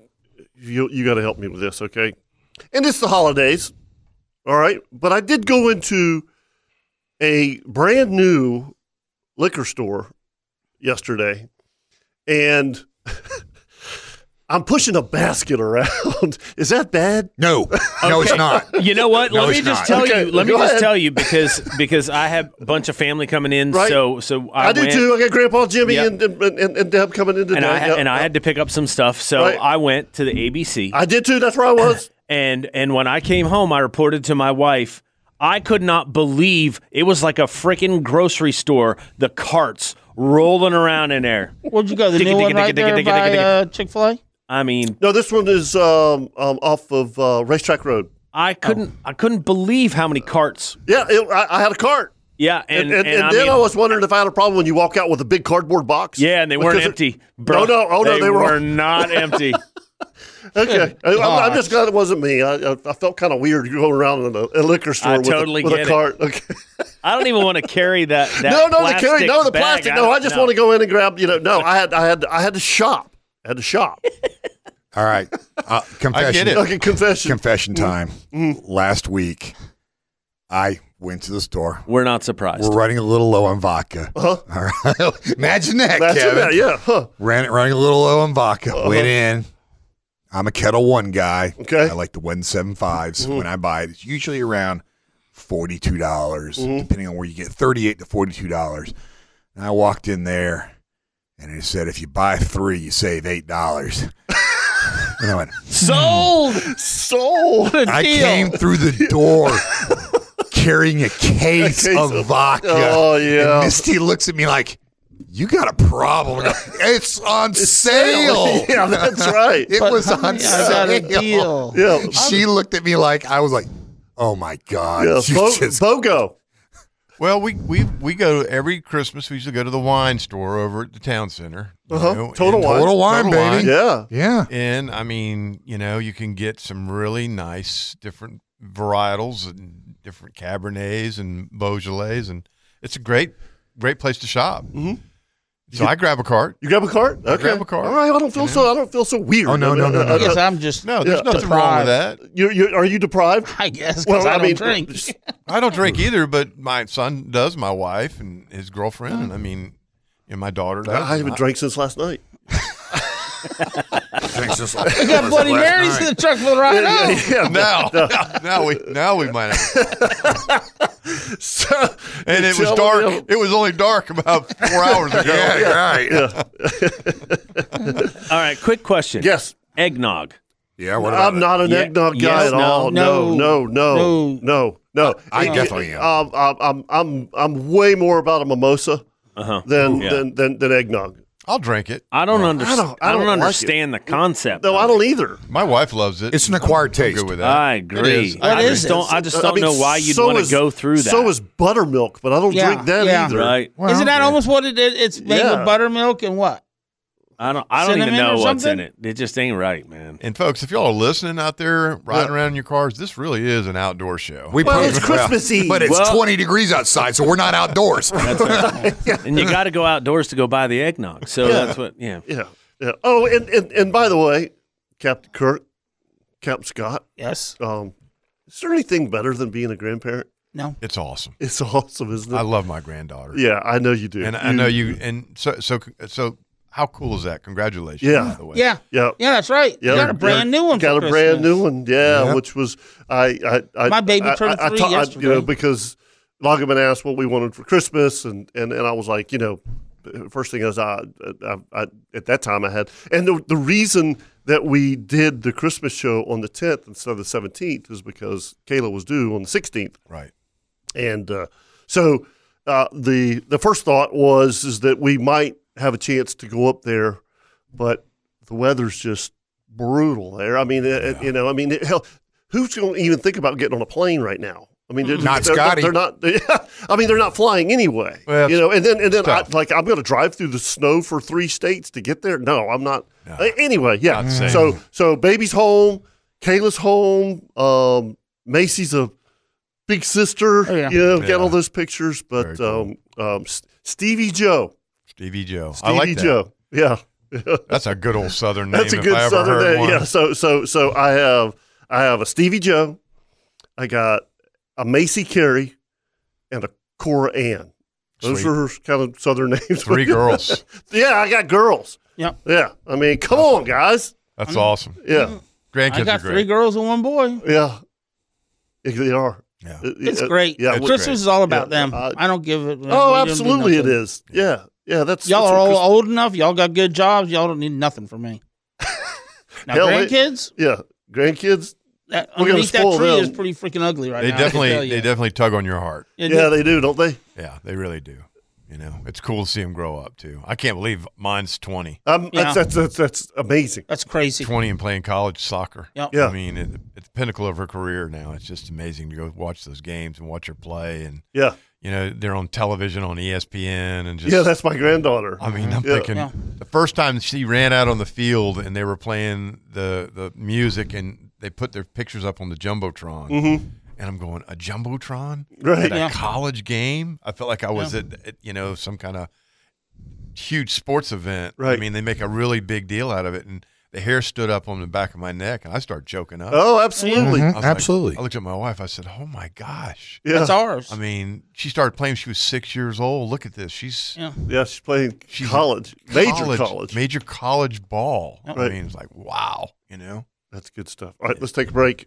Speaker 2: you you got to help me with this, okay? And it's the holidays, all right. But I did go into a brand new liquor store yesterday, and I'm pushing a basket around. Is that bad?
Speaker 7: No,
Speaker 5: Okay. You know what? Let me just tell you. Let me just tell
Speaker 2: you.
Speaker 5: you because because I have a bunch of family coming in.
Speaker 2: Right.
Speaker 5: So so I,
Speaker 2: I, do
Speaker 5: went,
Speaker 2: too. I got Grandpa Jimmy
Speaker 5: Yep.
Speaker 2: and, and, and, and Deb coming in today.
Speaker 5: and I ha-
Speaker 2: Yep.
Speaker 5: and I had to pick up some stuff. So
Speaker 2: Right.
Speaker 5: I went to the ABC.
Speaker 2: I did too. That's where I was.
Speaker 5: and and when I came home, I reported to my wife. I could not believe it was like a freaking grocery store. The carts rolling around in there.
Speaker 6: Where'd you go? The new one right there by uh, Chick Fil A.
Speaker 5: I mean,
Speaker 2: no, this one is um, um, off of uh, Racetrack Road. Oh.
Speaker 5: I couldn't I couldn't believe how many carts.
Speaker 2: Yeah, it, I, I had a cart.
Speaker 5: Yeah,
Speaker 2: And,
Speaker 5: and
Speaker 2: and,
Speaker 5: and I
Speaker 2: then
Speaker 5: mean-
Speaker 2: I was wondering if I had a problem when you walk out with a big cardboard box.
Speaker 5: yeah, and they weren't
Speaker 2: Because it-
Speaker 5: empty. bro.
Speaker 2: No, no, oh, no, they, were,
Speaker 5: not empty.
Speaker 2: okay. I, I'm, I'm
Speaker 5: Gosh.
Speaker 2: just glad it wasn't me. I, I, I felt kind of weird going around in a, a liquor store
Speaker 5: I
Speaker 2: with,
Speaker 5: totally
Speaker 2: a, with
Speaker 5: get
Speaker 2: a
Speaker 5: it.
Speaker 2: cart. Okay.
Speaker 5: I don't even want to carry that. that
Speaker 2: no, no, the
Speaker 5: plastic
Speaker 2: carry, no, the
Speaker 5: bag.
Speaker 2: plastic. No, I just want to go in and grab. You know, no, I had, I had, I had to shop. I had to shop.
Speaker 7: All right. Uh, confession.
Speaker 2: it. Okay, confession. Mm-hmm.
Speaker 7: Confession time. Last week, I went to the store.
Speaker 5: We're not surprised.
Speaker 7: We're running a little low on vodka.
Speaker 2: Uh-huh.
Speaker 7: All right. Imagine that,
Speaker 2: Imagine
Speaker 7: Kevin.
Speaker 2: that, yeah, huh.
Speaker 7: Ran, running a little low on vodka. Went in. I'm a Kettle One guy.
Speaker 2: Uh-huh. Okay. Mm-hmm.
Speaker 7: I like the 175s. When I buy it, it's usually around $42, dollars
Speaker 2: Mm-hmm.
Speaker 7: depending on where you get 38 to $42. And I walked in there and it said, if you buy three, you save $8. and I went,
Speaker 5: Sold.
Speaker 2: Sold.
Speaker 7: I came through the door carrying a case,
Speaker 2: A case
Speaker 7: of,
Speaker 2: of-
Speaker 7: vodka.
Speaker 2: Oh, yeah.
Speaker 7: And Misty looks at me like, you got a problem. I go, It's on sale.
Speaker 2: sale. Yeah, that's right.
Speaker 7: it
Speaker 2: But
Speaker 7: was
Speaker 2: honey,
Speaker 7: on
Speaker 2: I
Speaker 7: sale.
Speaker 2: got a deal. Yeah.
Speaker 7: She looked at me like I was like, oh my God.
Speaker 2: Yeah,
Speaker 7: you
Speaker 2: Bo-
Speaker 7: just-
Speaker 2: Bogo.
Speaker 4: Well, we we we go every Christmas. We usually go to the wine store over at the town center. you
Speaker 2: Uh-huh.
Speaker 4: know,
Speaker 2: Total
Speaker 4: and-
Speaker 2: Wine. Total Wine, baby. Yeah.
Speaker 7: Yeah.
Speaker 4: And I mean, you know, you can get some really nice different varietals and different Cabernets and Beaujolais, and it's a great great place to shop. Mm-hmm. So I grab a cart.
Speaker 2: You grab a cart.
Speaker 4: I
Speaker 2: Okay.
Speaker 4: grab a cart.
Speaker 2: All right. I don't feel so. I don't feel so weird.
Speaker 7: Oh, no, no, no, no.
Speaker 6: Yes, I'm just
Speaker 4: No, there's nothing wrong with that.
Speaker 2: You, you, are you deprived?
Speaker 6: I guess 'cause
Speaker 2: Well,
Speaker 6: I
Speaker 2: I
Speaker 6: don't
Speaker 2: mean-
Speaker 6: drink.
Speaker 4: I don't
Speaker 2: Hmm.
Speaker 4: drink either, but my son does, my wife and his girlfriend, and I mean, and my daughter does.
Speaker 2: Hmm. I haven't
Speaker 4: I-
Speaker 2: drank since last night.
Speaker 7: Thanks, just
Speaker 6: We got Bloody Marys in the truck for the ride
Speaker 2: Yeah,
Speaker 6: home.
Speaker 2: yeah, yeah.
Speaker 4: now, now we now we might. Have. and it was
Speaker 2: Tell
Speaker 4: dark.
Speaker 2: them.
Speaker 4: It was only dark about four hours ago.
Speaker 7: Yeah, right. Yeah.
Speaker 5: All right, quick question.
Speaker 2: Yes.
Speaker 5: Eggnog.
Speaker 7: what about
Speaker 2: I'm not an
Speaker 5: Yeah,
Speaker 2: eggnog
Speaker 5: yes,
Speaker 2: guy at
Speaker 5: no,
Speaker 2: all. No, no, no,
Speaker 6: no.
Speaker 2: no, no.
Speaker 7: I
Speaker 2: It-
Speaker 7: definitely
Speaker 2: it- Um,
Speaker 7: am.
Speaker 2: I'm, I'm, I'm, I'm way more about a mimosa
Speaker 5: Uh-huh.
Speaker 2: than
Speaker 5: Yeah.
Speaker 2: than, than than eggnog.
Speaker 4: I'll drink it.
Speaker 5: I don't understand. I don't,
Speaker 2: I don't like it.
Speaker 5: understand the concept.
Speaker 2: No, I don't either.
Speaker 4: My wife loves it.
Speaker 7: It's an
Speaker 4: I'm
Speaker 7: acquired taste.
Speaker 4: good with that.
Speaker 5: I
Speaker 4: It
Speaker 5: agree.
Speaker 4: is.
Speaker 5: I
Speaker 6: What
Speaker 5: just
Speaker 6: is it?
Speaker 5: don't. I just
Speaker 2: I
Speaker 5: don't
Speaker 2: mean,
Speaker 5: know why you'd
Speaker 2: so
Speaker 5: want to
Speaker 2: is-
Speaker 5: go through that.
Speaker 2: So is buttermilk, but I don't
Speaker 6: Yeah,
Speaker 2: drink that
Speaker 6: yeah.
Speaker 2: either.
Speaker 5: right.
Speaker 6: Isn't that almost what it is? It's made
Speaker 2: Yeah.
Speaker 6: with buttermilk and what?
Speaker 5: I don't. I don't even
Speaker 6: Cinnamon
Speaker 5: know
Speaker 6: or
Speaker 5: what's in
Speaker 6: something?
Speaker 5: it. It just ain't right, man.
Speaker 4: And folks, if y'all are listening out there riding around in your cars, this really is an outdoor show.
Speaker 7: We
Speaker 2: Well,
Speaker 7: put-
Speaker 2: it's Christmas Eve.
Speaker 7: But it's
Speaker 5: Well-
Speaker 7: 20 degrees outside, so we're not outdoors.
Speaker 5: And you got to go outdoors to go buy the eggnog. So that's what. Yeah.
Speaker 2: Yeah, yeah. Oh, and and, and by the way, Captain Kirk, Captain Scott,
Speaker 6: Yes.
Speaker 2: um, is there anything better than being a grandparent?
Speaker 6: No.
Speaker 4: it's awesome.
Speaker 2: It's awesome, isn't it?
Speaker 4: I love my granddaughter.
Speaker 2: yeah, I know you do.
Speaker 4: And I know you. And so so so. How cool is that? Congratulations.
Speaker 2: Yeah.
Speaker 4: By the way.
Speaker 6: Yeah.
Speaker 2: Yeah.
Speaker 6: Yeah, that's right.
Speaker 2: Yeah,
Speaker 6: You got a brand new one.
Speaker 2: Got
Speaker 6: for
Speaker 2: a brand
Speaker 6: Christmas.
Speaker 2: new one, yeah, which was I, I, I
Speaker 6: My baby
Speaker 2: I-
Speaker 6: turned
Speaker 2: I, I
Speaker 6: three
Speaker 2: ta- I- you know,
Speaker 6: yesterday.
Speaker 2: because Loggeman asked what we wanted for Christmas, and and and I was like, you know, first thing is I, I, I at that time I had, and the, the reason that we did the Christmas show on the tenth instead of the seventeenth is because Kayla was due on the sixteenth,
Speaker 4: Right.
Speaker 2: and uh, so uh, the the first thought was is that we might have a chance to go up there, but the weather's just brutal there. I mean, it, you know, I mean, it, hell, who's going to even think about getting on a plane right now? I mean, they're,
Speaker 7: Mm-hmm. Not
Speaker 2: they're,
Speaker 7: Scotty.
Speaker 2: They're not. I mean, they're not flying anyway.
Speaker 7: Well,
Speaker 2: you know, and then and then I, like I'm going to drive through the snow for three states to get there. No, I'm not. Uh, anyway, yeah.
Speaker 4: Not safe.
Speaker 2: So so baby's home, Kayla's home, um, Macy's a big sister.
Speaker 4: yeah.
Speaker 2: You know,
Speaker 4: Yeah.
Speaker 2: got all those pictures, but um, um, S- Stevie Joe.
Speaker 4: Stevie Joe.
Speaker 2: Stevie
Speaker 4: I like that.
Speaker 2: Joe. Yeah.
Speaker 4: That's a good old Southern name.
Speaker 2: That's a
Speaker 4: if
Speaker 2: good
Speaker 4: I ever
Speaker 2: southern
Speaker 4: heard
Speaker 2: name.
Speaker 4: one.
Speaker 2: Yeah. So so so I have I have a Stevie Joe, I got a Macy Carey, and a Cora Ann. Those
Speaker 4: Sweet.
Speaker 2: are kind of southern names.
Speaker 4: Three girls.
Speaker 2: yeah, I got girls.
Speaker 6: Yep.
Speaker 2: Yeah. I mean, come on, guys.
Speaker 4: That's awesome.
Speaker 2: Yeah.
Speaker 6: I got three girls and one boy.
Speaker 2: Yeah. Yeah, They are. uh, Yeah.
Speaker 6: It's great. Christmas is all about them. I don't give it.
Speaker 2: Oh,
Speaker 6: we don't do
Speaker 2: absolutely it
Speaker 6: nothing.
Speaker 2: is. Yeah. Yeah, that's
Speaker 6: y'all
Speaker 2: that's
Speaker 6: are
Speaker 2: what
Speaker 6: all
Speaker 2: Christ-
Speaker 6: old enough. Y'all got good jobs. Y'all don't need nothing from me. Now,
Speaker 2: Hell, they-
Speaker 6: grandkids,
Speaker 2: yeah, grandkids.
Speaker 6: that,
Speaker 2: we're gonna
Speaker 6: underneath that
Speaker 2: spoil
Speaker 6: tree
Speaker 2: them.
Speaker 6: is pretty freaking ugly right
Speaker 4: They
Speaker 6: now. I can
Speaker 4: definitely
Speaker 6: tell you.
Speaker 4: they definitely tug on your heart.
Speaker 6: Yeah, Yeah,
Speaker 2: they do, don't they?
Speaker 4: Yeah, they really do. You know, it's cool to see them grow up too. I can't believe mine's twenty.
Speaker 2: Um, that's, that's that's that's amazing.
Speaker 6: That's crazy.
Speaker 4: Twenty and playing college soccer.
Speaker 6: Yep.
Speaker 2: Yeah.
Speaker 4: I mean, it, at the pinnacle of her career now, it's just amazing to go watch those games and watch her play. And
Speaker 2: Yeah.
Speaker 4: you know, they're on television on E ESPN and just
Speaker 2: yeah, that's my granddaughter.
Speaker 4: I
Speaker 6: Mm-hmm.
Speaker 4: mean, I'm
Speaker 2: Yeah.
Speaker 4: thinking the first time she ran out on the field and they were playing the the music and they put their pictures up on the jumbotron.
Speaker 2: Mhm.
Speaker 4: And I'm going a jumbotron
Speaker 2: Right.
Speaker 4: at
Speaker 2: Yeah.
Speaker 4: a college game. I felt like I was at, at you know some kind of huge sports event. I
Speaker 2: Right.
Speaker 4: mean, they make a really big deal out of it, and the hair stood up on the back of my neck, and I started choking up.
Speaker 2: Oh,
Speaker 7: Mm-hmm.
Speaker 2: absolutely.
Speaker 4: I
Speaker 2: Mhm,
Speaker 4: was like-
Speaker 2: absolutely.
Speaker 4: I looked at my wife. I said, "Oh my gosh,
Speaker 2: Yeah. That's
Speaker 6: ours."
Speaker 4: I mean, she started playing. when She was six years old. Look at this. She's
Speaker 6: yeah,
Speaker 2: she's playing college, major college,
Speaker 4: major college ball. I
Speaker 2: Right.
Speaker 4: mean, it's like wow, you know.
Speaker 2: That's good stuff. All right, let's take a break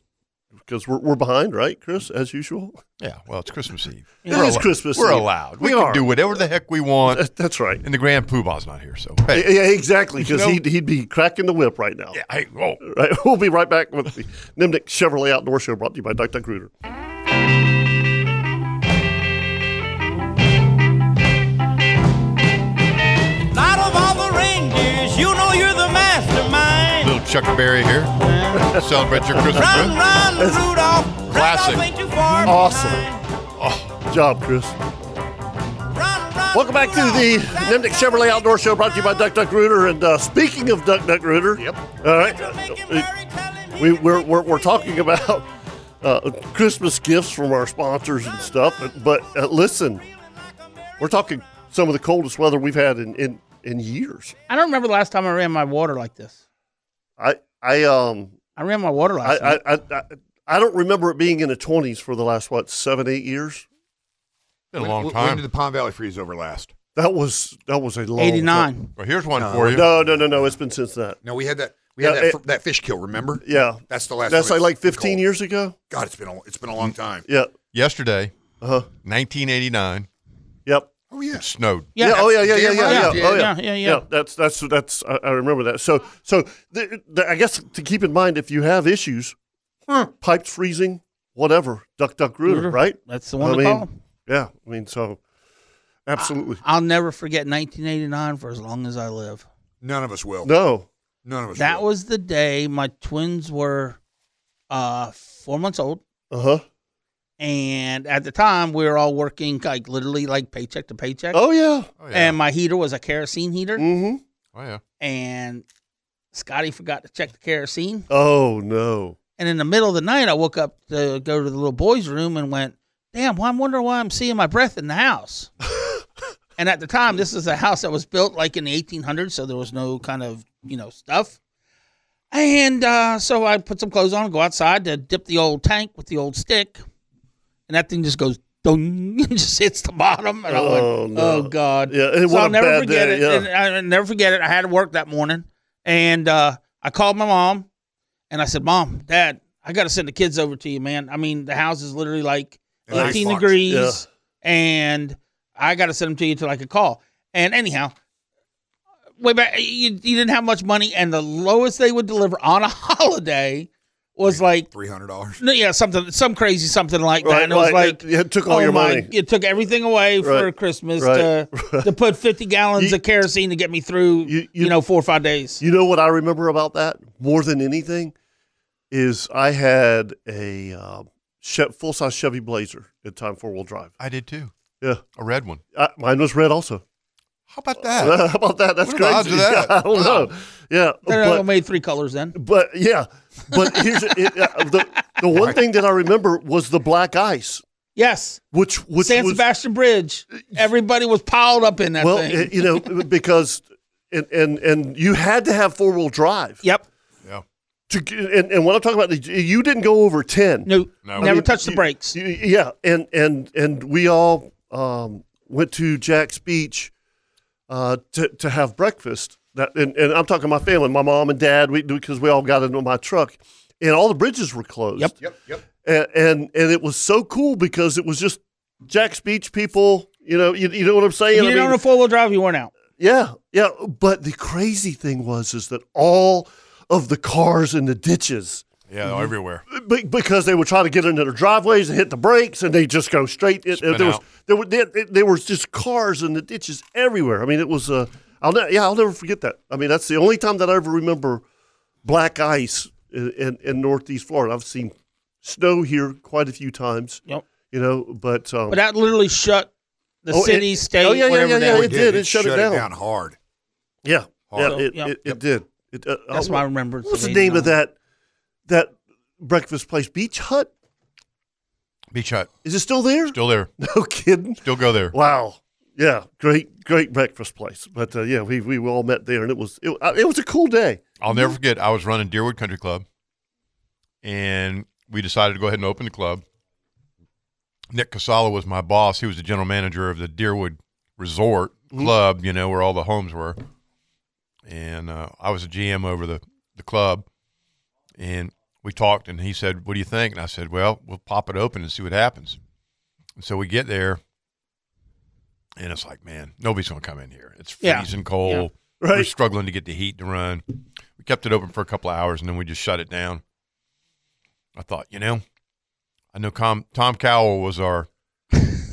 Speaker 2: because we're, we're behind, right, Chris? As usual.
Speaker 4: Yeah, well, it's Christmas Eve.
Speaker 2: It
Speaker 4: We're
Speaker 2: is
Speaker 4: allo-
Speaker 2: Christmas.
Speaker 4: We're
Speaker 2: Eve.
Speaker 4: allowed. We, can
Speaker 2: are.
Speaker 4: do whatever the heck we want.
Speaker 2: That's right.
Speaker 4: And the grand poobah's not here, so
Speaker 2: Yeah, yeah, exactly. Because
Speaker 4: You know-
Speaker 2: he'd, he'd be cracking the whip right now. Yeah,
Speaker 4: hey, whoa.
Speaker 2: Right, we'll be right back with the Nimnik Chevrolet Outdoor Show brought to you by Duck Duck Rooter.
Speaker 3: Out of all the reindeers, you know you're the mastermind.
Speaker 4: little Chuck Berry here. Celebrate your Christmas.
Speaker 3: Run, run, Rudolph. Rudolph
Speaker 4: Classic.
Speaker 3: ain't too far
Speaker 2: Awesome.
Speaker 4: Oh,
Speaker 2: good job, Chris. Welcome back to the Nimnik Chevrolet Outdoor Show brought to you by Duck Duck Rooter. And uh, speaking of Duck Duck Rooter, yep. All right, uh, we, we're, we're, we're talking about uh, Christmas gifts from our sponsors and stuff. But, but uh, listen, we're talking some of the coldest weather we've had in, in, in years.
Speaker 6: I don't remember the last time I ran my water like this.
Speaker 2: I I um
Speaker 6: I ran my water last
Speaker 2: I,
Speaker 6: night.
Speaker 2: I, I, I I don't remember it being in the twenties for the last what seven eight years.
Speaker 4: Been
Speaker 7: When- when- When did the Palm Valley freeze over last?
Speaker 2: That was that was a long time. Uh,
Speaker 7: 89.
Speaker 4: Well, here's one
Speaker 7: No.
Speaker 4: for you.
Speaker 2: No, no, no, no. It's been since that.
Speaker 7: No, we had that. We
Speaker 2: Yeah,
Speaker 7: had that,
Speaker 2: it-
Speaker 7: fr- that fish kill. Remember?
Speaker 2: Yeah,
Speaker 7: That's the last.
Speaker 2: That's
Speaker 7: time
Speaker 2: like,
Speaker 7: it's
Speaker 2: like
Speaker 7: been
Speaker 2: fifteen
Speaker 7: cold.
Speaker 2: years ago.
Speaker 7: God, it's been a, it's been a long time.
Speaker 2: Yeah.
Speaker 4: Yesterday,
Speaker 2: uh-huh.
Speaker 4: 1989.
Speaker 2: Yep.
Speaker 7: Oh yeah.
Speaker 4: snowed.
Speaker 2: Yeah. Oh yeah. Yeah. Yeah.
Speaker 7: Damn
Speaker 2: Yeah.
Speaker 7: right
Speaker 2: Yeah.
Speaker 7: it
Speaker 2: Oh
Speaker 7: did.
Speaker 2: yeah.
Speaker 7: Yeah, yeah, yeah.
Speaker 2: That's that's that's. I, I remember that. So so the, the, I guess to keep in mind if you have issues, pipes freezing, whatever, duck duck rooter,
Speaker 6: Rooter.
Speaker 2: right?
Speaker 6: That's the one
Speaker 2: I
Speaker 6: to
Speaker 2: mean,
Speaker 6: call.
Speaker 2: Yeah. I mean, so absolutely.
Speaker 6: I'll never forget 1989 for as long as I live.
Speaker 7: None of us will.
Speaker 2: no.
Speaker 7: None of us.
Speaker 6: That was the day my twins were uh, four months old.
Speaker 2: Uh huh.
Speaker 6: And at the time, we were all working like literally like paycheck to paycheck.
Speaker 2: Oh, yeah. Oh, yeah.
Speaker 6: And my heater was a kerosene heater.
Speaker 2: Mm-hmm.
Speaker 4: Oh yeah.
Speaker 6: And Scotty forgot to check the kerosene.
Speaker 2: Oh no.
Speaker 6: And in the middle of the night, I woke up to go to the little boy's room and went, "Damn, well, I'm wondering why I'm seeing my breath in the house." and at the time, this is a house that was built like in the 1800s, so there was no kind of you know stuff. And uh, so I put some clothes on, go outside to dip the old tank with the old stick, and that thing just goes. Dung, and just hits the bottom, and I went,
Speaker 2: Oh, no.
Speaker 6: "Oh God!"
Speaker 2: Yeah, it-
Speaker 6: so
Speaker 2: what
Speaker 6: I'll
Speaker 2: a
Speaker 6: never
Speaker 2: bad
Speaker 6: forget
Speaker 2: day,
Speaker 6: it.
Speaker 2: yeah.
Speaker 6: And I I'll never forget it. I had to work that morning, and uh, I called my mom, and I said, "Mom, Dad, I got to send the kids over to you, man. I mean, the house is literally like
Speaker 7: An ice
Speaker 6: 18
Speaker 7: box.
Speaker 6: degrees,
Speaker 7: Yeah.
Speaker 6: and I got to send them to you till I could call." And anyhow, way back, you, you didn't have much money, and the lowest they would deliver on a holiday was like
Speaker 7: three hundred dollars.
Speaker 6: No, yeah, something, some crazy something like that.
Speaker 7: Right,
Speaker 6: and it was
Speaker 7: like,
Speaker 6: like
Speaker 7: it- it took all
Speaker 6: oh
Speaker 7: your
Speaker 6: my-
Speaker 7: money.
Speaker 6: It took everything away for
Speaker 2: Right,
Speaker 6: Christmas
Speaker 2: right,
Speaker 6: to to put fifty gallons of kerosene to get me through. You, know, four or five days.
Speaker 2: You know what I remember about that more than anything is I had a um, che- full size Chevy Blazer at time four wheel drive.
Speaker 4: I did too.
Speaker 2: Yeah,
Speaker 4: a red one.
Speaker 2: I, mine was red also.
Speaker 4: How about that?
Speaker 2: How about that? That's
Speaker 6: What are
Speaker 2: crazy.
Speaker 6: the odds of that?
Speaker 2: I don't
Speaker 6: Wow.
Speaker 2: know. Yeah,
Speaker 6: They're only
Speaker 2: but-
Speaker 6: made three colors then.
Speaker 2: But yeah, but here's it, uh, the the one thing that I remember was the black ice.
Speaker 6: Yes,
Speaker 2: which which
Speaker 6: San
Speaker 2: was,
Speaker 6: Sebastian Bridge. Everybody was piled up in that
Speaker 2: well,
Speaker 6: thing.
Speaker 2: it- you know, because and and and you had to have four wheel drive.
Speaker 6: Yep.
Speaker 4: Yeah.
Speaker 2: To, g- and, and what I'm talking about, you didn't go over ten.
Speaker 6: No,
Speaker 4: No. never
Speaker 6: touched the brakes.
Speaker 2: yeah, and and and we all um, went to Jack's Beach uh, to to have breakfast. That and, and I'm talking my family, my mom and dad, we because we all got into my truck, and all the bridges were closed. Yep,
Speaker 4: yep, yep.
Speaker 2: And and, and it was so cool because it was just Jack's Beach people. You know, you, you know what I'm saying?
Speaker 6: If you
Speaker 2: I
Speaker 6: didn't
Speaker 2: mean-
Speaker 6: own a four wheel drive, you weren't out.
Speaker 2: yeah, yeah. But the crazy thing was is that all of the cars in the ditches.
Speaker 4: Yeah, they're everywhere.
Speaker 2: Be- because they would try to get into their driveways and hit the brakes, and they just go straight. It,
Speaker 4: Spin
Speaker 2: there was
Speaker 4: out.
Speaker 2: there were there, there was just cars in the ditches everywhere. I mean, it was uh, I'll ne- yeah, I'll never forget that. I mean, that's the only time that I ever remember black ice in, in, in Northeast Florida. I've seen snow here quite a few times.
Speaker 6: Yep.
Speaker 2: You know, but um,
Speaker 6: But that literally shut the
Speaker 2: Oh, it-
Speaker 6: city, state,
Speaker 2: oh, yeah, yeah,
Speaker 6: whatever
Speaker 2: yeah,
Speaker 6: down.
Speaker 2: yeah, it did. It, shut, it down.
Speaker 7: hard.
Speaker 2: Yeah,
Speaker 6: Hard.
Speaker 2: yeah, it,
Speaker 6: Yep.
Speaker 2: it, it did. It, uh,
Speaker 6: That's
Speaker 2: uh,
Speaker 6: my remembrance
Speaker 2: What's
Speaker 6: of
Speaker 2: the name of
Speaker 6: 89.
Speaker 2: that that breakfast place? Beach Hut.
Speaker 4: Beach Hut.
Speaker 2: Is it still there?
Speaker 4: Still there.
Speaker 2: No kidding.
Speaker 4: Still go there.
Speaker 2: Wow. Yeah, great, great breakfast place. But uh, yeah, we we all met there, and it was it, uh, it was a cool day.
Speaker 4: I'll never forget. I was running Deerwood Country Club, and we decided to go ahead and open the club. Nick Casala was my boss. He was the general manager of the Deerwood Resort Club, you know, where all the homes were. And uh, I was a GM over the, the club. And we talked, and he said, What do you think? And I said, Well, we'll pop it open and see what happens. And so we get there, and it's like, man, nobody's going to come in here. It's
Speaker 5: Yeah.
Speaker 4: freezing cold.
Speaker 5: Yeah.
Speaker 4: We're struggling to get the heat to run. We kept it open for a couple of hours and then we just shut it down. I thought, you know, I know Com- Tom Cowell was our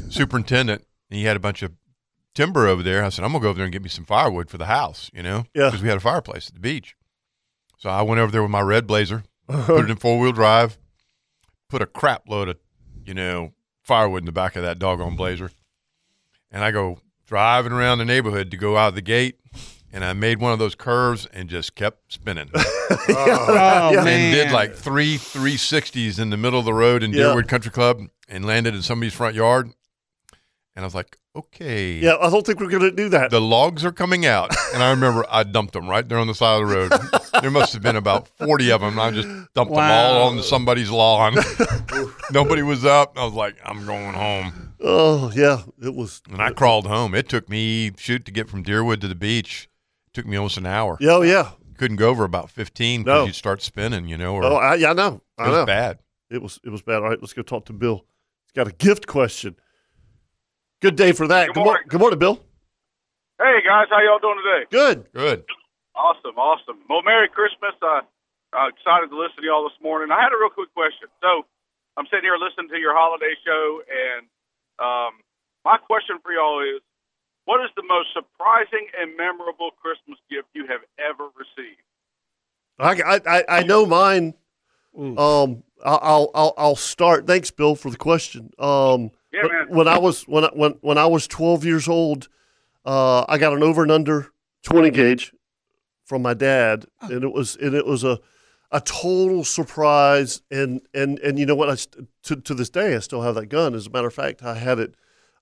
Speaker 4: superintendent and he had a bunch of timber over there. I said, I'm going to go over there and get me some firewood for the house, you know?
Speaker 2: Yeah.
Speaker 4: Because we had a fireplace at the beach. So I went over there with my red blazer, put it in four wheel drive, put a crap load of, you know, firewood in the back of that doggone blazer. And I go driving around the neighborhood to go out of the gate. And I made one of those curves and just kept spinning.
Speaker 6: Oh,
Speaker 4: and
Speaker 6: man.
Speaker 4: did like three 360s in the middle of the road in
Speaker 2: Yeah.
Speaker 4: Deerwood Country Club and landed in somebody's front yard. And I was like, okay.
Speaker 2: Yeah, I don't think we're gonna do that.
Speaker 4: The logs are coming out. And I remember I dumped them right there on the side of the road. there must have been about 40 of them. And I just dumped them all
Speaker 2: Wow.
Speaker 4: onto somebody's lawn. Nobody was up. I was like, I'm going home.
Speaker 2: Oh yeah, it was.
Speaker 4: And I crawled home. It took me, shoot, to get from Deerwood to the beach. It took me almost an hour.
Speaker 2: Yeah, oh, yeah.
Speaker 4: Couldn't go over about 15 because you'd start spinning, you know. Or,
Speaker 2: oh, I, yeah, I know. I
Speaker 4: it was
Speaker 2: know.
Speaker 4: bad.
Speaker 2: It was it was bad. All right, let's go talk to Bill. He's got a gift question. Good day for that. Good, mor- Good morning, Bill.
Speaker 16: Hey guys, how y'all doing today?
Speaker 2: Good.
Speaker 4: Good.
Speaker 16: Awesome, awesome. Well, Merry Christmas. Uh, uh, excited to listen to y'all this morning. I had a real quick question. So, I'm sitting here listening to your holiday show, and um, my question for y'all is: What is the most surprising and memorable Christmas gift you have ever received?
Speaker 2: I, I, I- I know mine. Um, I'll, I'll I'll I'll start. Thanks, Bill, for the question. Um,
Speaker 16: Yeah,
Speaker 2: when-
Speaker 16: man.
Speaker 2: when I was when I, when when I was twelve years old, uh, I got an over and under twenty gauge from my dad, and it was and it was a a total surprise. And and and you know what? I st- to to this day I still have that gun. As a matter of fact, I had it.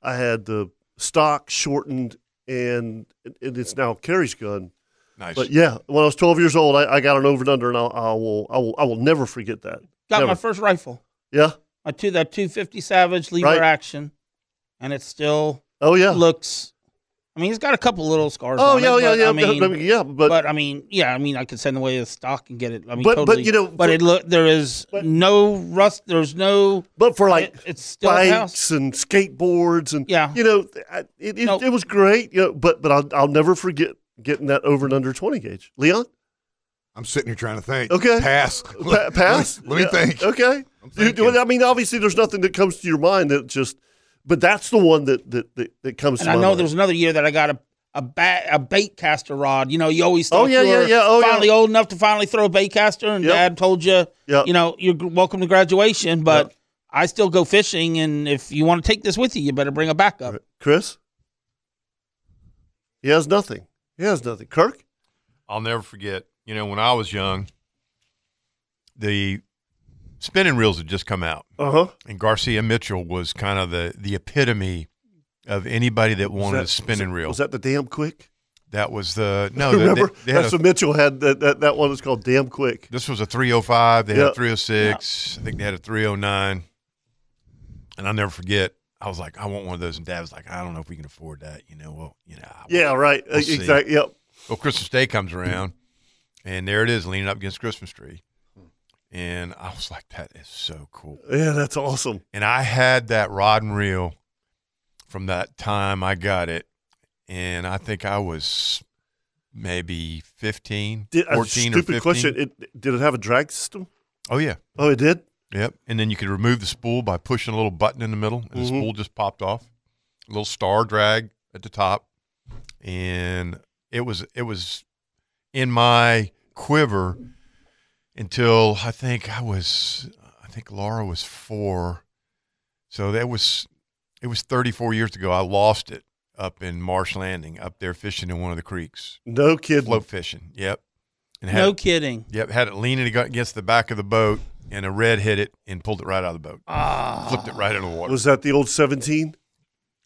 Speaker 2: I had the stock shortened, and and it's now Kerry's gun.
Speaker 4: Nice.
Speaker 2: But yeah, when I was 12 years old, I, I got an over and under, and I'll, I will, I will, I will never forget that.
Speaker 6: Got
Speaker 2: Never.
Speaker 6: my first rifle.
Speaker 2: Yeah.
Speaker 6: My two that two fifty Savage lever
Speaker 2: Right.
Speaker 6: action, and it still.
Speaker 2: Oh yeah.
Speaker 6: Looks. I mean, he's got a couple little scars.
Speaker 2: Oh,
Speaker 6: on
Speaker 2: yeah,
Speaker 6: it,
Speaker 2: yeah,
Speaker 6: but,
Speaker 2: yeah,
Speaker 6: I
Speaker 2: but-
Speaker 6: mean,
Speaker 2: but- yeah, but-
Speaker 6: I mean, yeah, I mean, I could send away the stock and get it. I mean,
Speaker 2: But- but,
Speaker 6: totally,
Speaker 2: you know,
Speaker 6: but
Speaker 2: for-
Speaker 6: it look there is no rust. There's no.
Speaker 2: But for like
Speaker 6: it's still at the house.
Speaker 2: bikes and skateboards and
Speaker 6: Yeah.
Speaker 2: you know, I- it, it, it was great. You know, but but I'll, I'll never forget getting that over and under 20 gauge, Leon.
Speaker 7: I'm sitting here trying to think.
Speaker 2: Okay.
Speaker 7: Pass.
Speaker 2: Pa- pass.
Speaker 7: Let me, let me
Speaker 2: Yeah,
Speaker 7: think.
Speaker 2: Okay. You- well, I mean, obviously, there's nothing that comes to your mind that just, but that's the one that that that, that comes
Speaker 6: And
Speaker 2: to
Speaker 6: I
Speaker 2: my
Speaker 6: know
Speaker 2: mind.
Speaker 6: there was another year that I got a a, ba- a bait caster rod. You know, you always
Speaker 2: Oh,
Speaker 6: thought
Speaker 2: yeah,
Speaker 6: you
Speaker 2: yeah,
Speaker 6: were
Speaker 2: yeah. Oh, yeah.
Speaker 6: finally old enough to finally throw a bait caster, and Dad told you, you know, you're g- welcome to graduation, but I still go fishing, and if you want to take this with you, you better bring a backup.
Speaker 2: Chris, he has nothing. He has nothing. Kirk,
Speaker 4: I'll never forget. You know, when I was young, the spinning reels had just come out,
Speaker 2: Uh-huh.
Speaker 4: and Garcia Mitchell was kind of the the epitome of anybody that wanted
Speaker 2: that-
Speaker 4: a spinning reel.
Speaker 2: was that the damn quick?
Speaker 4: That was the no. they-
Speaker 2: remember
Speaker 4: they had
Speaker 2: that's
Speaker 4: a-
Speaker 2: what Mitchell had. That, that that one was called damn quick.
Speaker 4: This was a 305. They had
Speaker 2: Yeah.
Speaker 4: a 306. I think they had a 309. And I'll never forget. I was like, I want one of those. And Dad was like, I don't know if we can afford that. You know, well, you know. I-
Speaker 2: Yeah, right.
Speaker 4: we'll
Speaker 2: Uh,
Speaker 4: see.
Speaker 2: exact- yep.
Speaker 4: Well, Christmas Day comes around, and there it is, leaning up against Christmas tree. And I was like, that is so cool.
Speaker 2: Yeah, that's awesome.
Speaker 4: And I had that rod and reel from that time I got it. And I think I was maybe 15,
Speaker 2: Did, a
Speaker 4: 14 or
Speaker 2: stupid
Speaker 4: 15.
Speaker 2: question. It, did it have a drag system?
Speaker 4: Oh yeah.
Speaker 2: Oh, it did.
Speaker 4: Yep. And then you could remove the spool by pushing a little button in the middle, and the
Speaker 2: Mhm.
Speaker 4: spool just popped off. A little star drag at the top, and it was it was in my quiver until I think I was I think Laura was four, so that was it was 34 years ago. I lost it up in Marsh Landing, up there fishing in one of the creeks.
Speaker 2: No kidding.
Speaker 4: Float fishing. Yep.
Speaker 6: No
Speaker 4: it-
Speaker 6: kidding.
Speaker 4: Yep, had it leaning ag- against the back of the boat, and a red hit it and pulled it right out of the boat.
Speaker 2: Ah.
Speaker 4: flipped it right into the water.
Speaker 2: Was that the old seventeen?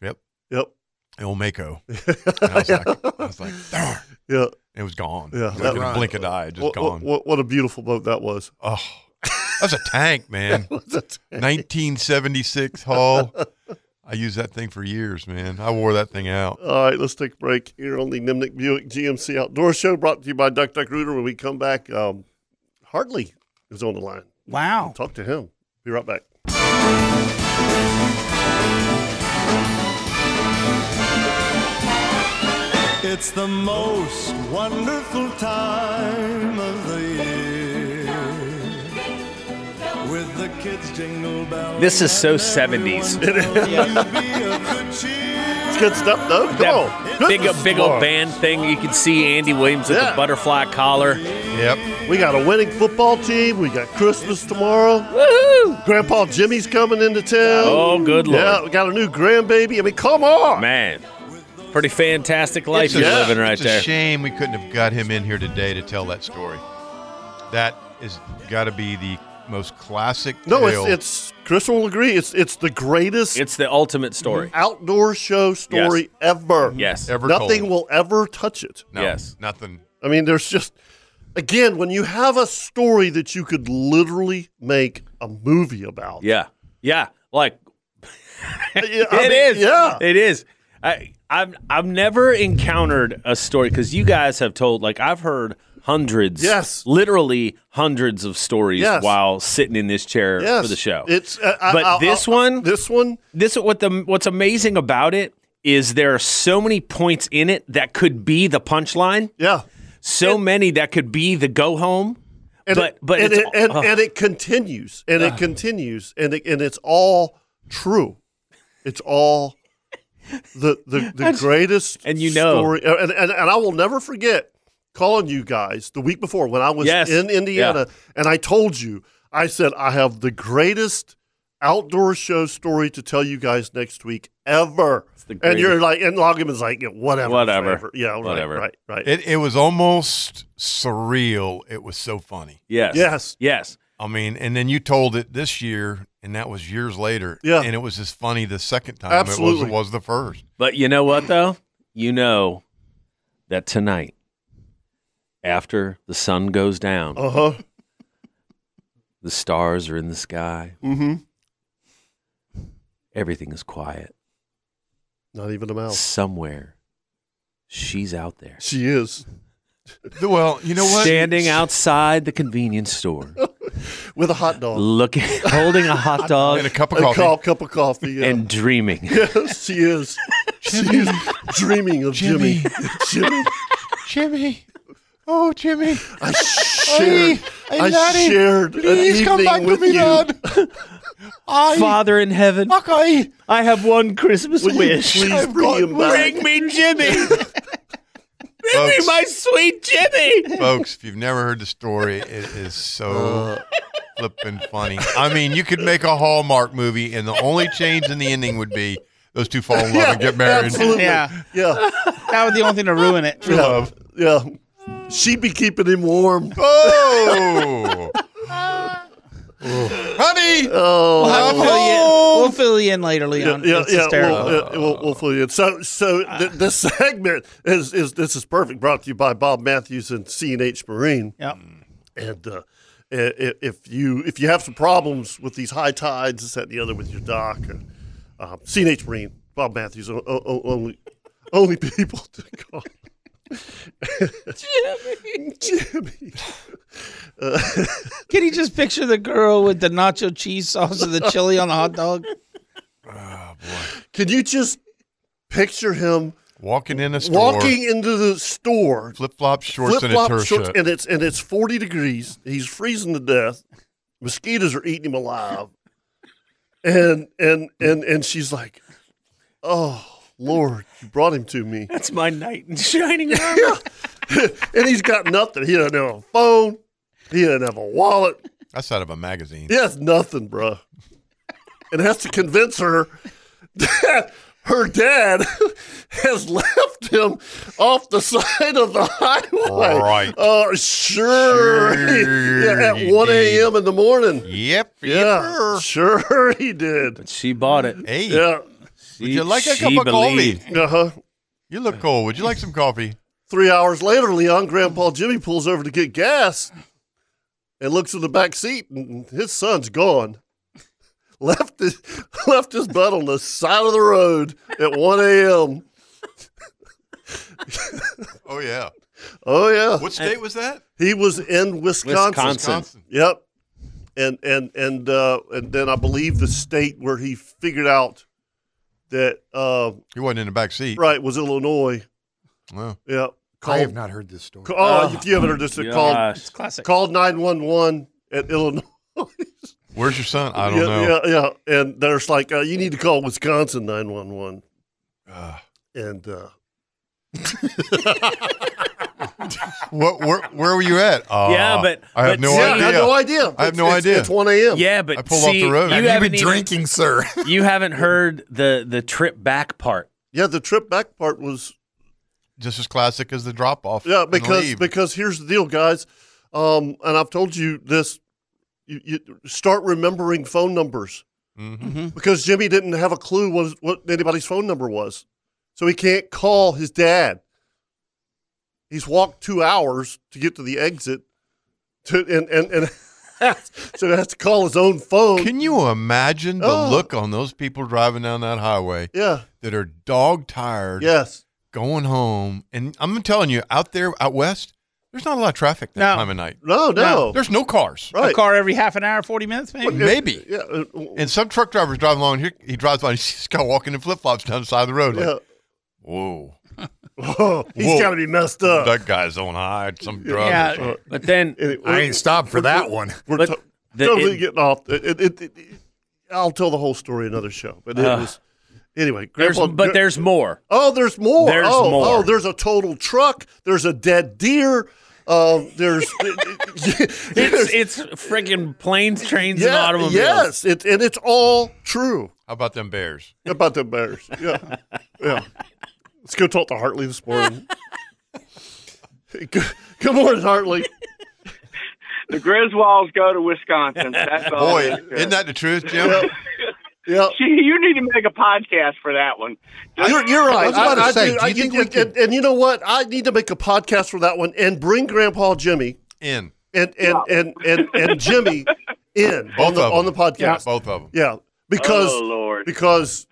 Speaker 4: Yep.
Speaker 2: Yep.
Speaker 4: The old Mako. And I was like, I was like, darn.
Speaker 2: Yeah.
Speaker 4: It was gone.
Speaker 2: Yeah.
Speaker 4: Like in a blink of the eye, just
Speaker 2: what,
Speaker 4: gone.
Speaker 2: What, what, what a beautiful boat that was.
Speaker 4: Oh, That's a tank, man.
Speaker 2: That was a tank.
Speaker 4: 1976 haul. I used that thing for years, man. I wore that thing out.
Speaker 2: All right, let's take a break here on the Nimnik Buick GMC Outdoor Show, brought to you by Duck Duck Rooter. When we come back, um, Hartley is on the line.
Speaker 6: Wow.
Speaker 2: talk to him. Be right back.
Speaker 17: It's the most wonderful time of the year. With the kids jingle bells.
Speaker 5: This is so 70s.
Speaker 2: It's good stuff, though. Come
Speaker 5: that
Speaker 2: on.
Speaker 5: big,
Speaker 2: Goodness
Speaker 5: big old
Speaker 2: Lord.
Speaker 5: band thing. You can see Andy Williams with
Speaker 2: Yeah.
Speaker 5: the butterfly collar.
Speaker 4: Yep.
Speaker 2: We got a winning football team. We got Christmas tomorrow. Woohoo! Grandpa Jimmy's coming into town.
Speaker 5: Oh, good lord.
Speaker 2: Yeah, we got a new grandbaby. I mean, come on.
Speaker 5: Man, pretty fantastic life
Speaker 4: It's a-
Speaker 5: you're living right
Speaker 4: it's
Speaker 5: there.
Speaker 4: a shame we couldn't have got him in here today to tell that story. That is got to be the most classic.
Speaker 2: No,
Speaker 4: tale.
Speaker 2: it's, it's Chris will agree. It's it's the greatest.
Speaker 5: It's the ultimate story.
Speaker 2: Outdoor show story
Speaker 5: Yes.
Speaker 2: ever.
Speaker 5: Yes. Ever
Speaker 2: Nothing
Speaker 5: told.
Speaker 2: will ever touch it.
Speaker 4: No, yes, nothing.
Speaker 2: I mean, there's just again when you have a story that you could literally make a movie about.
Speaker 5: Yeah, yeah. Like it is.
Speaker 2: I mean, yeah.
Speaker 5: it is. I, I've I've never encountered a story because you guys have told like I've heard hundreds. Yes, literally hundreds of stories
Speaker 2: Yes.
Speaker 5: while sitting in this chair
Speaker 2: Yes.
Speaker 5: for the show.
Speaker 2: It's uh, I-
Speaker 5: but
Speaker 2: I'll-
Speaker 5: this
Speaker 2: I'll-
Speaker 5: one,
Speaker 2: this one,
Speaker 5: this what the what's amazing about it is there are so many points in it that could be the punchline.
Speaker 2: Yeah,
Speaker 5: so many that could be the go home.
Speaker 2: and
Speaker 5: but
Speaker 2: it,
Speaker 5: but
Speaker 2: and,
Speaker 5: it's,
Speaker 2: it, and,
Speaker 5: oh.
Speaker 2: and it continues and it
Speaker 5: Ugh.
Speaker 2: continues and it, and it's all true. It's all the the, the greatest and you
Speaker 5: know.
Speaker 2: story and, and and I will never forget calling you guys the week before when I was
Speaker 5: Yes.
Speaker 2: in Indiana and I told you I said I have the greatest outdoor show story to tell you guys next week ever. And you're
Speaker 4: greatest.
Speaker 2: like and Loggeman's like yeah, whatever
Speaker 4: Whatever.
Speaker 2: Yeah, right,
Speaker 4: Whatever.
Speaker 2: right right.
Speaker 4: It it was almost surreal. It was so funny.
Speaker 5: Yes. Yes. Yes.
Speaker 4: I mean, and then you told it this year, and that was years later.
Speaker 5: Yeah.
Speaker 4: And it was as funny the second time it
Speaker 5: Absolutely.
Speaker 4: was, was the first.
Speaker 5: But you know what though? You know that tonight, after the sun goes down,
Speaker 2: Uh-huh.
Speaker 5: the stars are in the sky,
Speaker 2: Mhm.
Speaker 5: everything is quiet.
Speaker 2: Not even a mouse.
Speaker 5: Somewhere, she's out there.
Speaker 2: She is.
Speaker 4: Well, you know what?
Speaker 5: Standing outside the convenience store,
Speaker 2: with a hot dog,
Speaker 5: looking, holding a hot dog
Speaker 2: And a cup of Oh. A coffee. cup- cup of coffee, yeah.
Speaker 5: and dreaming.
Speaker 2: Yes, she is. She is dreaming of Jimmy. Jimmy.
Speaker 4: Jimmy, Oh, Jimmy.
Speaker 2: I shared.
Speaker 4: Hey,
Speaker 2: I
Speaker 4: Daddy,
Speaker 2: shared an
Speaker 4: please come
Speaker 2: evening
Speaker 4: back to
Speaker 2: with
Speaker 4: me,
Speaker 2: you.
Speaker 4: Dad. I-
Speaker 5: Father in heaven,
Speaker 4: okay.
Speaker 5: I have one Christmas
Speaker 2: Will you
Speaker 5: wish.
Speaker 2: please I've bring got- him back?
Speaker 5: Bring me Jimmy. bring me
Speaker 4: Folks.
Speaker 5: my sweet Jimmy.
Speaker 4: Folks, if you've never heard the story, it is
Speaker 2: Uh.
Speaker 4: so flippin' funny. I mean, you could make a Hallmark movie, and the only change in the ending would be those two fall in love and get married.
Speaker 6: Yeah.
Speaker 2: Yeah.
Speaker 6: That was the only thing to ruin it. True
Speaker 2: yeah.
Speaker 6: love.
Speaker 2: Yeah. She'd be keeping him warm.
Speaker 4: Oh. Honey.
Speaker 2: Oh.
Speaker 6: We'll, have to fill you in. we'll fill you in later,
Speaker 2: yeah,
Speaker 6: Leon.
Speaker 2: yeah,
Speaker 6: it's
Speaker 2: yeah,
Speaker 6: hysterical. Uh.
Speaker 2: We'll, yeah, we'll, we'll fill you in. So, so th- this segment is, is this is perfect. Brought to you by Bob Matthews and CNH Marine.
Speaker 6: Yep.
Speaker 2: And uh, i- i- if you if you have some problems with these high tides, this that, and the other with your dock, uh, um, CNH Marine, Bob Matthews, o- o- o- only only people to call.
Speaker 6: Jimmy. Jimmy.
Speaker 2: Uh,
Speaker 6: Can you just picture the girl with the nacho cheese sauce and the chili on the hot dog?
Speaker 2: Can you just picture him
Speaker 4: walking in a store,
Speaker 2: walking into the store,
Speaker 4: flip flop shorts, and a
Speaker 2: flip-flop
Speaker 4: turd
Speaker 2: shorts,
Speaker 4: shirt.
Speaker 2: and it's and it's forty degrees. He's freezing to death. Mosquitoes are eating him alive. And and and and she's like, "Oh Lord, you brought him to me."
Speaker 5: That's my knight in shining armor.
Speaker 2: and he's got nothing. He doesn't have a phone. He doesn't have a wallet.
Speaker 4: That's out of a magazine.
Speaker 2: He has nothing, bruh. And has to convince her that her dad has left him off the side of the highway.
Speaker 4: Right.
Speaker 2: Oh, sure.
Speaker 4: Sure
Speaker 2: yeah,
Speaker 4: he
Speaker 2: at 1 a.m. in the morning.
Speaker 4: Yep.
Speaker 2: Yeah. Sure he did.
Speaker 5: But she bought it.
Speaker 4: Hey.
Speaker 2: Yeah.
Speaker 4: Would you like a cup of coffee?
Speaker 2: Uh huh.
Speaker 4: You look cold. Would you like some coffee?
Speaker 2: Three hours later, Leon Grandpa Jimmy pulls over to get gas and looks in the back seat, and his son's gone. Left his, left his butt on the side of the road at 1 a.m.
Speaker 4: Oh yeah.
Speaker 2: Oh, yeah.
Speaker 4: What state was that?
Speaker 2: He was in Wisconsin.
Speaker 4: Wisconsin. Wisconsin.
Speaker 2: Yep. And and and uh, and then I believe the state where he figured out that uh,
Speaker 4: he wasn't in the back seat.
Speaker 2: Right, was Illinois.
Speaker 4: Wow.
Speaker 2: Yeah.
Speaker 7: I have not heard this story.
Speaker 2: Ca- Oh,
Speaker 4: Ah.
Speaker 2: if you haven't heard this,
Speaker 4: gosh.
Speaker 2: called
Speaker 4: It's
Speaker 6: classic.
Speaker 2: Called nine one one at Illinois.
Speaker 4: Where's your son? I don't
Speaker 2: yeah,
Speaker 4: know.
Speaker 2: Yeah, yeah. And there's like uh, you need to call Wisconsin nine one one.
Speaker 4: Ah.
Speaker 2: And uh,
Speaker 4: What? Where, where were you at? Uh,
Speaker 2: Yeah, but-
Speaker 4: I have
Speaker 2: but
Speaker 4: no
Speaker 2: see-
Speaker 4: idea.
Speaker 2: I have no idea.
Speaker 4: I have no
Speaker 2: It's- it's-
Speaker 4: idea.
Speaker 2: it's 1 a.m.
Speaker 5: Yeah, but
Speaker 4: I pulled
Speaker 5: see,
Speaker 4: off the road.
Speaker 5: You
Speaker 4: Have you
Speaker 5: haven't
Speaker 4: been
Speaker 5: even-
Speaker 4: drinking, sir?
Speaker 5: you haven't heard the the trip back part.
Speaker 2: yeah, the trip back part was
Speaker 4: Just as classic as the drop off.
Speaker 2: Yeah, because because here's the deal, guys. Um, and I've told you this. You, you start remembering phone numbers
Speaker 17: Mm-hmm.
Speaker 2: because Jimmy didn't have a clue what, what anybody's phone number was, so he can't call his dad. He's walked two hours to get to the exit, to and and and so he has to call his own phone.
Speaker 4: Can you imagine the
Speaker 2: Oh.
Speaker 4: look on those people driving down that highway?
Speaker 2: Yeah.
Speaker 4: That are dog tired.
Speaker 2: Yes.
Speaker 4: Going home, and I'm telling you, out there, out west, there's not a lot of traffic that
Speaker 6: No.
Speaker 4: time of night.
Speaker 2: No, no.
Speaker 4: There's no cars.
Speaker 6: A car every half an hour, 40 minutes, maybe?
Speaker 4: Maybe.
Speaker 2: Yeah. uh,
Speaker 4: And some truck driver's driving along. Here he drives by. And he's this guy walking in flip flops down the side of the road. Like,
Speaker 2: Yeah.
Speaker 4: Whoa.
Speaker 2: Whoa, he's
Speaker 4: Whoa.
Speaker 2: gotta be uh, messed up.
Speaker 4: That guy's on high, some drugs.
Speaker 5: Yeah,
Speaker 4: or something.
Speaker 5: but then
Speaker 4: I ain't stopped for that one.
Speaker 2: We're
Speaker 5: But
Speaker 2: to-
Speaker 5: the-
Speaker 2: totally
Speaker 5: it-
Speaker 2: getting off. It, it, it, it- I'll tell the whole story another show. But it
Speaker 5: Ugh.
Speaker 2: was anyway.
Speaker 5: There's-
Speaker 2: Grandpa,
Speaker 5: but there's more.
Speaker 2: Oh, there's more.
Speaker 5: There's
Speaker 2: oh,
Speaker 5: more.
Speaker 2: Oh, there's a total truck. There's a dead deer. Um, there's
Speaker 5: It's it's freaking planes, trains, and
Speaker 2: yeah,
Speaker 5: automobiles.
Speaker 2: yes, it, and it's all true
Speaker 4: How about them bears?
Speaker 2: about the Bears. Yeah, yeah. Let's go talk to Hartley this morning. Good good morning, Hartley.
Speaker 18: The Griswolds go to Wisconsin. That's all.
Speaker 4: Boy,
Speaker 18: it is.
Speaker 4: isn't that the truth, Jim?
Speaker 18: Gee, you need to make a podcast for that one.
Speaker 2: You're, you're
Speaker 18: I
Speaker 2: right.
Speaker 18: was about to say, do you
Speaker 2: and-
Speaker 18: think we
Speaker 2: and, and, you know what? I need to make a podcast for that one and bring Grandpa Jimmy
Speaker 4: in
Speaker 2: and and and and, and, Jimmy in
Speaker 4: Both
Speaker 2: on the
Speaker 4: of 'em.
Speaker 2: on the podcast.
Speaker 4: Yeah, both of 'em.
Speaker 2: Yeah, because
Speaker 18: Oh, Lord.
Speaker 2: because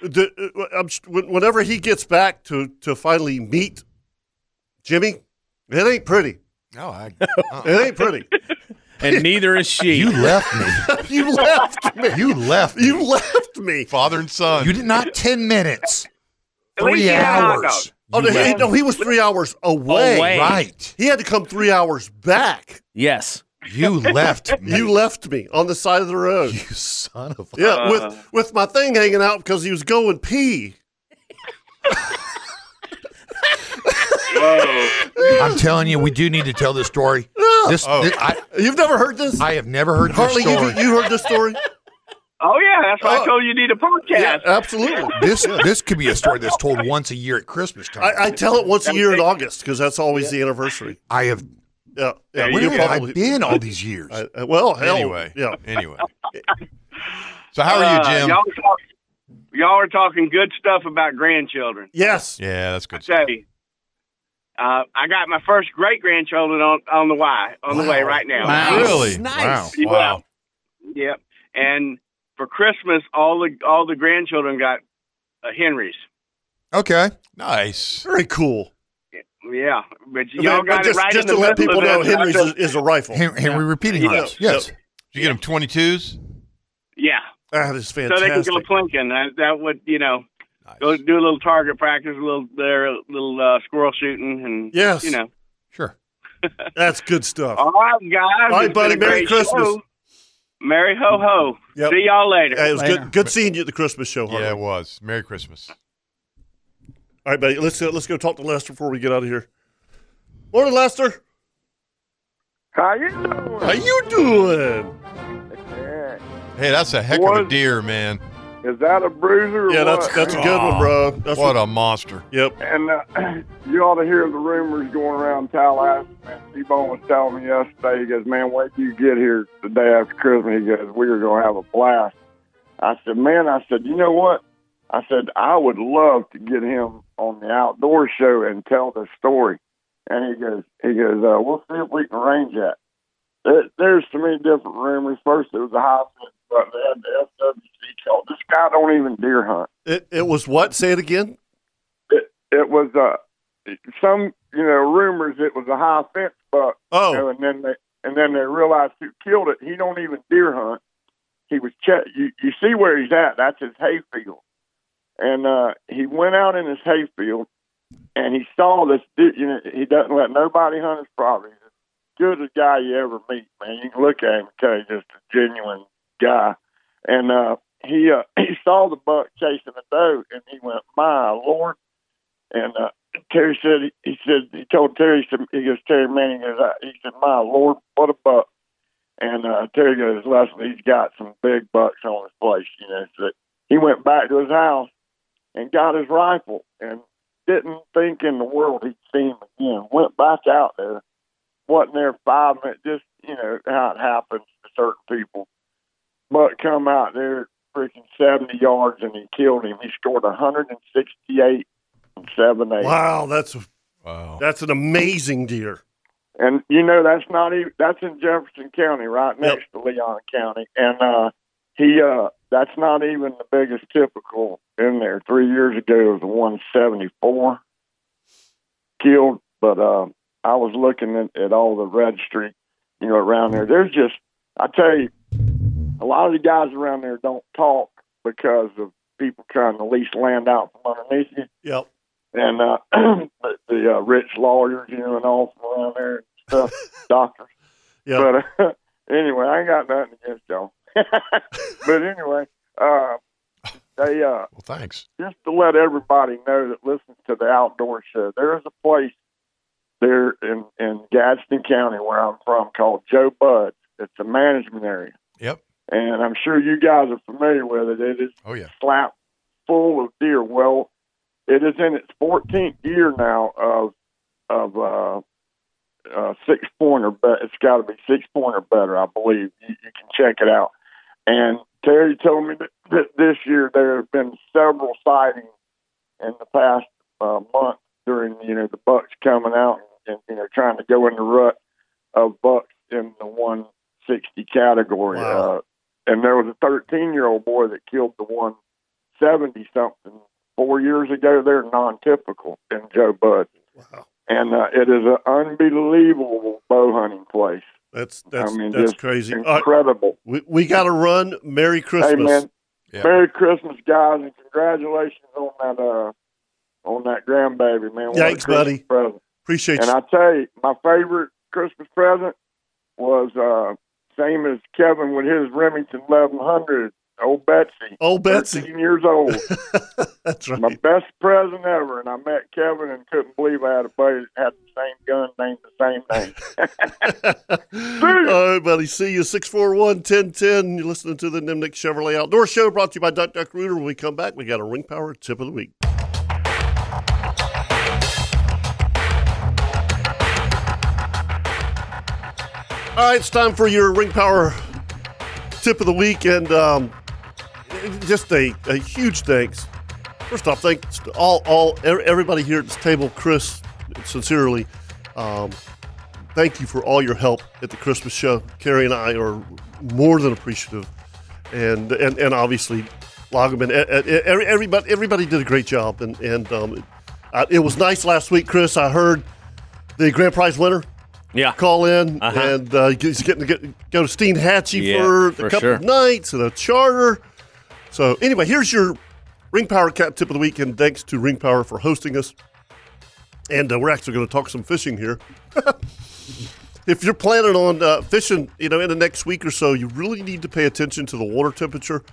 Speaker 2: the, uh, I'm, s- when- whenever he gets back to to finally meet Jimmy, it ain't pretty.
Speaker 4: No, I.
Speaker 2: It ain't pretty.
Speaker 5: and neither is she.
Speaker 7: You left me.
Speaker 2: you left me.
Speaker 7: You left.
Speaker 2: You left me.
Speaker 4: Father and son.
Speaker 7: You did not ten minutes.
Speaker 18: At least
Speaker 7: Three
Speaker 18: you had a hot
Speaker 7: hours.
Speaker 2: Oh,
Speaker 5: You
Speaker 2: no, he,
Speaker 5: left.
Speaker 2: no, he was three hours away.
Speaker 5: Away.
Speaker 2: Right. He had to come three hours back.
Speaker 5: Yes.
Speaker 2: You left me. You left me on the side of the road. You son of a. Yeah,
Speaker 5: Uh.
Speaker 2: with, with my thing hanging out because he was going pee.
Speaker 7: I'm telling you, we do need to tell this story. This,
Speaker 2: Oh.
Speaker 7: thi- I,
Speaker 2: You've never heard this?
Speaker 7: I have never heard
Speaker 2: Harley,
Speaker 7: this
Speaker 2: you,
Speaker 7: story.
Speaker 2: you heard this story?
Speaker 18: Oh yeah, that's why
Speaker 2: Oh.
Speaker 18: I told you you need a podcast.
Speaker 2: absolutely.
Speaker 7: this this could be a story that's told once a year at Christmas time.
Speaker 2: I, I tell it once a year in August because that's always the anniversary.
Speaker 7: I have.
Speaker 2: Yeah, yeah.
Speaker 7: Where
Speaker 2: you'll
Speaker 7: have I
Speaker 2: probably-
Speaker 7: been all these years?
Speaker 2: I- I- well, hell,
Speaker 4: Anyway.
Speaker 2: yeah.
Speaker 4: Anyway. So how are you,
Speaker 18: Uh,
Speaker 4: Jim?
Speaker 18: y'all, are talk- y'all are talking good stuff about grandchildren.
Speaker 2: Yes.
Speaker 4: Yeah, that's good.
Speaker 18: I tell you, uh, I got my first great grandchildren on on the way on the way right now.
Speaker 4: Really? Wow. Wow.
Speaker 18: Yep. And for Christmas, all the all the grandchildren got uh, Henrys.
Speaker 7: Okay.
Speaker 4: Nice.
Speaker 2: Very cool.
Speaker 18: Yeah, but
Speaker 2: But-
Speaker 18: y'all
Speaker 2: but
Speaker 18: got
Speaker 2: just,
Speaker 18: it right in
Speaker 2: just to
Speaker 18: the
Speaker 2: let
Speaker 18: middle
Speaker 2: people
Speaker 18: of
Speaker 2: know,
Speaker 18: it.
Speaker 2: Henry's
Speaker 18: I
Speaker 2: is,
Speaker 18: just-
Speaker 2: is a rifle.
Speaker 7: Henry, repeating
Speaker 2: Yeah.
Speaker 7: arms.
Speaker 2: Yeah.
Speaker 7: Yes.
Speaker 4: Did you get him 22s?
Speaker 18: Yeah.
Speaker 2: That is
Speaker 18: So they
Speaker 2: fantastic.
Speaker 18: can go plinking. That, that would, you know, go do a little target practice, a little there, a little uh, squirrel shooting, and
Speaker 2: Yes.
Speaker 18: you know.
Speaker 2: Sure. That's good stuff.
Speaker 18: All right, guys.
Speaker 2: All right,
Speaker 18: Oh, It's
Speaker 2: buddy.
Speaker 18: been a
Speaker 2: Merry
Speaker 18: great
Speaker 2: Christmas.
Speaker 18: show. Merry ho ho.
Speaker 2: Yep.
Speaker 18: See y'all later.
Speaker 2: Hey, it was good. Good seeing you at the Christmas show. Hunter.
Speaker 4: Yeah, it was. Merry Christmas.
Speaker 2: All right, buddy. Let's uh, let's go talk to Lester before we get out of here. Morning, Lester.
Speaker 19: How you doing?
Speaker 2: How you doing?
Speaker 19: Yeah.
Speaker 4: Hey, that's a heck of a deer, man.
Speaker 19: Is that a bruiser? Or
Speaker 4: Yeah, that's-
Speaker 19: what?
Speaker 4: that's a good one, bro. That's What a monster.
Speaker 2: Yep.
Speaker 19: And uh, you ought to hear the rumors going around Tallahassee. Man, T-Bone was telling me yesterday. He goes, "Man, wait till you get here the day after Christmas." He goes, "We are going to have a blast." I said, "Man," I said, "You know what?" I said, "I would love to get him on the outdoor show and tell the story." And he goes, "He goes, uh, we'll see if we can arrange that." There, there's so many different rumors. First, it was a high but they had the FWC called. This guy don't even deer hunt
Speaker 2: It, it was what? Say it again.
Speaker 19: it, it was uh, some you know rumors it was a high fence buck.
Speaker 2: Oh,
Speaker 19: you know, and then they and then they realized who killed it. He don't even deer hunt. He was check. You you see where he's at? That's his hayfield. And uh, he went out in his hayfield, and he saw this. dude, You know, he doesn't let nobody hunt his property. He's as good a guy you ever meet, man. You can look at him and tell he's just a genuine guy. And uh, he uh, he saw the buck chasing the doe, and he went, "My lord!" And uh, Terry said, he, he said, he told Terry, he, said, he goes, Terry Manning, he goes, "I-" he said, my Lord, what a buck. And uh, Terry goes, Leslie, he's got some big bucks on his place, you know. So he went back to his house and got his rifle and didn't think in the world he'd see him again. Went back out there, wasn't there five minutes, just, you know, how it happens to certain people. Buck come out there freaking 70 yards and he killed him. He scored 168 and 7 8.
Speaker 2: Wow, that's that's an amazing deer.
Speaker 19: And you know that's not even that's in Jefferson County, right next to Leon County. And uh he uh that's not even the biggest typical in there. Three years ago it was a one seventy four killed, but uh I was looking at, at all the registry, you know, around there. There's just I tell you, a lot of the guys around there don't talk because of people trying to lease land out from underneath you
Speaker 2: Yep.
Speaker 19: and uh, the, the uh, rich lawyers, you know, and all from around there and stuff, doctors.
Speaker 2: Yeah.
Speaker 19: But uh, anyway, I ain't got nothing against y'all. but anyway, uh, they uh,
Speaker 4: Well, thanks.
Speaker 19: just to let everybody know that listens to the outdoor show, there is a place there in in Gadsden County where I'm from called Joe Budds. It's a management area.
Speaker 4: Yep.
Speaker 19: And I'm sure you guys are familiar with it. It is
Speaker 4: Oh, yeah.
Speaker 19: slap full of deer. Well, it is in its 14th year now of of uh, uh, six pointer, but it's got to be six pointer better, I believe. You, you can check it out. And Terry told me that, that this year there have been several sightings in the past uh, month during you know the bucks coming out and you know trying to go in the rut of bucks in the 160 category. Uh, and there was a 13 year old boy that killed the 170 something four years ago. They're non typical in Joe Bud. And uh, it is an unbelievable bow hunting place.
Speaker 2: That's that's
Speaker 19: I mean,
Speaker 2: that's
Speaker 19: just
Speaker 2: crazy. All right,
Speaker 19: Incredible.
Speaker 2: we we got to run. Merry Christmas.
Speaker 19: Hey, man. Merry Christmas, guys, and congratulations on that uh, on that grandbaby, man. What a
Speaker 2: Thanks,
Speaker 19: Christmas
Speaker 2: buddy.
Speaker 19: Present.
Speaker 2: Appreciate
Speaker 19: And
Speaker 2: you.
Speaker 19: I tell you, my favorite Christmas present was uh, same as Kevin with his Remington 1100, old Betsy.
Speaker 2: Old Betsy.
Speaker 19: 13 years old.
Speaker 2: That's right.
Speaker 19: My best present ever. And I met Kevin and couldn't believe I had a buddy that had the same gun named the same name.
Speaker 2: All right, buddy. See you. 641 1010. You're listening to the Nimnik Chevrolet Outdoor Show brought to you by Duck Duck Rooter. When we come back, we got a Ring Power tip of the week. All right, it's time for your Ring Power tip of the week. And um, just a, a huge thanks. First off, thanks to all, all er- everybody here at this table, Chris, sincerely. Um, thank you for all your help at the Christmas show. Carrie and I are more than appreciative, and and, and obviously Loggerman. e- e- every- Everybody everybody did a great job, and and um, I, it was nice last week, Chris. I heard the grand prize winner.
Speaker 5: Yeah. Uh-huh.
Speaker 2: Call in and uh, he's getting to get, go to Steen Hatchie
Speaker 5: Yeah,
Speaker 2: for,
Speaker 5: for
Speaker 2: a couple
Speaker 5: sure.
Speaker 2: of nights and a charter. So anyway, here's your Ring Power Cat tip of the week, and thanks to Ring Power for hosting us. And uh, we're actually going to talk some fishing here. if you're planning on uh, fishing, you know, in the next week or so, you really need to pay attention to the water temperature.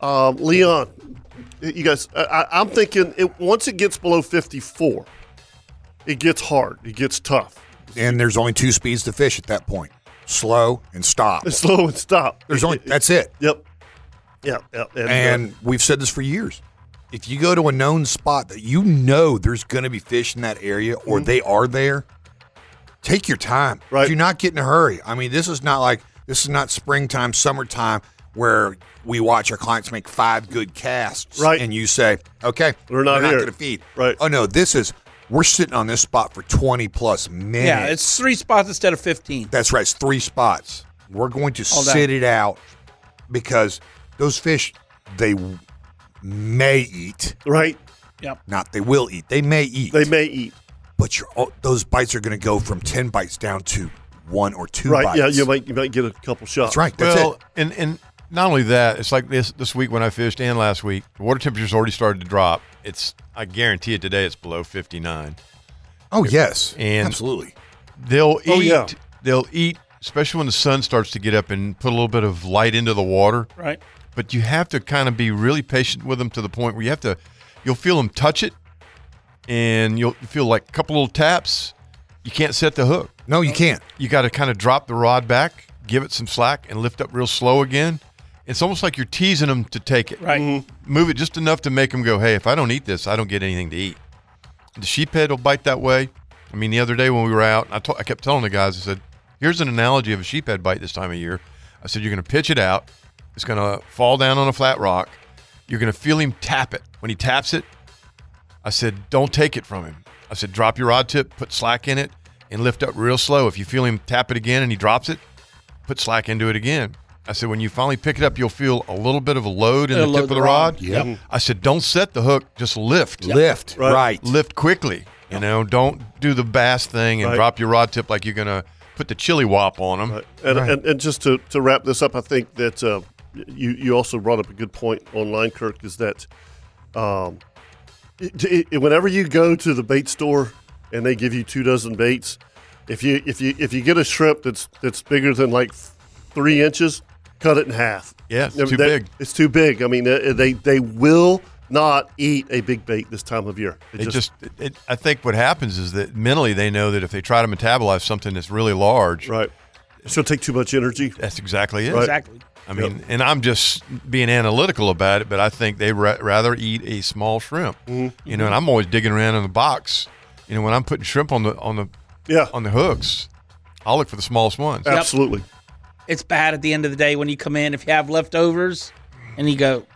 Speaker 2: Um, Leon, you guys, I- I, I'm thinking it, once it gets below 54, it gets hard, it gets tough.
Speaker 7: And there's only two speeds to fish at that point: slow and stop.
Speaker 2: Slow and stop.
Speaker 7: There's only that's it.
Speaker 2: Yep. Yeah. Yep. And, uh,
Speaker 7: And we've said this for years. If you go to a known spot that you know there's going to be fish in that area or
Speaker 2: Mm-hmm.
Speaker 7: they are there, take your time. Right. Do not get in a hurry. I mean, this is not like this is not springtime, summertime where we watch our clients make five good casts. Right. And you say, okay, we're
Speaker 2: not here.
Speaker 7: going to feed. Right. Oh, no, this is, we're sitting on this spot for 20 plus minutes.
Speaker 6: Yeah, it's three spots instead of 15.
Speaker 7: That's right. It's three spots. We're going to
Speaker 6: All that.
Speaker 7: sit it out because those fish, they w- may eat.
Speaker 2: Right.
Speaker 6: Yep.
Speaker 7: Not they will eat. They may eat. They
Speaker 2: may eat.
Speaker 7: But your oh, those bites are going to go from ten bites down to one or two.
Speaker 2: right.
Speaker 7: Bites.
Speaker 2: Yeah. You might you might get a couple shots.
Speaker 4: well, and and not only that, it's like this this week when I fished and last week, the water temperature's already started to drop. It's I guarantee it today it's below fifty nine.
Speaker 7: Oh yes,
Speaker 4: and
Speaker 7: absolutely.
Speaker 4: They'll eat.
Speaker 7: Oh, yeah.
Speaker 4: They'll eat, especially when the sun starts to get up and put a little bit of light into the water.
Speaker 6: Right.
Speaker 4: But you have to kind of be really patient with them to the point where you have to, you'll feel them touch it, and you'll feel like a couple little taps. You can't set the hook.
Speaker 7: No, you can't.
Speaker 4: You got to kind of drop the rod back, give it some slack, and lift up real slow again. It's almost like you're teasing them to take it. Mm-hmm.
Speaker 6: Right.
Speaker 4: Move it just enough to make them go, hey, if I don't eat this, I don't get anything to eat. The sheephead will bite that way. I mean, the other day when we were out, I, to- I kept telling the guys, I said, here's an analogy of a sheephead bite this time of year. I said, you're going to pitch it out. It's going to fall down on a flat rock. You're going to feel him tap it. When he taps it, I said, don't take it from him. I said, drop your rod tip, put slack in it, and lift up real slow. If you feel him tap it again and he drops it, put slack into it again. I said, when you finally pick it up, you'll feel a little bit of a load in
Speaker 7: It'll
Speaker 4: the tip
Speaker 7: load
Speaker 4: of
Speaker 7: the
Speaker 4: the,
Speaker 7: rod.
Speaker 4: rod.
Speaker 7: Yep.
Speaker 4: I said, don't set the hook, just lift.
Speaker 7: Yep. Lift, Right. right.
Speaker 4: Lift quickly. You know, don't do the bass thing and
Speaker 2: Right.
Speaker 4: drop your rod tip like you're going to put the chili wop on them.
Speaker 2: And, and, and just to, to wrap this up, I think that uh, you you also brought up a good point online, Kirk, is that um, it, it- whenever you go to the bait store and they give you two dozen baits, if you if you if you get a shrimp that's that's bigger than like three inches, cut it in half.
Speaker 4: Yeah, it's
Speaker 2: I mean,
Speaker 4: too
Speaker 2: that-
Speaker 4: big.
Speaker 2: It's too big. I mean, uh, they they will not eat a big bait this time of year. They
Speaker 4: It just, it, it, I think what happens is that mentally they know that if they try to metabolize something that's really large,
Speaker 2: right, it's going to take too much energy.
Speaker 4: That's exactly it.
Speaker 2: Right. Exactly.
Speaker 4: I mean, and I'm just being analytical about it, but I think they ra- rather eat a small shrimp.
Speaker 2: Mm-hmm.
Speaker 4: You know, and I'm always digging around in the box. You know, when I'm putting shrimp on the on the
Speaker 2: yeah
Speaker 4: on the hooks, I'll look for the smallest ones.
Speaker 6: Yep. Absolutely. It's bad at the end of the day when you come in if you have leftovers and you go,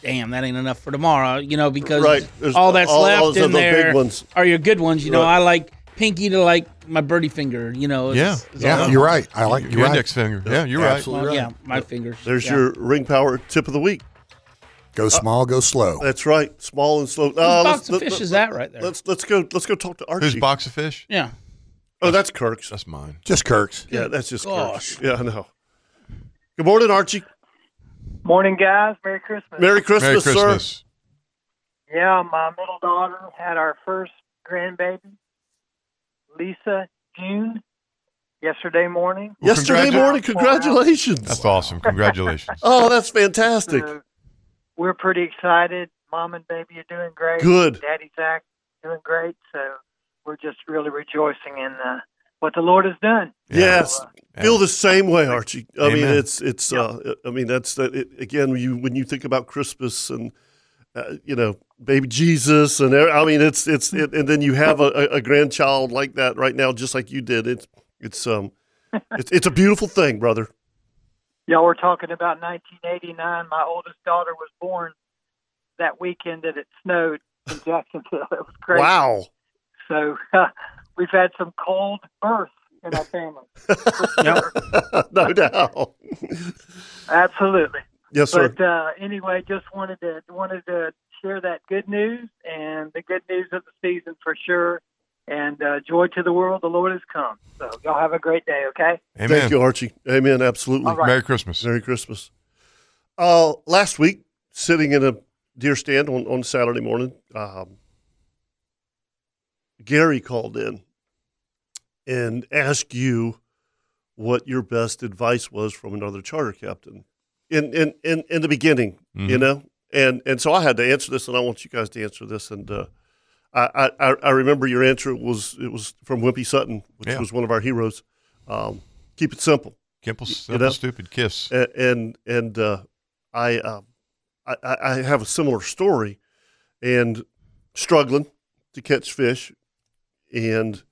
Speaker 6: damn, that ain't enough for tomorrow, you know, because
Speaker 2: Right. There's
Speaker 6: all that's
Speaker 2: all- all
Speaker 6: left
Speaker 2: those
Speaker 6: in
Speaker 2: other big
Speaker 6: there
Speaker 2: ones.
Speaker 6: are your good ones. You know,
Speaker 2: Right.
Speaker 6: I like pinky to like my birdie finger, you know.
Speaker 2: Yeah. Yeah,
Speaker 6: all-
Speaker 2: you're right. I like- Your you're right. index
Speaker 4: finger.
Speaker 2: Yeah, you're right. absolutely
Speaker 6: Well,
Speaker 2: right.
Speaker 6: Yeah, my fingers.
Speaker 2: There's
Speaker 6: Yeah.
Speaker 2: your ring power tip of the week. Uh,
Speaker 7: Go small, go slow.
Speaker 2: That's right. Small and slow. Uh,
Speaker 6: box of fish is that right there?
Speaker 2: Let's let's go. Let's go talk to Archie.
Speaker 4: Whose box of fish?
Speaker 6: Yeah.
Speaker 2: Oh, that's Kirk's.
Speaker 4: That's mine.
Speaker 7: Just Kirk's.
Speaker 2: Yeah, that's just
Speaker 6: Gosh.
Speaker 2: Kirk's. Yeah, I know. Good morning, Archie.
Speaker 20: Morning, guys. Merry Christmas.
Speaker 2: Merry Christmas,
Speaker 4: Merry Christmas.
Speaker 2: sir.
Speaker 10: Yeah, my middle daughter had our first grandbaby, Lisa June, yesterday morning.
Speaker 2: Yesterday
Speaker 10: Congratu-
Speaker 2: morning, congratulations.
Speaker 4: That's awesome. Congratulations.
Speaker 2: Oh, that's fantastic.
Speaker 10: So we're pretty excited. Mom and baby are doing great.
Speaker 2: Good.
Speaker 10: Daddy Zach doing great. So we're just really rejoicing in uh, what the Lord has done.
Speaker 2: Yes, feel the same way, Archie. I mean,
Speaker 10: Amen.
Speaker 2: it's it's. Uh, I mean, that's that. It, again, you when you think about Christmas and uh, you know, baby Jesus, and e- I mean, it's it's. It, and then you have a, a a grandchild like that right now, just like you did. It's it's um, it's it's a beautiful thing, brother.
Speaker 10: Y'all were talking about 1989. My oldest daughter was born that weekend that it snowed in Jacksonville. It was crazy.
Speaker 2: Wow.
Speaker 10: So we've had some cold births in our family.
Speaker 2: no doubt.
Speaker 10: Absolutely.
Speaker 2: Yes, sir.
Speaker 10: But uh, anyway, just wanted to wanted to share that good news and the good news of the season for sure. And uh, joy to the world, the Lord has come. So y'all have a great day. Okay.
Speaker 2: Thank you, Archie. Amen. Absolutely.
Speaker 10: All right. Merry
Speaker 4: Christmas.
Speaker 2: Merry Christmas. Uh, last week, sitting in a deer stand on, on Saturday morning, um, Gary called in and asked you what your best advice was from another charter captain in in in, in the beginning, you
Speaker 20: Mhm.
Speaker 2: know. And and so I had to answer this, and I want you guys to answer this. And uh, I, I I- I remember your answer was it was from Wimpy Sutton, which
Speaker 4: Yeah.
Speaker 2: was one of our heroes. Um, keep it simple.
Speaker 4: Keep it
Speaker 2: You
Speaker 4: simple, stupid kiss.
Speaker 2: And and, and uh, I, um, I I I have a similar story, and struggling to catch fish, and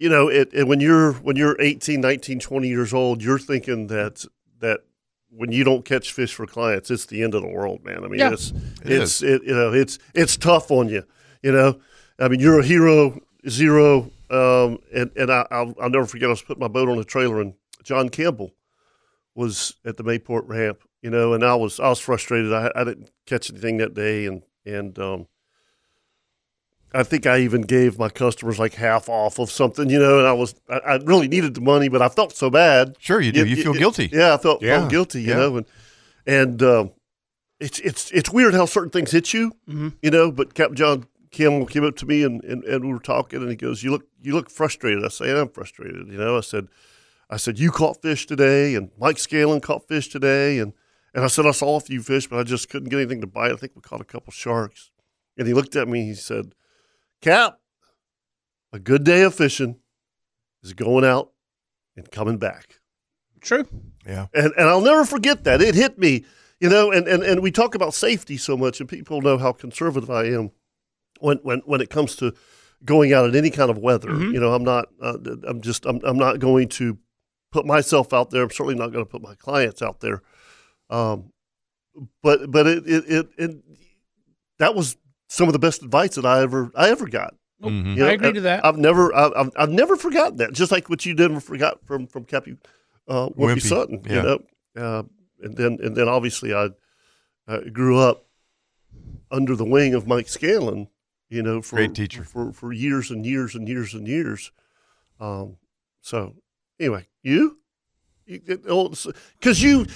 Speaker 2: you know it, it when you're when you're 18 19 20 years old you're thinking that that when you don't catch fish for clients it's the end of the world man i mean
Speaker 20: Yeah.
Speaker 2: it's
Speaker 20: It
Speaker 2: it's it, you know it's it's tough on you you know i mean you're a hero zero um, and and I, I'll, I'll never forget i was putting my boat on a trailer and john campbell was at the mayport ramp you know and i was i was frustrated i, I didn't catch anything that day and and um I think I even gave my customers like half off of something, you know, and I was I, I really needed the money, but I felt so bad.
Speaker 4: Sure, you do. You feel guilty.
Speaker 2: Yeah, I felt, felt
Speaker 4: Yeah,
Speaker 2: guilty, you
Speaker 4: yeah.
Speaker 2: know, and and um, it's it's it's weird how certain things hit you,
Speaker 4: Mm-hmm.
Speaker 2: you know. But Captain John Campbell came up to me and, and and we were talking, and he goes, "You look you look frustrated." I say, "I'm frustrated," you know. I said, "I said you caught fish today, and Mike Scanlon caught fish today, and and I said I saw a few fish, but I just couldn't get anything to bite. I think we caught a couple sharks." And he looked at me, he said, "Cap." a good day of fishing is going out and coming back.
Speaker 6: True.
Speaker 4: Yeah.
Speaker 2: And and I'll never forget that. It hit me, you know, and, and, and we talk about safety so much and people know how conservative I am when when, when it comes to going out in any kind of weather. You know, I'm not uh, I'm just I'm, I'm not going to put myself out there. I'm certainly not going to put my clients out there. Um, but but it, it, it, it that was some of the best advice that I ever I ever got.
Speaker 4: Mm-hmm.
Speaker 6: Mhm.
Speaker 2: Mm-hmm.
Speaker 6: I agree to that.
Speaker 2: I've never I've, I've, I've never forgotten that. Just like what you never forgot from from Cappy uh, Wimpy,
Speaker 4: Wimpy,
Speaker 2: Sutton, you
Speaker 4: yeah.
Speaker 2: know. Uh, and then and then obviously I uh, grew up under the wing of Mike Scanlon, you know, for
Speaker 4: Great teacher.
Speaker 2: for for years and years and years and years. Um, so anyway, you because you,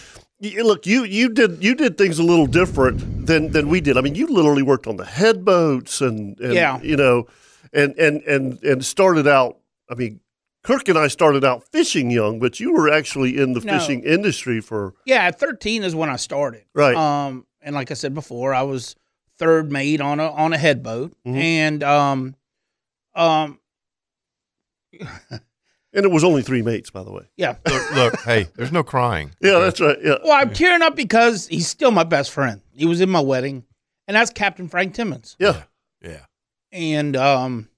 Speaker 2: you look you you did you did things a little different than than we did. I mean, you literally worked on the head boats and, and
Speaker 6: Yeah.
Speaker 2: you know, and and and and started out. I mean, Kirk and I started out fishing young, but you were actually in the
Speaker 6: No.
Speaker 2: fishing industry for
Speaker 6: Yeah, at 13 is when I started.
Speaker 2: Right.
Speaker 6: Um, and like I said before, I was third mate on a on a head boat,
Speaker 2: Mhm.
Speaker 6: and um, um,
Speaker 2: and it was only three mates, by the way.
Speaker 6: yeah.
Speaker 4: Look, look, hey, there's no crying.
Speaker 2: Yeah, that's right. Yeah.
Speaker 6: Well, I'm tearing up because he's still my best friend. He was in my wedding, and that's Captain Frank Timmons.
Speaker 2: Yeah.
Speaker 4: Yeah.
Speaker 6: And um,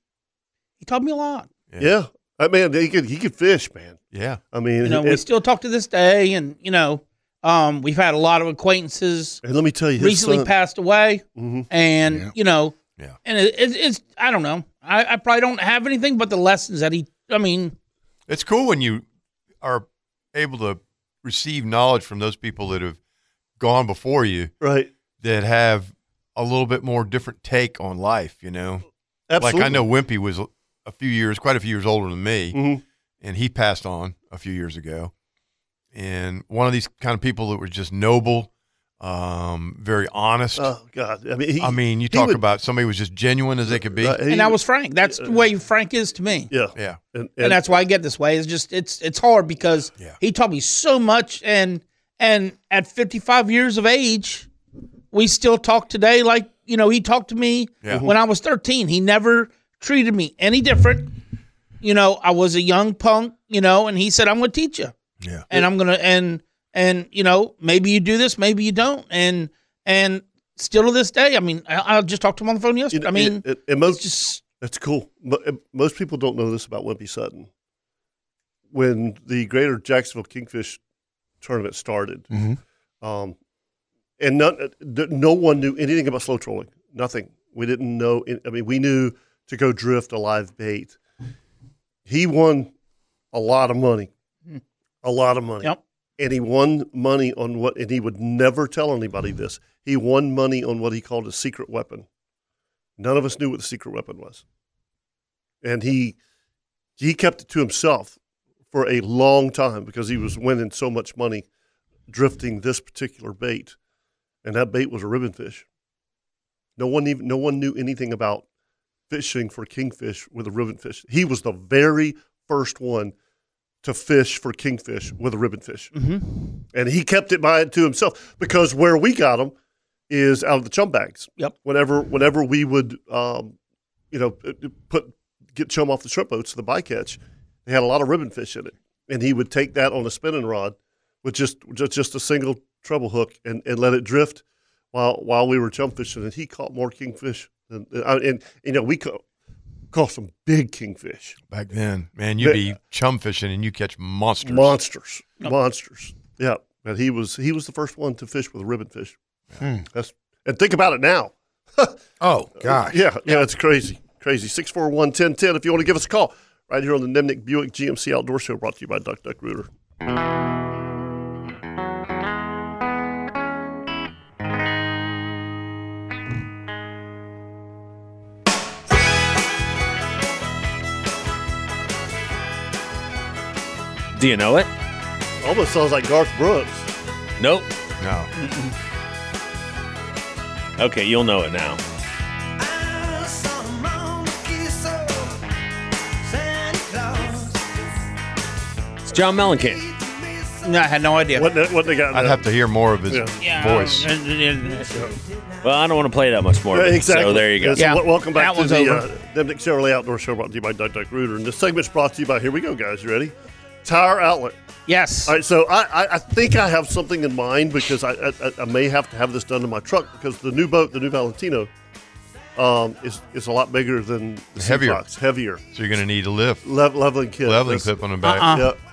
Speaker 6: he taught me a lot.
Speaker 2: Yeah. I mean, he could he could fish, man.
Speaker 4: Yeah.
Speaker 2: I mean,
Speaker 6: You know, we
Speaker 2: and-
Speaker 6: still talk to this day, and you know, um, we've had a lot of acquaintances.
Speaker 2: And let me tell you, his
Speaker 6: recently
Speaker 2: son-
Speaker 6: passed away,
Speaker 2: Mhm.
Speaker 6: and you know,
Speaker 4: yeah,
Speaker 6: and it, it's it's I don't know, I, I probably don't have anything but the lessons that he. I mean,
Speaker 4: It's cool when you are able to receive knowledge from those people that have gone before you,
Speaker 2: right?
Speaker 4: That have a little bit more different take on life, you know. Like I
Speaker 2: Absolutely.
Speaker 4: know Wimpy was a few years, quite a few years older than me,
Speaker 2: Mm-hmm.
Speaker 4: and he passed on a few years ago. And one of these kind of people that was just noble, um, very honest.
Speaker 2: Oh God! I mean, he-
Speaker 4: I mean, you
Speaker 2: he
Speaker 4: talk
Speaker 2: would-
Speaker 4: about somebody who was just genuine as they could be.
Speaker 6: and that was Frank. That's the way Frank is to me.
Speaker 2: Uh, Yeah,
Speaker 4: yeah,
Speaker 2: and,
Speaker 6: that's why I get this way. It's just it's it's hard because he taught me so much, and and at 55 years of age, we still talk today. Like you know, he talked to me
Speaker 3: Yeah.
Speaker 6: when I was 13. He never treated me any different. You know, I was a young punk. You know, and he said, "I'm going to teach you."
Speaker 4: Yeah,
Speaker 6: and I'm gonna and and you know maybe you do this, maybe you don't, and and still to this day, I mean, I, I just talked to him on the phone yesterday. I mean,
Speaker 2: and, and most that's cool. Mo- and Most people don't know this about Wimpy Sutton. When the Greater Jacksonville Kingfish tournament started,
Speaker 3: Mhm.
Speaker 2: um, and none, uh, th- no one knew anything about slow trolling. Nothing. We didn't know. an- I mean, we knew to go drift a live bait. He won a lot of money, a lot of money.
Speaker 6: Yep.
Speaker 2: And he won money on what, and he would never tell anybody this. He won money on what he called a secret weapon. None of us knew what the secret weapon was, and he he kept it to himself for a long time because he was winning so much money drifting this particular bait, and that bait was a ribbonfish. No one even no one knew anything about fishing for kingfish with a ribbonfish. He was the very first one to fish for kingfish with a ribbonfish,
Speaker 5: Mm-hmm.
Speaker 2: and he kept it by it to himself because where we got them is out of the chum bags.
Speaker 6: Yep.
Speaker 2: Whenever whenever we would, um, you know, p- p- put get chum off the shrimp boats, the bycatch, they had a lot of ribbonfish in it, and he would take that on a spinning rod with just just, just a single treble hook and, and let it drift while while we were chum fishing, and he caught more kingfish than than- I- and you know we caught, caught some big kingfish.
Speaker 4: Back then, man, you'd
Speaker 2: Yeah.
Speaker 4: be chum fishing and you catch monsters.
Speaker 2: Monsters, monsters. Yeah, and he was he was the first one to fish with a ribbonfish. That's and think about it now.
Speaker 7: Hmm. oh gosh.
Speaker 2: yeah, yeah, it's crazy, crazy. Six four one ten ten. If you want to give us a call, right here on the Nemnick Buick GMC Outdoor Show, brought to you by Duck Duck Rooter.
Speaker 5: Do you know it?
Speaker 2: Almost sounds like Garth Brooks.
Speaker 5: Nope.
Speaker 4: No.
Speaker 5: okay, you'll know it now. It's John Mellencamp.
Speaker 6: No, I had no idea.
Speaker 2: What they, what they got?
Speaker 4: I'd have to hear more of his
Speaker 6: Yeah.
Speaker 4: voice.
Speaker 5: Well, I don't want to play that much more. of it, So there you go.
Speaker 2: Yes, wel- welcome back
Speaker 5: That
Speaker 2: to
Speaker 5: one's
Speaker 2: the
Speaker 5: over.
Speaker 2: uh, Demnick Chevrolet Outdoor Show brought to you by Duck Duck Rooter. And this segment's brought to you by, here we go, guys. You ready? Tire Outlet.
Speaker 6: Yes.
Speaker 2: All right, so I, I, I think I have something in mind because I, I, I- I may have to have this done in my truck because the new boat, the new Valentino, um, is, is a lot bigger than the
Speaker 4: Heavier.
Speaker 2: Seafox, heavier.
Speaker 4: So you're going to need a lift.
Speaker 2: Le- leveling kit.
Speaker 4: Leveling
Speaker 2: That's- uh,
Speaker 4: clip on the back.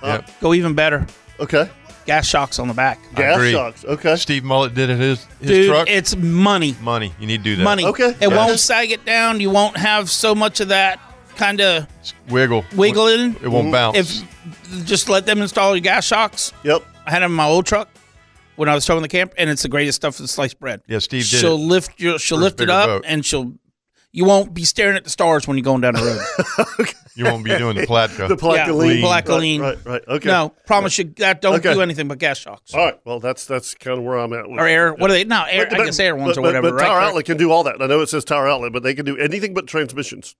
Speaker 6: Uh-uh. Go even better.
Speaker 2: Okay.
Speaker 6: Gas shocks on the back.
Speaker 4: I agree. Okay. Steve Mullet did it his, his
Speaker 6: Dude,
Speaker 4: truck.
Speaker 6: It's money.
Speaker 4: Money. You need to do that.
Speaker 6: Money. It
Speaker 4: Yeah.
Speaker 6: won't sag it down. You won't have so much of that kind of
Speaker 4: wiggle.
Speaker 6: wiggle in.
Speaker 4: It
Speaker 2: Mm-hmm.
Speaker 4: won't bounce.
Speaker 6: If just let them install your gas shocks.
Speaker 2: Yep.
Speaker 6: I had them in my old truck when I was towing the camp, and it's the greatest stuff for sliced bread.
Speaker 4: Yeah, Steve did
Speaker 6: She'll
Speaker 4: it
Speaker 6: lift your, she'll
Speaker 4: for his
Speaker 6: lift it
Speaker 4: bigger
Speaker 6: up,
Speaker 4: boat.
Speaker 6: and she'll. You won't be staring at the stars when you're going down the road.
Speaker 4: You won't be doing the Platka.
Speaker 2: The Platka
Speaker 6: yeah,
Speaker 2: lean.
Speaker 6: Platka
Speaker 2: Right,
Speaker 6: lean.
Speaker 2: right, right. Okay.
Speaker 6: No, promise you that don't
Speaker 2: Okay.
Speaker 6: do anything but gas shocks.
Speaker 2: All right. Well, that's that's kind of where I'm at. With,
Speaker 6: Or air- what are they- no, air- I guess air ones
Speaker 2: but,
Speaker 6: or
Speaker 2: but-
Speaker 6: whatever,
Speaker 2: But
Speaker 6: right?
Speaker 2: Tower
Speaker 6: Correct.
Speaker 2: Outlet can do all that. I know it says Tower Outlet, but they can do anything but transmissions.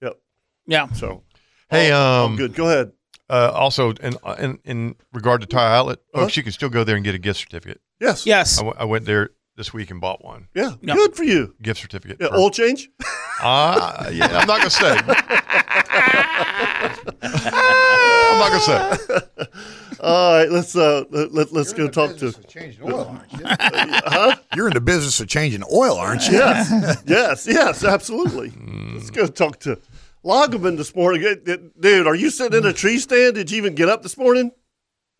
Speaker 2: Yep.
Speaker 6: Yeah.
Speaker 2: So,
Speaker 4: Hey, um,
Speaker 2: Oh, good. Go ahead.
Speaker 4: Uh, also, in, in in regard to tire outlet,
Speaker 2: Uh-huh.
Speaker 4: folks, you can still go there and get a gift certificate.
Speaker 2: Yes.
Speaker 6: Yes.
Speaker 4: I, w- I went there this week and bought one.
Speaker 2: Yeah. Good for you.
Speaker 4: Gift certificate.
Speaker 2: Yeah,
Speaker 4: for-
Speaker 2: oil change?
Speaker 4: Ah, yeah, I'm not gonna say. I'm not gonna say.
Speaker 2: All right, let's uh, let, let's go talk to.
Speaker 7: You're in the business of changing oil, aren't you?
Speaker 2: Yes, yes, yes, absolutely. Let's go talk to Loggeman this morning. It- it- Dude, are you sitting in a tree stand? Did you even get up this morning?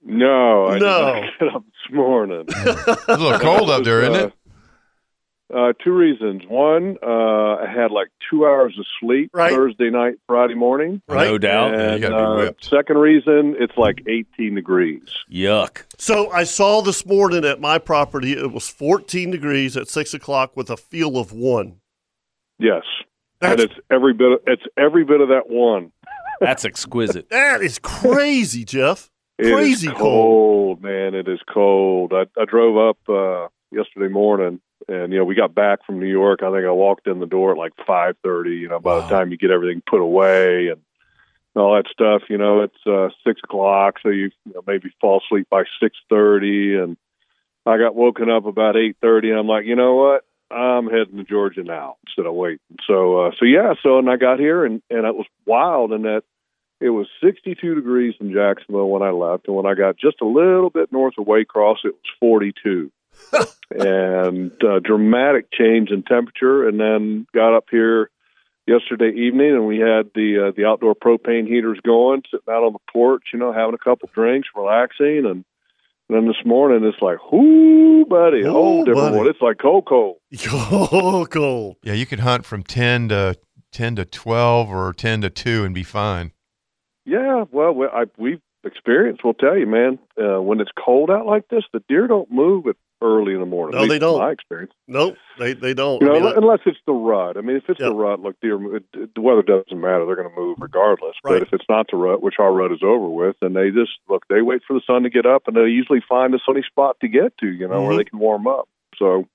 Speaker 20: No, Oh, I did
Speaker 2: No.
Speaker 20: not get up this morning.
Speaker 4: it's a little cold up there, isn't it?
Speaker 20: Uh, two reasons. One, uh, I had like two hours of sleep Thursday night, Friday morning.
Speaker 2: Right. No doubt.
Speaker 20: And,
Speaker 2: Yeah, you gotta be
Speaker 20: uh,
Speaker 2: whipped.
Speaker 20: second reason, it's like 18 degrees.
Speaker 5: Yuck.
Speaker 2: So I saw this morning at my property, it was 14 degrees at six o'clock with a feel of one.
Speaker 20: Yes. and it's every bit. Of, it's every bit of that one.
Speaker 5: That's exquisite.
Speaker 2: That is crazy, Jeff.
Speaker 20: It is
Speaker 2: Crazy
Speaker 20: cold, man. It is cold. I, I drove up uh, yesterday morning, and you know we got back from New York. I think I walked in the door at like five thirty. You know, by the time you get everything put away and all that stuff, you know, it's uh, six o'clock, so you, you know, maybe fall asleep by six thirty, and I got woken up about eight thirty, and I'm like, you know what? I'm heading to Georgia now "Oh, instead of waiting. So, uh, so yeah, so and I got here, and and it was wild in that it was 62 degrees in Jacksonville when I left, and when I got just a little bit north of Waycross, it was 42. and uh, dramatic change in temperature, and then got up here yesterday evening, and we had the uh, the outdoor propane heaters going, sitting out on the porch, you know, having a couple drinks, relaxing, and and then this morning it's like, whoo, buddy, a whole different
Speaker 2: buddy.
Speaker 20: one. It's like cold, cold.
Speaker 2: Yo, cold.
Speaker 4: Yeah, you could hunt from ten to ten to twelve or ten to two and be fine.
Speaker 20: Yeah, well, we, I, we've experienced. We'll tell you, man. Uh, when it's cold out like this, the deer don't move at early in the morning.
Speaker 2: No,
Speaker 20: at least
Speaker 2: they
Speaker 20: in
Speaker 2: don't.
Speaker 20: My experience.
Speaker 2: Nope, they they don't.
Speaker 20: You know,
Speaker 2: I mean,
Speaker 20: unle- unless it's the rut. I mean, if it's the rut, look, deer, mo- it, it- the weather doesn't matter. They're going to move regardless. But if it's not the rut, which our rut is over with, then they just look. They wait for the sun to get up, and they usually find a sunny spot to get to. You know, where
Speaker 2: Mhm.
Speaker 20: they can warm up. So,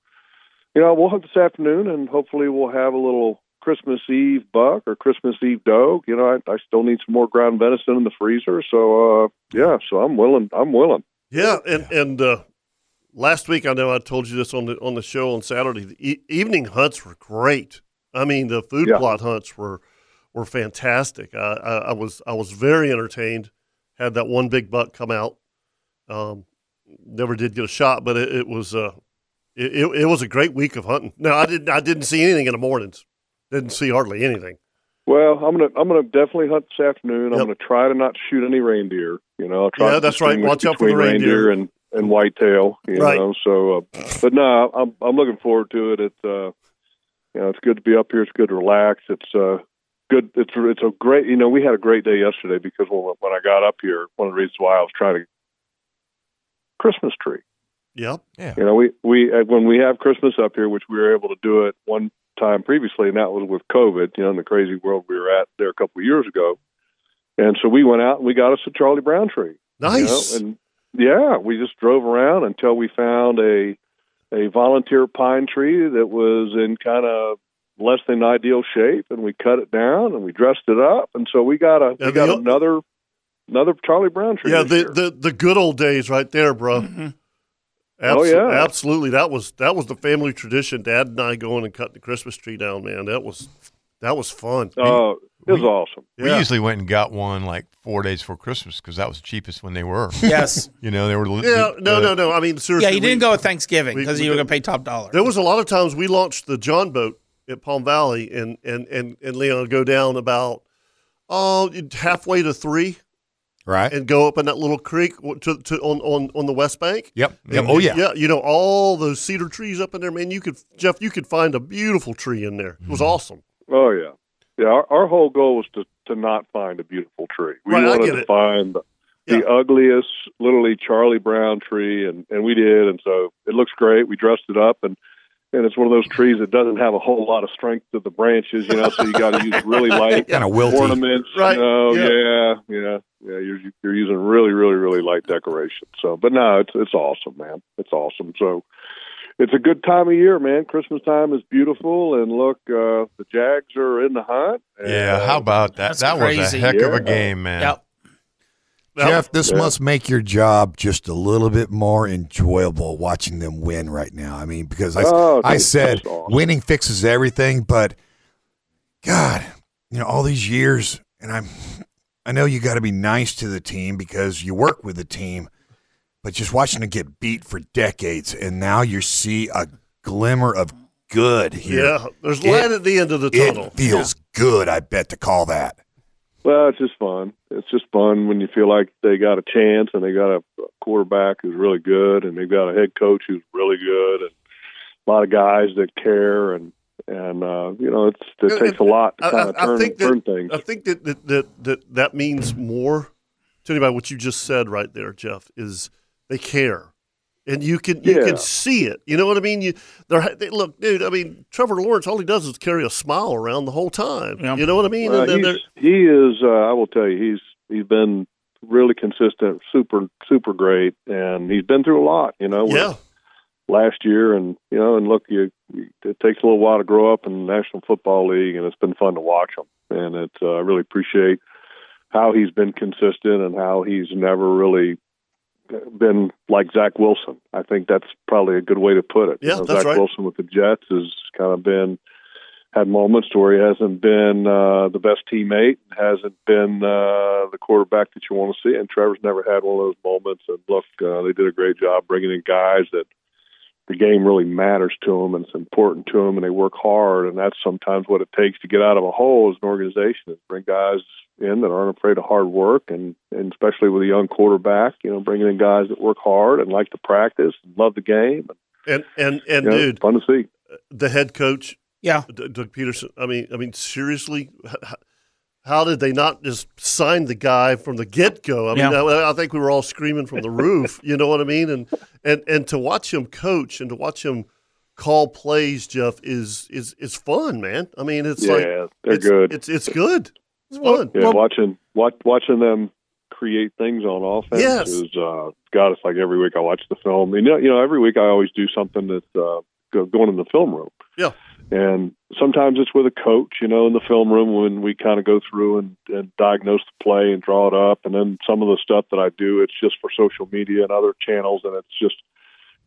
Speaker 20: you know, we'll hunt this afternoon, and hopefully, we'll have a little Christmas Eve buck or Christmas Eve doe. You know, I, I still need some more ground venison in the freezer. So, uh, yeah, so I'm willing. I'm willing.
Speaker 2: Yeah, and and uh, last week I know I told you this on the on the show on Saturday. The e- evening hunts were great. I mean, the food plot hunts were were fantastic. I, I, I was I was very entertained. Had that one big buck come out. Um, never did get a shot, but it, it was uh, it, it, it was a great week of hunting. No, I didn't I didn't see anything in the mornings. Didn't see hardly anything.
Speaker 20: Well, I'm gonna I'm gonna definitely hunt this afternoon. I'm gonna try to not shoot any reindeer. You know, I'll try
Speaker 2: Yeah,
Speaker 20: to
Speaker 2: that's right.
Speaker 20: distinguish
Speaker 2: Watch out for the
Speaker 20: between
Speaker 2: reindeer.
Speaker 20: and and whitetail. You
Speaker 2: Right.
Speaker 20: know, so uh, but no, I'm I'm looking forward to it. It's uh, you know, it's good to be up here. It's good to relax. It's uh, good. It's it's a great. You know, we had a great day yesterday because when when I got up here, one of the reasons why I was trying to Christmas tree.
Speaker 2: Yep. Yeah.
Speaker 20: You know, we we uh, when we have Christmas up here, which we were able to do it one time previously, and that was with COVID. You know, in the crazy world we were at there a couple of years ago, and so we went out and we got us a Charlie Brown tree.
Speaker 2: Nice.
Speaker 20: You know, and yeah, we just drove around until we found a a volunteer pine tree that was in kind of less than ideal shape, and we cut it down and we dressed it up, and so we got a we got another another Charlie Brown tree.
Speaker 2: Yeah,
Speaker 20: this
Speaker 2: the,
Speaker 20: year.
Speaker 2: the the good old days right there, bro.
Speaker 20: Mm-hmm. Oh,
Speaker 2: Absol-
Speaker 20: yeah.
Speaker 2: absolutely. That was that was the family tradition. Dad and I going and cutting the Christmas tree down, man. That was that was fun.
Speaker 20: Oh, it was awesome.
Speaker 4: We usually went and got one like four days before Christmas because that was the cheapest when they were.
Speaker 2: Yes.
Speaker 4: you know they were.
Speaker 2: Yeah, no, no, no. I mean, seriously.
Speaker 6: yeah, you didn't
Speaker 2: we-
Speaker 6: go with Thanksgiving
Speaker 2: we-
Speaker 6: because
Speaker 2: we
Speaker 6: you were going
Speaker 2: didn't.
Speaker 6: to pay top dollar.
Speaker 2: There was a lot of times we launched the John boat at Palm Valley, and and and and Leon would go down about oh halfway to three,
Speaker 7: right,
Speaker 2: and go up in that little creek to, to on, on on the west bank.
Speaker 7: Yep. Yep.
Speaker 2: And-
Speaker 7: Oh, yeah.
Speaker 2: Yeah. You know all those cedar trees up in there, man. You could Jeff, you could find a beautiful tree in there. It was awesome.
Speaker 20: Oh yeah, yeah. Our, our whole goal was to to not find a beautiful tree. We
Speaker 2: Right, I
Speaker 20: wanted
Speaker 2: get
Speaker 20: to
Speaker 2: it.
Speaker 20: find the, the ugliest, literally Charlie Brown tree, and and we did. And so it looks great. We dressed it up, and and it's one of those trees that doesn't have a whole lot of strength to the branches, you know. So you got to use really light
Speaker 7: Kinda wilty.
Speaker 20: ornaments.
Speaker 7: Right,
Speaker 20: Oh
Speaker 7: yeah.
Speaker 20: yeah, yeah, yeah. You're you're using really, really, really light decoration. So, but no, it's it's awesome, man. It's awesome. So it's a good time of year, man. Christmas time is beautiful, and look, uh, the Jags are in the hunt.
Speaker 4: Yeah, how about that?
Speaker 20: That's
Speaker 4: that was a
Speaker 20: crazy.
Speaker 4: heck of
Speaker 20: Yeah.
Speaker 4: a game, man.
Speaker 20: Yep.
Speaker 7: Jeff, this
Speaker 20: Yeah.
Speaker 7: must make your job just a little bit more enjoyable watching them win right now. I mean, because I,
Speaker 20: Oh,
Speaker 7: I
Speaker 20: dude,
Speaker 7: said
Speaker 20: that's awesome.
Speaker 7: winning fixes everything, but God, you know, all these years, and I'm, I know you got to be nice to the team because you work with the team, but just watching them get beat for decades, and now you see a glimmer of good here.
Speaker 2: Yeah, there's
Speaker 7: It-
Speaker 2: light at the end of the tunnel.
Speaker 7: It feels good, I bet, to call that.
Speaker 20: Well, it's just fun. It's just fun when you feel like they got a chance and they got a quarterback who's really good and they've got a head coach who's really good and a lot of guys that care and and uh, you know it's it
Speaker 2: And-
Speaker 20: takes a lot to kind of turn,
Speaker 2: that,
Speaker 20: turn things.
Speaker 2: I think that that, that that that means more to anybody. What you just said right there, Jeff, is they care, and you can you
Speaker 20: Yeah.
Speaker 2: can see it. You know what I mean? You they're, they look, dude. I mean, Trevor Lawrence, all he does is carry a smile around the whole time. You know what I mean?
Speaker 20: Well,
Speaker 2: and then
Speaker 20: he's-
Speaker 2: they're-
Speaker 20: he is. Uh, I will tell you, he's he's been really consistent, super super great, and he's been through a lot. You know, with
Speaker 2: Yeah.
Speaker 20: last year, and you know, and look, you it takes a little while to grow up in the National Football League, and it's been fun to watch him. And it uh, I really appreciate how he's been consistent and how he's never really been like Zach Wilson. I think that's probably a good way to put it.
Speaker 2: Yeah,
Speaker 20: You know,
Speaker 2: that's
Speaker 20: Zach
Speaker 2: right.
Speaker 20: Wilson with the Jets has kind of been had moments where he hasn't been uh, the best teammate, hasn't been uh, the quarterback that you want to see, and Trevor's never had one of those moments. And look, uh, they did a great job bringing in guys that the game really matters to them and it's important to them, and they work hard, and that's sometimes what it takes to get out of a hole as an organization is bring guys in that aren't afraid of hard work, and, and especially with a young quarterback, you know, bringing in guys that work hard and like to practice, and love the game,
Speaker 2: and and and
Speaker 20: you know,
Speaker 2: dude,
Speaker 20: fun to see.
Speaker 2: the head coach,
Speaker 6: yeah,
Speaker 2: Doug Peterson. I mean, I mean, seriously, h- h- how did they not just sign the guy from the get go? I mean,
Speaker 20: Yeah.
Speaker 2: I, I think we were all screaming from the roof. you know what I mean? And and and to watch him coach and to watch him call plays, Jeff is is is fun, man. I mean, it's like
Speaker 20: Yeah, they're
Speaker 2: it's-
Speaker 20: good.
Speaker 2: It's it's good. It's fun.
Speaker 20: Yeah, watching watch, watching them create things on offense
Speaker 2: Yes.
Speaker 20: is uh, God. It's like every week I watch the film. You know, you know, every week I always do something that's uh, go, going in the film room.
Speaker 2: Yeah.
Speaker 20: And sometimes it's with a coach, you know, in the film room when we kind of go through and, and diagnose the play and draw it up. And then some of the stuff that I do, it's just for social media and other channels, and it's just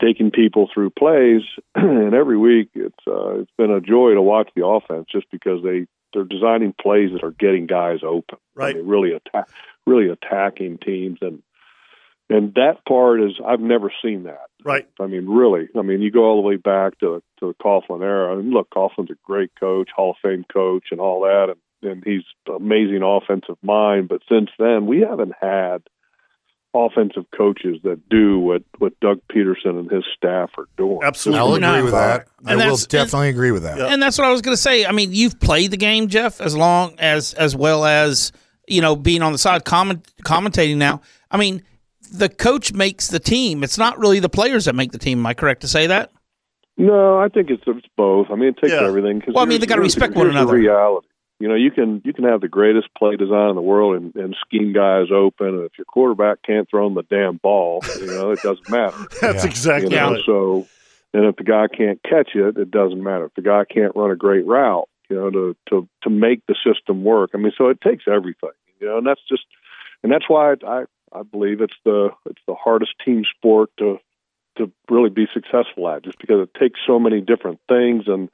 Speaker 20: taking people through plays. and every week, it's uh, it's been a joy to watch the offense just because they they're designing plays that are getting guys open.
Speaker 2: Right.
Speaker 20: I mean, really attack, really attacking teams, and and that part is I've never seen that.
Speaker 2: Right.
Speaker 20: I mean, really. I mean, you go all the way back to to the Coughlin era, and look, Coughlin's a great coach, Hall of Fame coach, and all that, and and he's amazing offensive mind. But since then, we haven't had offensive coaches that do what what Doug Peterson and his staff are doing.
Speaker 7: I'll agree with that. I
Speaker 6: And
Speaker 7: will
Speaker 6: that's-
Speaker 7: definitely agree with that.
Speaker 6: And that's what I was going to say. I mean, you've played the game, Jeff, as long as as well as you know being on the side comment, commentating. Now, I mean, the coach makes the team. It's not really the players that make the team. Am I correct to say that?
Speaker 20: No, I think it's, it's both. I mean, it takes everything. 'cause
Speaker 6: Well, I mean,
Speaker 20: here's-
Speaker 6: they gotta
Speaker 20: here's the-
Speaker 6: respect one
Speaker 20: here's the
Speaker 6: another.
Speaker 20: reality, you know, you can you can have the greatest play design in the world and, and scheme guys open, and if your quarterback can't throw him the damn ball, you know, it doesn't matter.
Speaker 2: That's exactly
Speaker 20: you know,
Speaker 2: right.
Speaker 20: So, and if the guy can't catch it, it doesn't matter. If the guy can't run a great route, you know, to to to make the system work. I mean, so it takes everything, you know, and that's just, and that's why I I believe it's the it's the hardest team sport to to really be successful at, just because it takes so many different things and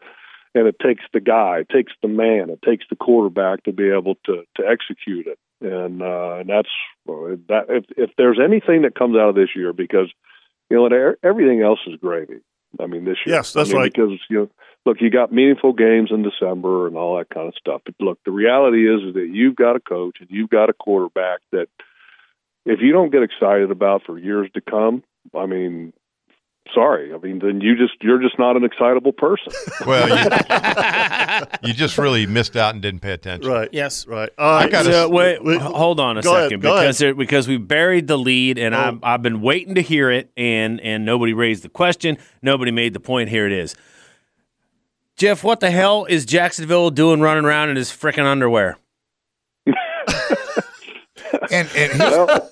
Speaker 20: and it takes the guy, it takes the man, it takes the quarterback to be able to to execute it. And uh, and that's well, that if if there's anything that comes out of this year, because you know and e- everything else is gravy. I mean, this year.
Speaker 2: Yes, that's
Speaker 20: I mean,
Speaker 2: right.
Speaker 20: Because you know, look, you got meaningful games in December and all that kind of stuff. But look, the reality is, is that you've got a coach and you've got a quarterback that if you don't get excited about for years to come, I mean, sorry, I mean, then you just you're just not an excitable person.
Speaker 4: Well, you just really missed out and didn't pay attention.
Speaker 2: Right.
Speaker 6: Yes.
Speaker 2: Right.
Speaker 4: I got
Speaker 5: So,
Speaker 4: to
Speaker 5: wait, h- hold on a
Speaker 4: go ahead, Oh.
Speaker 5: second
Speaker 4: go
Speaker 5: because there- because we buried the lead and I've, I've been waiting to hear it and and nobody raised the question, nobody made the point. Here it is. Jeff, what the hell is Jacksonville doing running around in his freaking underwear?
Speaker 7: and and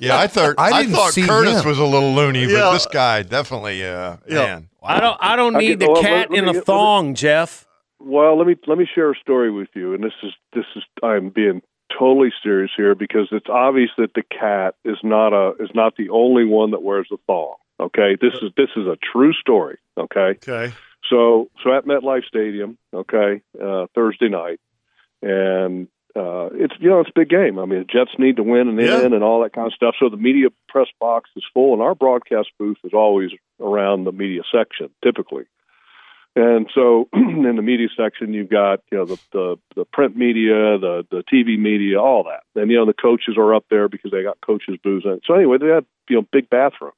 Speaker 4: yeah, I thought
Speaker 5: I
Speaker 4: I,
Speaker 5: didn't
Speaker 4: thought
Speaker 5: see
Speaker 4: Curtis
Speaker 5: him.
Speaker 4: was a little loony, but
Speaker 5: Yeah.
Speaker 4: this guy definitely, uh, man.
Speaker 5: I don't I don't
Speaker 20: I
Speaker 5: need
Speaker 20: get-
Speaker 5: the
Speaker 20: well, let-
Speaker 5: cat
Speaker 20: let
Speaker 5: in
Speaker 20: me-
Speaker 5: a
Speaker 20: let me-
Speaker 5: thong, Jeff.
Speaker 20: Well, let me let me share a story with you, and this is this is I'm being totally serious here because it's obvious that the cat is not a is not the only one that wears the thong. Okay, this is this is a true story. Okay,
Speaker 2: Okay.
Speaker 20: so so at MetLife Stadium, okay, uh, Thursday night, and uh, it's you know it's a big game. I mean, the Jets need to win and
Speaker 2: Yeah.
Speaker 20: in and all that kind of stuff. So the media press box is full, and our broadcast booth is always around the media section, typically. And so in the media section, you've got you know the the, the print media, the the TV media, all that, and you know the coaches are up there because they got coaches booths. And so anyway, they had you know big bathrooms.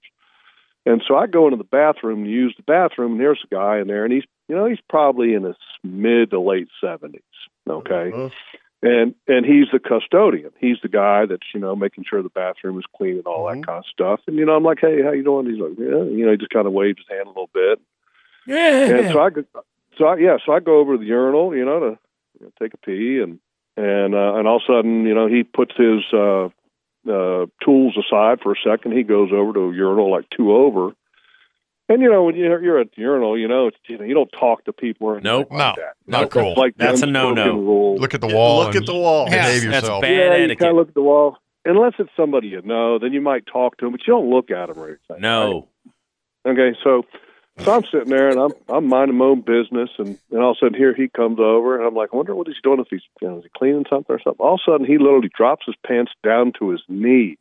Speaker 20: And so I go into the bathroom to use the bathroom, and there's a guy in there, and he's you know he's probably in his mid to late seventies, okay,
Speaker 5: Mm-hmm.
Speaker 20: and and he's the custodian. He's the guy that's you know making sure the bathroom is clean and all
Speaker 5: Mm-hmm.
Speaker 20: that kind of stuff. And you know I'm like, hey, how you doing? He's like, yeah, you know, he just kind of waves his hand a little bit. And so I go, so I, yeah, so I go over to the urinal, you know, to you know, take a pee, and and uh, and all of a sudden, you know, he puts his uh, uh, tools aside for a second. He goes over to a urinal like two over, And you know, when you're, you're at the urinal, you know, it's, you know, you don't talk to people or
Speaker 5: Nope.
Speaker 20: anything
Speaker 5: No,
Speaker 20: like that.
Speaker 5: not
Speaker 20: That's
Speaker 5: cool.
Speaker 20: Like the
Speaker 5: That's a no-no.
Speaker 20: unspoken rule.
Speaker 4: Look at the
Speaker 20: Yeah,
Speaker 4: wall and behave
Speaker 20: Yeah,
Speaker 4: That's yourself. bad
Speaker 20: yeah, You
Speaker 4: etiquette.
Speaker 20: kind of look at the wall. Unless it's somebody you know, then you might talk to them, but you don't look at them or anything.
Speaker 5: No.
Speaker 20: Okay, so so I'm sitting there and I'm I'm minding my own business, and and all of a sudden here he comes over, and I'm like, I wonder what he's doing. If he's you know, is he cleaning something or something? All of a sudden he literally drops his pants down to his knees.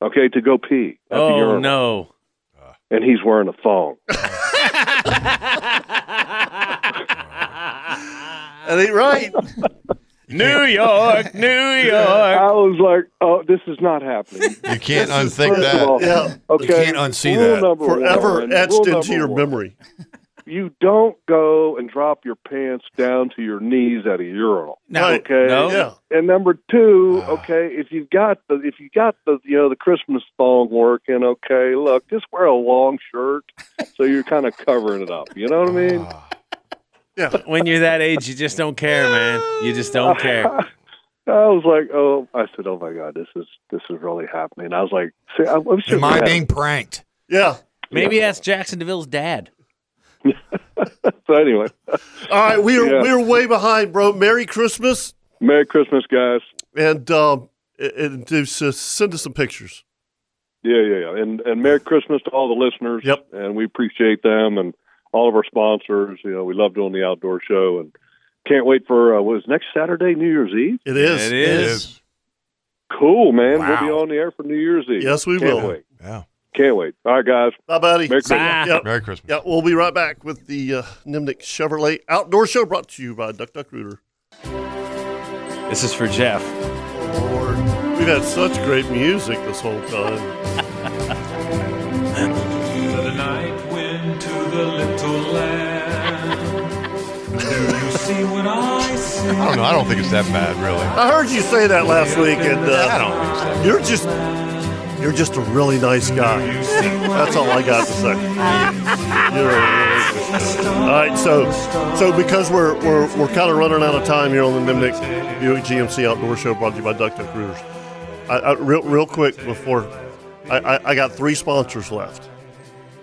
Speaker 20: Okay, to go pee. at the
Speaker 5: Oh
Speaker 20: urinal.
Speaker 5: no.
Speaker 20: And he's wearing a thong.
Speaker 2: That ain't right.
Speaker 5: New York, New York.
Speaker 20: I was like, oh, this is not happening.
Speaker 4: You can't
Speaker 20: This is-
Speaker 4: unthink
Speaker 20: first of
Speaker 4: that.
Speaker 20: all,
Speaker 4: Yeah.
Speaker 20: Okay.
Speaker 4: You can't unsee
Speaker 20: rule
Speaker 4: that.
Speaker 20: number
Speaker 4: Forever
Speaker 20: one,
Speaker 4: etched
Speaker 20: rule
Speaker 4: into
Speaker 20: number
Speaker 4: your
Speaker 20: one. You don't go and drop your pants down to your knees at a urinal.
Speaker 2: No. Right.
Speaker 20: Okay.
Speaker 2: No. Yeah.
Speaker 20: And number two,
Speaker 7: Ah.
Speaker 20: okay, if you've got the if you got the you know the Christmas thong working, okay, look, just wear a long shirt so you're kind of covering it up. You know what I mean?
Speaker 7: Ah.
Speaker 5: When you're that age, you just don't care, man. You just don't care.
Speaker 20: I was like, oh, I said, oh my god, this is this is really happening. I was like, see, I, I'm sure
Speaker 7: Am I being pranked?
Speaker 2: Yeah.
Speaker 5: Maybe that's Jackson DeVille's dad.
Speaker 20: So anyway,
Speaker 2: All right, we are
Speaker 20: Yeah.
Speaker 2: we're way behind, bro. Merry Christmas.
Speaker 20: Merry Christmas, guys.
Speaker 2: And um, and to s- send us some pictures.
Speaker 20: Yeah, yeah, yeah. And and Merry Christmas to all the listeners. Yep. And we appreciate them and all of our sponsors. You know, we love doing the outdoor show and can't wait for uh, what is next Saturday, New Year's Eve.
Speaker 2: It is. It It is. is.
Speaker 20: Cool, man.
Speaker 2: Wow.
Speaker 20: We'll be on the air for New Year's Eve.
Speaker 2: Yes, we
Speaker 20: can't
Speaker 2: will.
Speaker 20: Wait.
Speaker 4: Yeah.
Speaker 20: Can't wait. All right, guys.
Speaker 2: Bye, buddy.
Speaker 20: Merry Christmas.
Speaker 4: Merry Christmas.
Speaker 2: Yeah, we'll be right back with the uh, Nimnik Chevrolet Outdoor Show brought to you by Duck Duck Rooter.
Speaker 5: This is for Jeff.
Speaker 2: We've had such great music this whole time.
Speaker 21: The night wind to the little land. Do you see what I see?
Speaker 4: I don't know. I don't think it's that bad, really.
Speaker 2: I heard you say that last week, and uh, You're just, you're just a really nice guy. That's all I got to say. You're a really nice guy. All right, so, so because we're we're, we're kind of running out of time here on the Nimnik Buick GMC Outdoor Show, brought to you by Duck Duck Rooters. I, I, real real quick before, I, I, I got three sponsors left.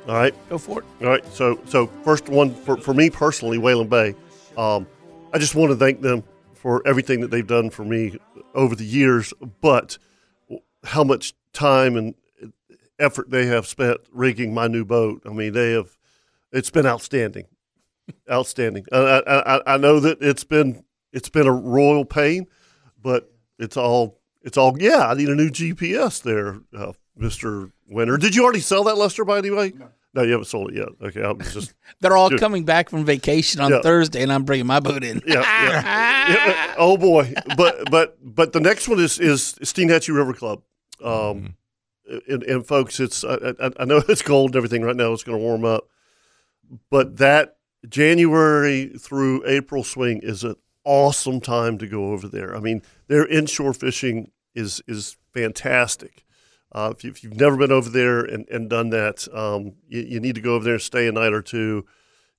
Speaker 2: All right,
Speaker 6: Go for it.
Speaker 2: all right. So, so first one for, for me personally, Whalen Bay. Um, I just want to thank them for everything that they've done for me over the years, but how much time and effort they have spent rigging my new boat. I mean, they have. It's been outstanding, outstanding. I, I, I- I know that it's been it's been a royal pain, but it's all it's all. Yeah, I need a new GPS there, uh, Mister Winter. Did you already sell that Lester by any way? No. you haven't sold it yet. Okay, I'm just.
Speaker 6: They're all
Speaker 2: Dude.
Speaker 6: coming back from vacation on
Speaker 2: Yeah.
Speaker 6: Thursday, and I'm bringing my boat in.
Speaker 2: Yeah, yeah. Yeah, Oh boy, but but but the next one is is Steenhatchee River Club, um, and, and folks, it's I, I, I know it's cold and everything right now. It's going to warm up, but that January through April swing is an awesome time to go over there. I mean, their inshore fishing is is fantastic. Uh, if, you, if you've never been over there and, and done that, um, you, you need to go over there and stay a night or two.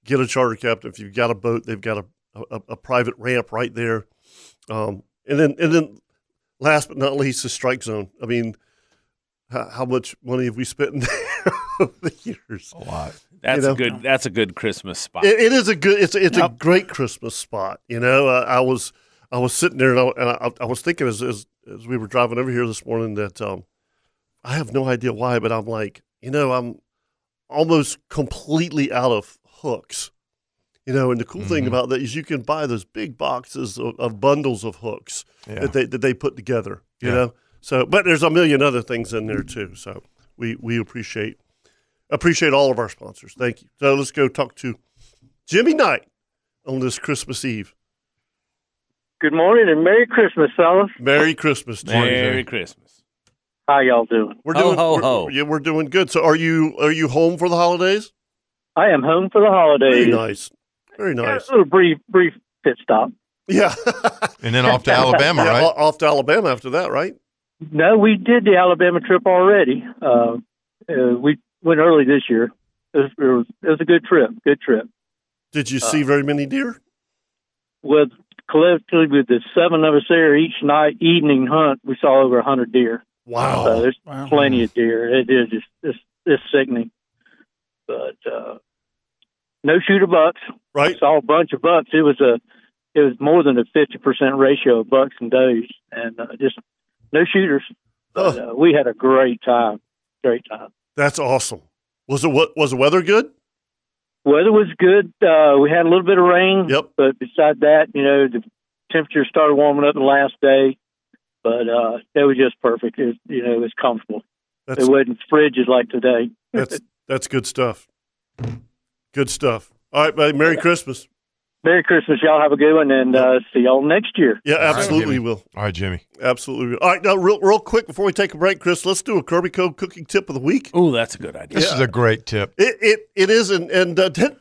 Speaker 2: Get a charter captain. If you've got a boat, they've got a, a, a private ramp right there. Um, and then and then last but not least, the strike zone. I mean, how, how much money have we spent in there over the years? A lot.
Speaker 5: That's a good. That's a good Christmas spot.
Speaker 2: It, it is a good. It's it's a great Christmas spot. You know, Uh, I, I was I was sitting there and I, and I, I was thinking as, as as we were driving over here this morning that um, I have no idea why, but I'm like, you know, I'm almost completely out of hooks. You know, and the cool thing about that is you can buy those big boxes of, of bundles of hooks
Speaker 4: Yeah.
Speaker 2: that they that they put together. You
Speaker 4: Yeah.
Speaker 2: know, so but there's a million other things in there too. So we we appreciate appreciate all of our sponsors. Thank you. So let's go talk to Jimmy Knight on this Christmas Eve.
Speaker 22: Good morning and Merry Christmas, fellas.
Speaker 2: Merry Christmas, Jimmy.
Speaker 5: Merry Christmas.
Speaker 22: How y'all doing?
Speaker 2: We're doing we're, yeah, we're doing good. So are you are you home for the holidays?
Speaker 22: I am home for the holidays.
Speaker 2: Very nice. Very
Speaker 22: Yeah,
Speaker 2: nice.
Speaker 22: A little brief, brief pit stop.
Speaker 2: Yeah.
Speaker 4: And then off to Alabama,
Speaker 2: oh. Yeah, uh,
Speaker 4: right?
Speaker 2: o- Off to Alabama after that, right?
Speaker 22: No, we did the Alabama trip already. Uh, uh, we went early this year. It was, it, was, it was a good trip. Good trip.
Speaker 2: Did
Speaker 22: Uh,
Speaker 2: you see very many deer?
Speaker 22: With collectively with the seven of us there, each night evening hunt, we saw over a hundred deer.
Speaker 2: Wow!
Speaker 22: So there's plenty of deer. It is just it's, it's sickening. but uh, no shooter bucks.
Speaker 2: Right.
Speaker 22: Saw a bunch of bucks. It was a it was more than a fifty percent ratio of bucks and does, and uh, just no shooters. But, uh, we had a great time. Great time.
Speaker 2: That's awesome. Was it what was the weather good?
Speaker 22: Weather was good. Uh, we had a little bit of rain.
Speaker 2: Yep.
Speaker 22: But beside that, you know, the temperature started warming up the last day, but uh, it was just perfect. It, you know, it was comfortable.
Speaker 2: That's-
Speaker 22: it wasn't frigid like today.
Speaker 2: That's that's good stuff. Good stuff. All right, buddy. Merry Christmas.
Speaker 22: Merry Christmas, y'all. Have a good one, and uh, see y'all next year.
Speaker 2: Yeah, absolutely will.
Speaker 4: All right, Jimmy.
Speaker 2: Absolutely. will. All right, now real real quick before we take a break, Chris, let's do a Kirby Code cooking tip of the week.
Speaker 5: Oh, that's a good idea.
Speaker 4: This is a great tip.
Speaker 2: It it, it is, and and uh, did-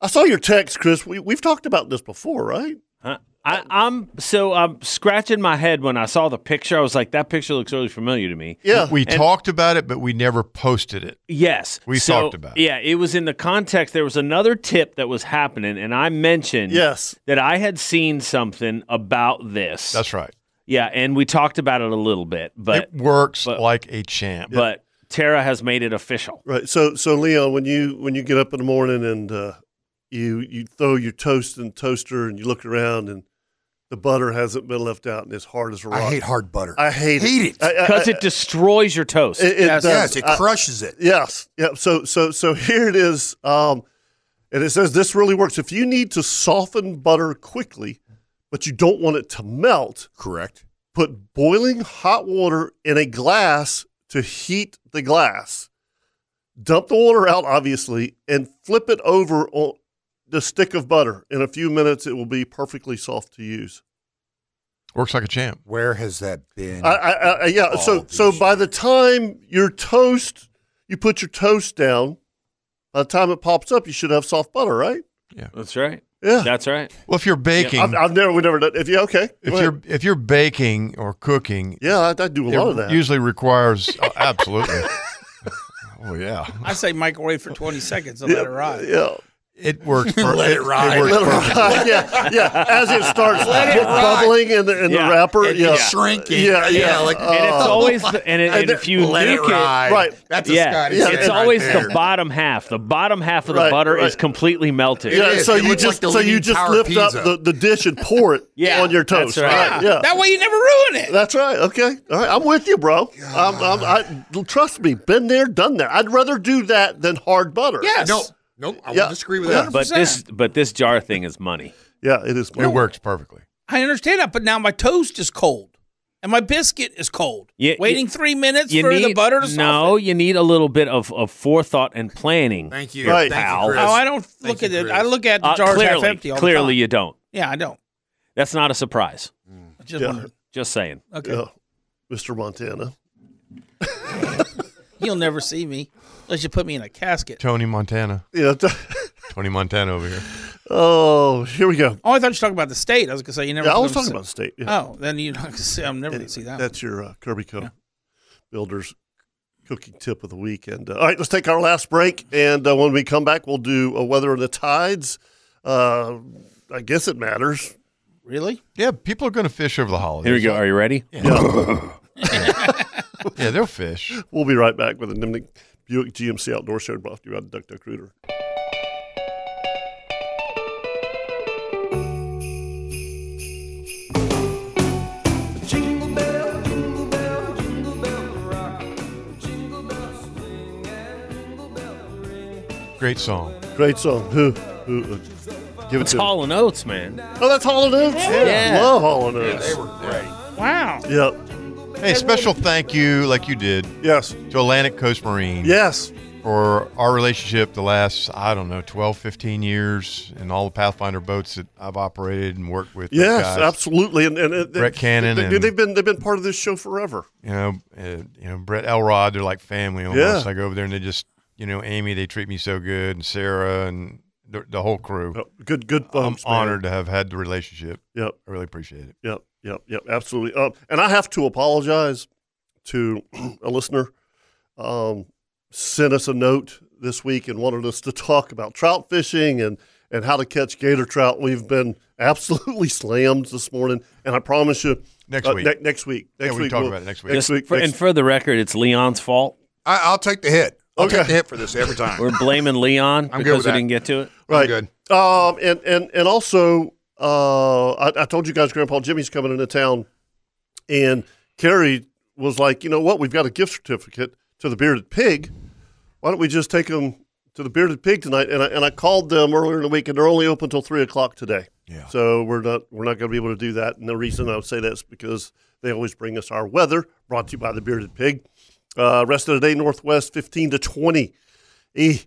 Speaker 2: I saw your text, Chris. We we've talked about this before, right?
Speaker 5: I, I, I'm so I'm scratching my head when I saw the picture. I was like, that picture looks really familiar to me.
Speaker 4: We
Speaker 5: And-
Speaker 4: talked about it, but we never posted it.
Speaker 5: Yes.
Speaker 4: We
Speaker 5: So,
Speaker 4: talked about it.
Speaker 5: Yeah, it was in the context. There was another tip that was happening, and I mentioned
Speaker 2: yes
Speaker 5: that I had seen something about this. That's
Speaker 4: right.
Speaker 5: Yeah, and we talked about it a little bit, but
Speaker 4: it works like a champ.
Speaker 5: But Tara has made it official.
Speaker 2: Right. So so Leon, when you when you get up in the morning and uh, you you throw your toast in the toaster and you look around and the butter hasn't been left out and it's hard as a rock.
Speaker 7: I hate hard butter.
Speaker 2: I hate, it I- I-
Speaker 5: because
Speaker 2: I-
Speaker 5: it destroys your toast.
Speaker 2: It, it does. I-
Speaker 7: it.
Speaker 2: Yes. Yep. So so so here it is. Um, and it says this really works if you need to soften butter quickly, but you don't want it to melt.
Speaker 7: Correct.
Speaker 2: Put boiling hot water in a glass to heat the glass. Dump the water out, obviously, and flip it over on the stick of butter. In a few minutes, it will be perfectly soft to use.
Speaker 4: Works like a champ.
Speaker 7: Where has that been?
Speaker 2: I, I, I- I, yeah. So so by the time your toast, you put your toast down, by the time it pops up, you should have soft butter, right?
Speaker 4: Yeah.
Speaker 5: That's right.
Speaker 2: Yeah.
Speaker 5: That's right.
Speaker 4: Well, if you're baking,
Speaker 2: I've, I've never we never done. If you okay,
Speaker 4: if you're if you're baking or cooking,
Speaker 2: yeah, I, I do a
Speaker 4: it
Speaker 2: lot of that.
Speaker 4: Usually requires oh, absolutely. oh yeah,
Speaker 6: I say microwave for 20 seconds and let it ride.
Speaker 2: Yeah.
Speaker 4: it works. per-
Speaker 6: Let it ride.
Speaker 4: works
Speaker 6: Let it
Speaker 4: perfectly.
Speaker 6: ride.
Speaker 2: yeah, yeah. As it starts
Speaker 6: Let it ride.
Speaker 2: bubbling in the in
Speaker 6: Yeah.
Speaker 2: the wrapper,
Speaker 6: It-
Speaker 2: yeah,
Speaker 6: it's shrinking.
Speaker 2: Yeah, yeah.
Speaker 6: Yeah, like- And it's
Speaker 2: Oh,
Speaker 5: always
Speaker 2: my-
Speaker 5: the- and, it, and
Speaker 2: then-
Speaker 5: if you nuke it,
Speaker 2: right?
Speaker 5: yeah, it's always the bottom half. The bottom half of the
Speaker 2: Right,
Speaker 5: butter is
Speaker 2: right.
Speaker 5: completely melted.
Speaker 2: Yeah, so you just so you just lift up the, the dish and pour it on your
Speaker 5: that's
Speaker 2: toast.
Speaker 5: right.
Speaker 2: right?
Speaker 5: Yeah.
Speaker 2: Yeah,
Speaker 6: That way you never ruin it.
Speaker 2: That's right. Okay. All right. I'm with you, bro. I'm, I'm, I, trust me, been there, done that. I'd rather do that than hard butter.
Speaker 6: Yes.
Speaker 7: No, no, I
Speaker 2: Yeah.
Speaker 7: won't disagree with
Speaker 2: Yeah.
Speaker 7: that.
Speaker 5: But this but this jar thing is money.
Speaker 2: Yeah, it is.
Speaker 4: It works perfectly.
Speaker 6: I understand that, but now my toast is cold and my biscuit is cold.
Speaker 5: Yeah,
Speaker 6: Waiting
Speaker 5: you-
Speaker 6: three minutes for the butter to soften.
Speaker 5: No, you need a little bit of, of forethought and planning.
Speaker 7: Thank
Speaker 6: you.
Speaker 5: Right.
Speaker 6: Thank you,
Speaker 5: pal.
Speaker 6: Oh, I don't look at it. I look at the jars
Speaker 5: Uh, clearly,
Speaker 6: half empty. All the
Speaker 5: clearly
Speaker 6: time.
Speaker 5: you don't.
Speaker 6: Yeah, I don't.
Speaker 5: That's not a surprise.
Speaker 6: I just wondered.
Speaker 5: Just saying.
Speaker 6: Okay.
Speaker 2: Yeah. Mr. Montana.
Speaker 6: You'll never see me unless you put me in a casket.
Speaker 4: Tony Montana.
Speaker 2: Yeah.
Speaker 4: Tony Montana over here.
Speaker 2: Oh, here we go.
Speaker 6: Oh, I thought you were talking about the state. I was gonna say you never.
Speaker 2: Yeah, I
Speaker 6: put
Speaker 2: was
Speaker 6: them
Speaker 2: talking
Speaker 6: si-
Speaker 2: about the state, yeah.
Speaker 6: Oh, then you're not gonna see. I'm never gonna see that.
Speaker 2: That's your uh, Kirby Co. Builders cooking tip of the week. And uh, all right, let's take our last break. And uh, when we come back, we'll do a weather and the tides. Uh, I guess it matters.
Speaker 6: Really?
Speaker 4: Yeah, people are going to fish over the holidays.
Speaker 5: Here we go. Are you ready?
Speaker 2: Yeah.
Speaker 4: yeah, they'll fish.
Speaker 2: We'll be right back with a Nimnik Buick GMC Outdoor Show brought to you by Duck Duck Rooter.
Speaker 4: Great song.
Speaker 2: Great song. Who? Who? uh, give it
Speaker 5: It's
Speaker 2: to me.
Speaker 5: Hall and Oates, man.
Speaker 2: Oh, that's Hall and Oates.
Speaker 5: Yeah.
Speaker 2: I love Hall and
Speaker 5: Yeah,
Speaker 2: Oates.
Speaker 5: they
Speaker 2: were
Speaker 6: great. Wow.
Speaker 2: Yep.
Speaker 4: Hey, special thank you, like you did.
Speaker 2: Yes.
Speaker 4: To Atlantic Coast Marine.
Speaker 2: Yes.
Speaker 4: For our relationship the last, I don't know, 12, 15 years and all the Pathfinder boats that I've operated and worked with. those
Speaker 2: Yes,
Speaker 4: guys.
Speaker 2: absolutely. And, and, and
Speaker 4: Brett Cannon
Speaker 2: They,
Speaker 4: and-
Speaker 2: have been they've been part of this show forever.
Speaker 4: You know, uh, you know, Brett Elrod, they're like family almost.
Speaker 2: Yeah.
Speaker 4: I go over there and they just, you know, Amy, they treat me so good and Sarah and the, the whole crew.
Speaker 2: Good, good folks,
Speaker 4: I'm
Speaker 2: man.
Speaker 4: honored to have had the relationship.
Speaker 2: Yep.
Speaker 4: I really appreciate it.
Speaker 2: Yep, yep, yep, absolutely. Um, and I have to apologize to a listener. Um, sent us a note this week and wanted us to talk about trout fishing and and how to catch gator trout. We've been absolutely slammed this morning, and I promise you, uh,
Speaker 4: Next week.
Speaker 2: ne- next week,
Speaker 4: Yeah,
Speaker 2: next
Speaker 4: we
Speaker 2: week
Speaker 4: talk
Speaker 2: we'll-
Speaker 4: about it next
Speaker 2: Next
Speaker 5: Just
Speaker 2: week,
Speaker 5: for-
Speaker 2: next-
Speaker 5: and for the record, it's Leon's fault.
Speaker 7: I, I'll take the hit. I'll take the hit for this every time.
Speaker 5: We're blaming Leon
Speaker 7: I'm good
Speaker 5: because
Speaker 7: with
Speaker 5: we
Speaker 7: that.
Speaker 5: didn't get to it.
Speaker 7: I'm
Speaker 2: Right. good. Um, and and and also, uh, I, I told you guys, Grandpa Jimmy's coming into town, and Carrie was like, you know what? We've got a gift certificate to the Bearded Pig. Why don't we just take them to the Bearded Pig tonight? And I, and I called them earlier in the week, and they're only open till three o'clock today. Yeah. So we're not we're not going to be able to do that. And the reason I would say that is because they always bring us our weather, brought to you by the Bearded Pig. Uh, rest of the day, northwest fifteen to twenty. Eh.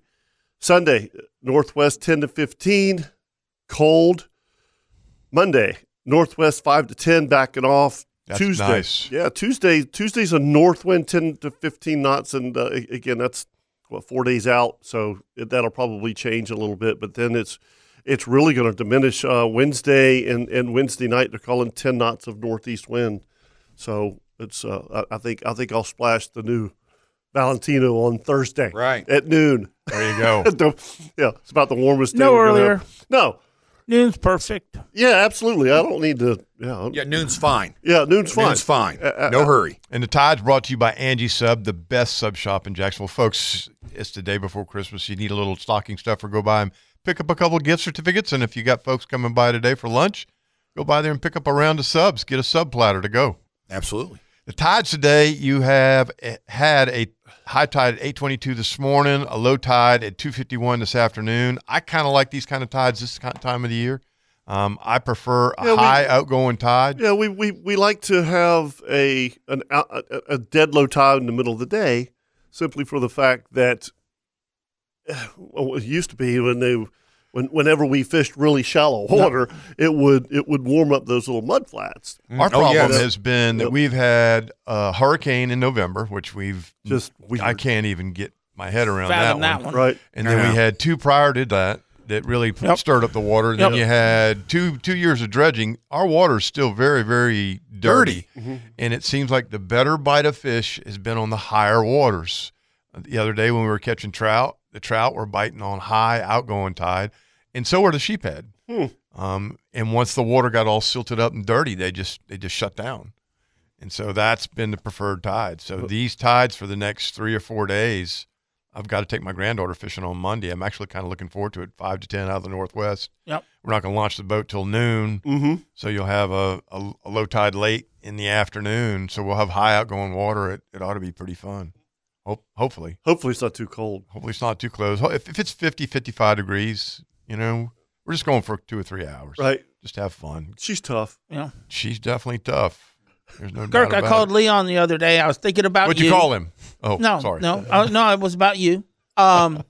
Speaker 2: Sunday, northwest 10 to 15, cold. Monday, northwest 5 to 10, backing off.
Speaker 4: That's
Speaker 2: Tuesday,
Speaker 4: nice.
Speaker 2: yeah, Tuesday. Tuesday's a north wind, 10 to 15 knots, and uh, a- again, that's what four days out, so it, that'll probably change a little bit. But then it's it's really going to diminish uh, Wednesday and, and Wednesday night. They're calling 10 knots of northeast wind, so it's uh, I, I think I think I'll splash the new Valentino on Thursday, right at noon.
Speaker 4: There you go.
Speaker 2: The- yeah, it's about the warmest. day
Speaker 1: No
Speaker 2: we're gonna
Speaker 1: earlier.
Speaker 2: have. No.
Speaker 1: Noon's perfect.
Speaker 2: Yeah, absolutely. I don't need to. Yeah,
Speaker 7: yeah noon's fine.
Speaker 2: Yeah, noon's fine. Uh,
Speaker 7: Noon's fine. No hurry.
Speaker 4: And the tide's brought to you by Angie Sub, the best sub shop in Jacksonville, folks. It's the day before Christmas. You need a little stocking stuffer. Go by and pick up a couple of gift certificates. And if you got folks coming by today for lunch, go by there and pick up a round of subs. Get a sub platter to go.
Speaker 7: Absolutely.
Speaker 4: The tides today. You have eh, had a high tide at 8:22 this morning, a low tide at 2:51 this afternoon. I kind of like these kind of tides this kind of time of the year. Um, I prefer a
Speaker 2: Yeah, we-
Speaker 4: high outgoing tide.
Speaker 2: Yeah, we, we, we like to have a an out- a, a dead low tide in the middle of the day, simply for the fact that well, it used to be when they when whenever we fished really shallow
Speaker 4: No.
Speaker 2: water, it would it would warm up those little mud flats.
Speaker 4: Our problem has been that we've had a hurricane in November, which we've
Speaker 2: Just
Speaker 4: I can't even get my head around
Speaker 2: Fathom
Speaker 4: that,
Speaker 2: that one. Right.
Speaker 4: And then
Speaker 2: Yeah.
Speaker 4: we had two prior to that that really
Speaker 2: Yep.
Speaker 4: stirred up the water. And Then
Speaker 2: Yep.
Speaker 4: you had two two years of dredging. Our water's still very very dirty,
Speaker 2: Dirty. Mhm.
Speaker 4: and it seems like the better bite of fish has been on the higher waters. The other day when we were catching trout, the trout were biting on high outgoing tide, and so were the sheephead.
Speaker 2: Hmm.
Speaker 4: Um, and once the water got all silted up and dirty, they just they just shut down. And so that's been the preferred tide. So these tides for the next three or four days, I've got to take my granddaughter fishing on Monday. I'm actually kind of looking forward to it. Five to ten out of the northwest.
Speaker 1: Yep.
Speaker 4: We're not going to launch the boat till noon.
Speaker 2: Mhm.
Speaker 4: So you'll have a, a, a low tide late in the afternoon. So we'll have high outgoing water. It, it ought to be pretty fun. Hope, hopefully.
Speaker 2: Hopefully it's not too cold.
Speaker 4: Hopefully it's not too close. Ho- If, if it's 50, 55 degrees, you know, we're just going for two or three hours.
Speaker 2: Right.
Speaker 4: Just have fun.
Speaker 2: She's tough.
Speaker 6: Yeah.
Speaker 4: She's definitely tough. There's no doubt
Speaker 6: Kirk, I
Speaker 4: about
Speaker 6: called
Speaker 4: it.
Speaker 6: Leon the other day. I was thinking about
Speaker 4: What'd you call him? Oh,
Speaker 6: no,
Speaker 4: sorry.
Speaker 6: no, uh, no. It was about you. Um,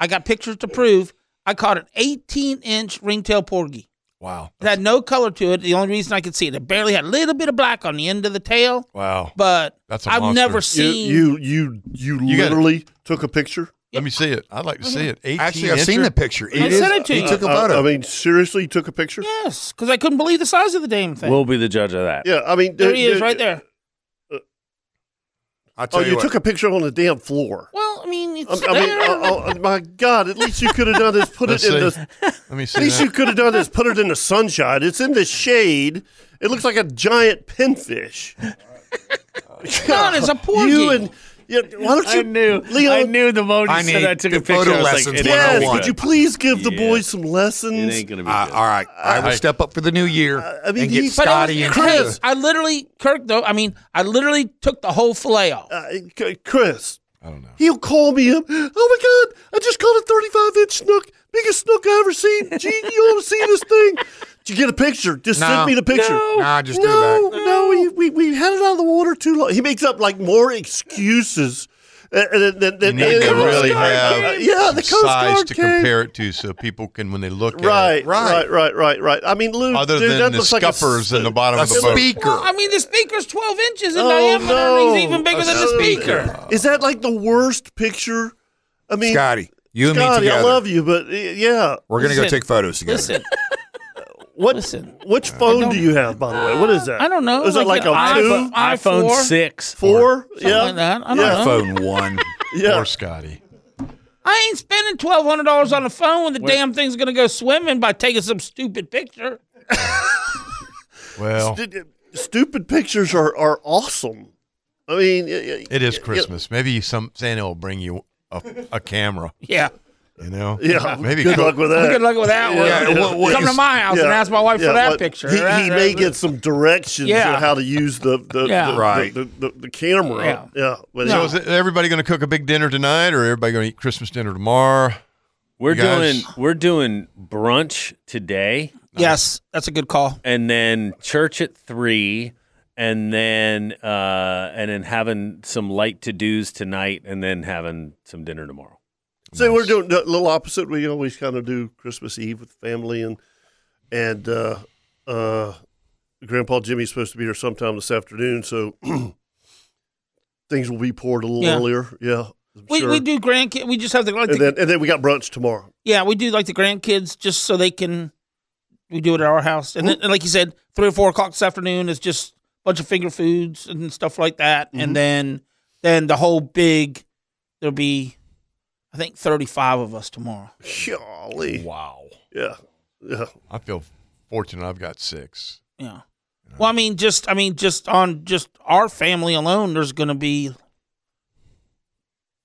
Speaker 6: I got pictures to prove. I caught an 18 inch ringtail porgy.
Speaker 4: Wow,
Speaker 6: it had no color to it. The only reason I could see it, it barely had a little bit of black on the end of the tail.
Speaker 4: Wow.
Speaker 6: But
Speaker 4: That's a
Speaker 6: I've
Speaker 4: monster.
Speaker 6: never seen
Speaker 2: you you you,
Speaker 4: You got it.
Speaker 2: literally took a picture.
Speaker 4: Let me see it. I'd like to see it. 18
Speaker 7: Actually, I've seen
Speaker 4: incher?
Speaker 7: the picture.
Speaker 6: I sent it to you.
Speaker 2: I- I mean, seriously, you took a picture.
Speaker 6: Yes, because I couldn't believe the size of the damn thing.
Speaker 5: We'll be the judge of that.
Speaker 2: Yeah, I mean,
Speaker 6: there
Speaker 2: the-
Speaker 6: he is,
Speaker 2: the-
Speaker 6: right there.
Speaker 7: I
Speaker 2: oh, you, took a picture on the damn floor.
Speaker 6: Well, I mean, it's
Speaker 2: I, I mean,
Speaker 6: there.
Speaker 2: oh, oh, my God! At least you could have done this. Put it
Speaker 4: Let's
Speaker 2: in
Speaker 4: see.
Speaker 2: the.
Speaker 4: Let me see.
Speaker 2: At least
Speaker 4: that.
Speaker 2: you could have done this. Put it in the sunshine. It's in the shade. It looks like a giant pinfish.
Speaker 6: God, it's a porgy.
Speaker 2: You and yeah, why don't you?
Speaker 5: I knew.
Speaker 2: Leon,
Speaker 5: I knew the moment you said I took a picture. I was like,
Speaker 4: oh
Speaker 5: it ain't gonna be
Speaker 2: yes,
Speaker 5: good.
Speaker 2: could you please give the boys some lessons?
Speaker 7: Uh, all right, I will
Speaker 2: I-
Speaker 7: step up for the new year
Speaker 2: I mean,
Speaker 7: and get
Speaker 2: he-
Speaker 6: But I was-
Speaker 7: Scotty and
Speaker 6: Chris, I literally, Kirk, though, I mean, I literally took the whole fillet off.
Speaker 2: Uh, Chris. He'll call me up. Oh my God! I just caught a 35 inch snook, biggest snook I ever seen. Gee, you ought to see this thing. Did you get a picture? Just
Speaker 7: No.
Speaker 2: send me the picture.
Speaker 7: No. Nah, just
Speaker 2: no,
Speaker 7: do it
Speaker 2: No, we, we we had it out of the water too long. He makes up like more excuses. Uh, than- than-
Speaker 4: You
Speaker 2: than-
Speaker 4: need to
Speaker 2: than-
Speaker 4: really
Speaker 2: Coast Guard
Speaker 4: have
Speaker 2: came. yeah, the
Speaker 4: some
Speaker 2: Coast
Speaker 4: size
Speaker 2: Guard
Speaker 4: to
Speaker 2: came.
Speaker 4: compare it to, so people can when they look
Speaker 2: Right,
Speaker 4: at it.
Speaker 2: right, right, right, right. I mean, Lou,
Speaker 4: Other
Speaker 2: dude,
Speaker 4: than
Speaker 2: that
Speaker 4: the
Speaker 2: looks like a
Speaker 4: scuppers in the bottom
Speaker 2: a
Speaker 4: of the boat.
Speaker 6: Well, I mean, the speaker's 12 inches in
Speaker 2: Oh,
Speaker 6: diameter.
Speaker 2: no.
Speaker 6: and It's even bigger
Speaker 2: A
Speaker 6: than the
Speaker 2: speaker.
Speaker 6: speaker.
Speaker 2: Is that like the worst picture? I mean,
Speaker 7: Scotty, you and me
Speaker 2: Scotty, I
Speaker 7: together.
Speaker 2: love you, but uh, yeah,
Speaker 7: We're gonna go Listen. take photos together.
Speaker 6: Listen.
Speaker 2: what? Which phone do you have, by the way? What is that?
Speaker 6: I don't know.
Speaker 2: Is it like,
Speaker 6: Like
Speaker 2: a
Speaker 6: an
Speaker 2: two?
Speaker 6: iPhone- iPhone iPhone 6.
Speaker 2: four?
Speaker 6: Something
Speaker 2: yeah,
Speaker 6: like that. I don't know.
Speaker 2: yeah.
Speaker 7: phone one.
Speaker 2: Yeah.
Speaker 4: Or Scotty.
Speaker 6: I ain't spending twelve hundred dollars on a phone when the damn thing's gonna go swimming by taking some stupid picture.
Speaker 4: Well,
Speaker 2: Stu- stupid pictures are are awesome. I mean, it
Speaker 4: it is Christmas. Maybe some Santa will bring you a, a camera.
Speaker 6: Yeah.
Speaker 4: You know?
Speaker 2: Yeah,
Speaker 4: Maybe
Speaker 2: good
Speaker 4: cook-
Speaker 2: luck with that.
Speaker 6: Good luck with that one.
Speaker 2: what- what
Speaker 6: Come to
Speaker 2: is-
Speaker 6: my house and
Speaker 2: yeah,
Speaker 6: ask my wife
Speaker 2: yeah,
Speaker 6: for that
Speaker 2: what-
Speaker 6: picture.
Speaker 2: He,
Speaker 6: Right?
Speaker 2: he may get some directions
Speaker 6: Yeah.
Speaker 2: on how to use the the,
Speaker 6: Yeah.
Speaker 2: the,
Speaker 4: Right.
Speaker 2: the, the, the camera.
Speaker 6: Yeah.
Speaker 2: but
Speaker 4: So is everybody going to cook a big dinner tonight, or everybody going to eat Christmas dinner tomorrow?
Speaker 5: We're
Speaker 4: You guys-
Speaker 5: doing we're doing brunch today.
Speaker 6: Yes, that's a good call.
Speaker 5: And then church at three, and then uh, and then having some light to dos tonight, and then having some dinner tomorrow.
Speaker 2: So we're doing a little opposite. We always kind of do Christmas Eve with family and and uh, uh, Grandpa Jimmy's supposed to be here sometime this afternoon, so things will be poured a little
Speaker 6: Yeah.
Speaker 2: earlier. Yeah, I'm
Speaker 6: We,
Speaker 2: sure.
Speaker 6: we do grandkids. We just have the like
Speaker 2: and
Speaker 6: the,
Speaker 2: then and then we got brunch tomorrow.
Speaker 6: yeah. We do like the grandkids just so they can. We do it at our house, and then and like you said, three or four o'clock this afternoon is just a bunch of finger foods and stuff like that,
Speaker 2: Mhm.
Speaker 6: and then then the whole big. There'll be, I think, thirty-five of us tomorrow.
Speaker 2: Golly!
Speaker 4: Wow.
Speaker 2: Yeah. Yeah.
Speaker 4: I feel fortunate. I've got six.
Speaker 6: Yeah. Well, I mean, just I mean, just on just our family alone, there's going to be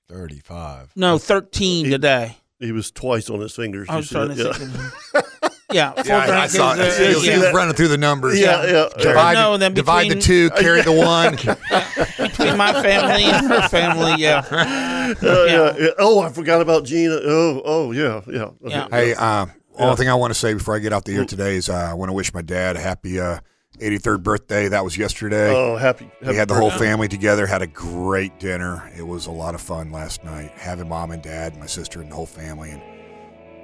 Speaker 4: Thirty-five.
Speaker 6: no thirteen today.
Speaker 2: He was twice on his fingers.
Speaker 6: I
Speaker 2: You
Speaker 6: was
Speaker 2: see
Speaker 6: trying to
Speaker 2: that? Yeah.
Speaker 6: think. of- Yeah,
Speaker 7: Yeah, I- I saw it. He was- he was running through the numbers.
Speaker 2: Yeah, yeah.
Speaker 7: Divide,
Speaker 6: No, and then
Speaker 7: divide the two,
Speaker 6: between-
Speaker 7: carry the one.
Speaker 6: between my family and her family. Yeah.
Speaker 2: Uh, yeah, yeah. Oh, I forgot about Gina. Oh, oh, yeah, yeah. Okay.
Speaker 7: Hey, um,
Speaker 2: Yeah.
Speaker 7: only thing I want to say before I get out the air today is uh, I want to wish my dad a happy uh, 83rd birthday. That was yesterday.
Speaker 2: Oh, happy- happy
Speaker 7: we had the whole
Speaker 2: birthday.
Speaker 7: family together, had a great dinner. It was a lot of fun last night, having mom and dad, my sister, and the whole family. And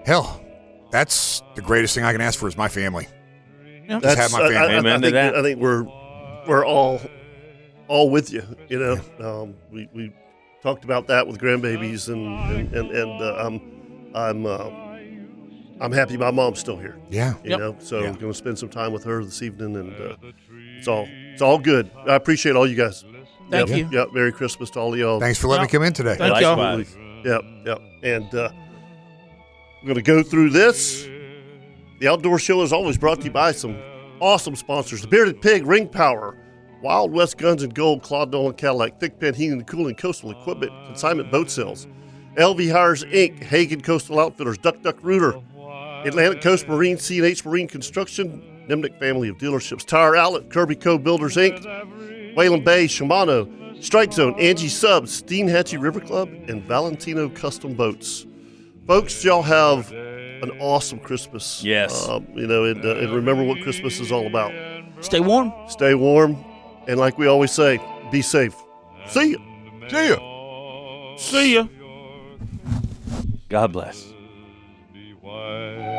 Speaker 7: hell, that's the greatest thing I can ask for is my family. Just have my
Speaker 2: I-
Speaker 7: family.
Speaker 2: I, I think, I think we're we're all all with you. You know, um, we we talked about that with grandbabies, and and and, and uh, I'm I'm uh, I'm happy my mom's still here.
Speaker 7: Yeah.
Speaker 2: you
Speaker 7: Yep.
Speaker 2: know, so I'm going to spend some time with her this evening, and uh, it's all it's all good. I appreciate all you guys.
Speaker 7: Thank
Speaker 2: Yep,
Speaker 7: you.
Speaker 2: Yep. Merry Christmas to all of y'all.
Speaker 7: Thanks for letting me come in today. Thank y'all.
Speaker 2: Absolutely. Yep. Yep. And uh, we're going to go through this. The Outdoor Show is always brought to you by some awesome sponsors. The Bearded Pig, Ring Power, Wild West Guns and Gold, Claude Nolan Cadillac, Thick Pen Heating and Cooling, Coastal Equipment, Consignment Boat Sales, LV Hires Inc., Hagen Coastal Outfitters, Duck Duck Rooter, Atlantic Coast Marine, C&H Marine Construction, Nimnick Family of Dealerships, Tire Outlet, Kirby Co. Builders Inc., Whalen Bay, Shimano, Strike Zone, Angie Subs, Steen Hatchie River Club, and Valentino Custom Boats. Folks, y'all have an awesome Christmas.
Speaker 5: Yes.
Speaker 2: Um, you know, and, uh, and remember what Christmas is all about.
Speaker 6: Stay warm.
Speaker 2: Stay warm. And like we always say, be safe. See ya.
Speaker 4: See ya.
Speaker 6: See ya.
Speaker 5: God bless.
Speaker 17: wide.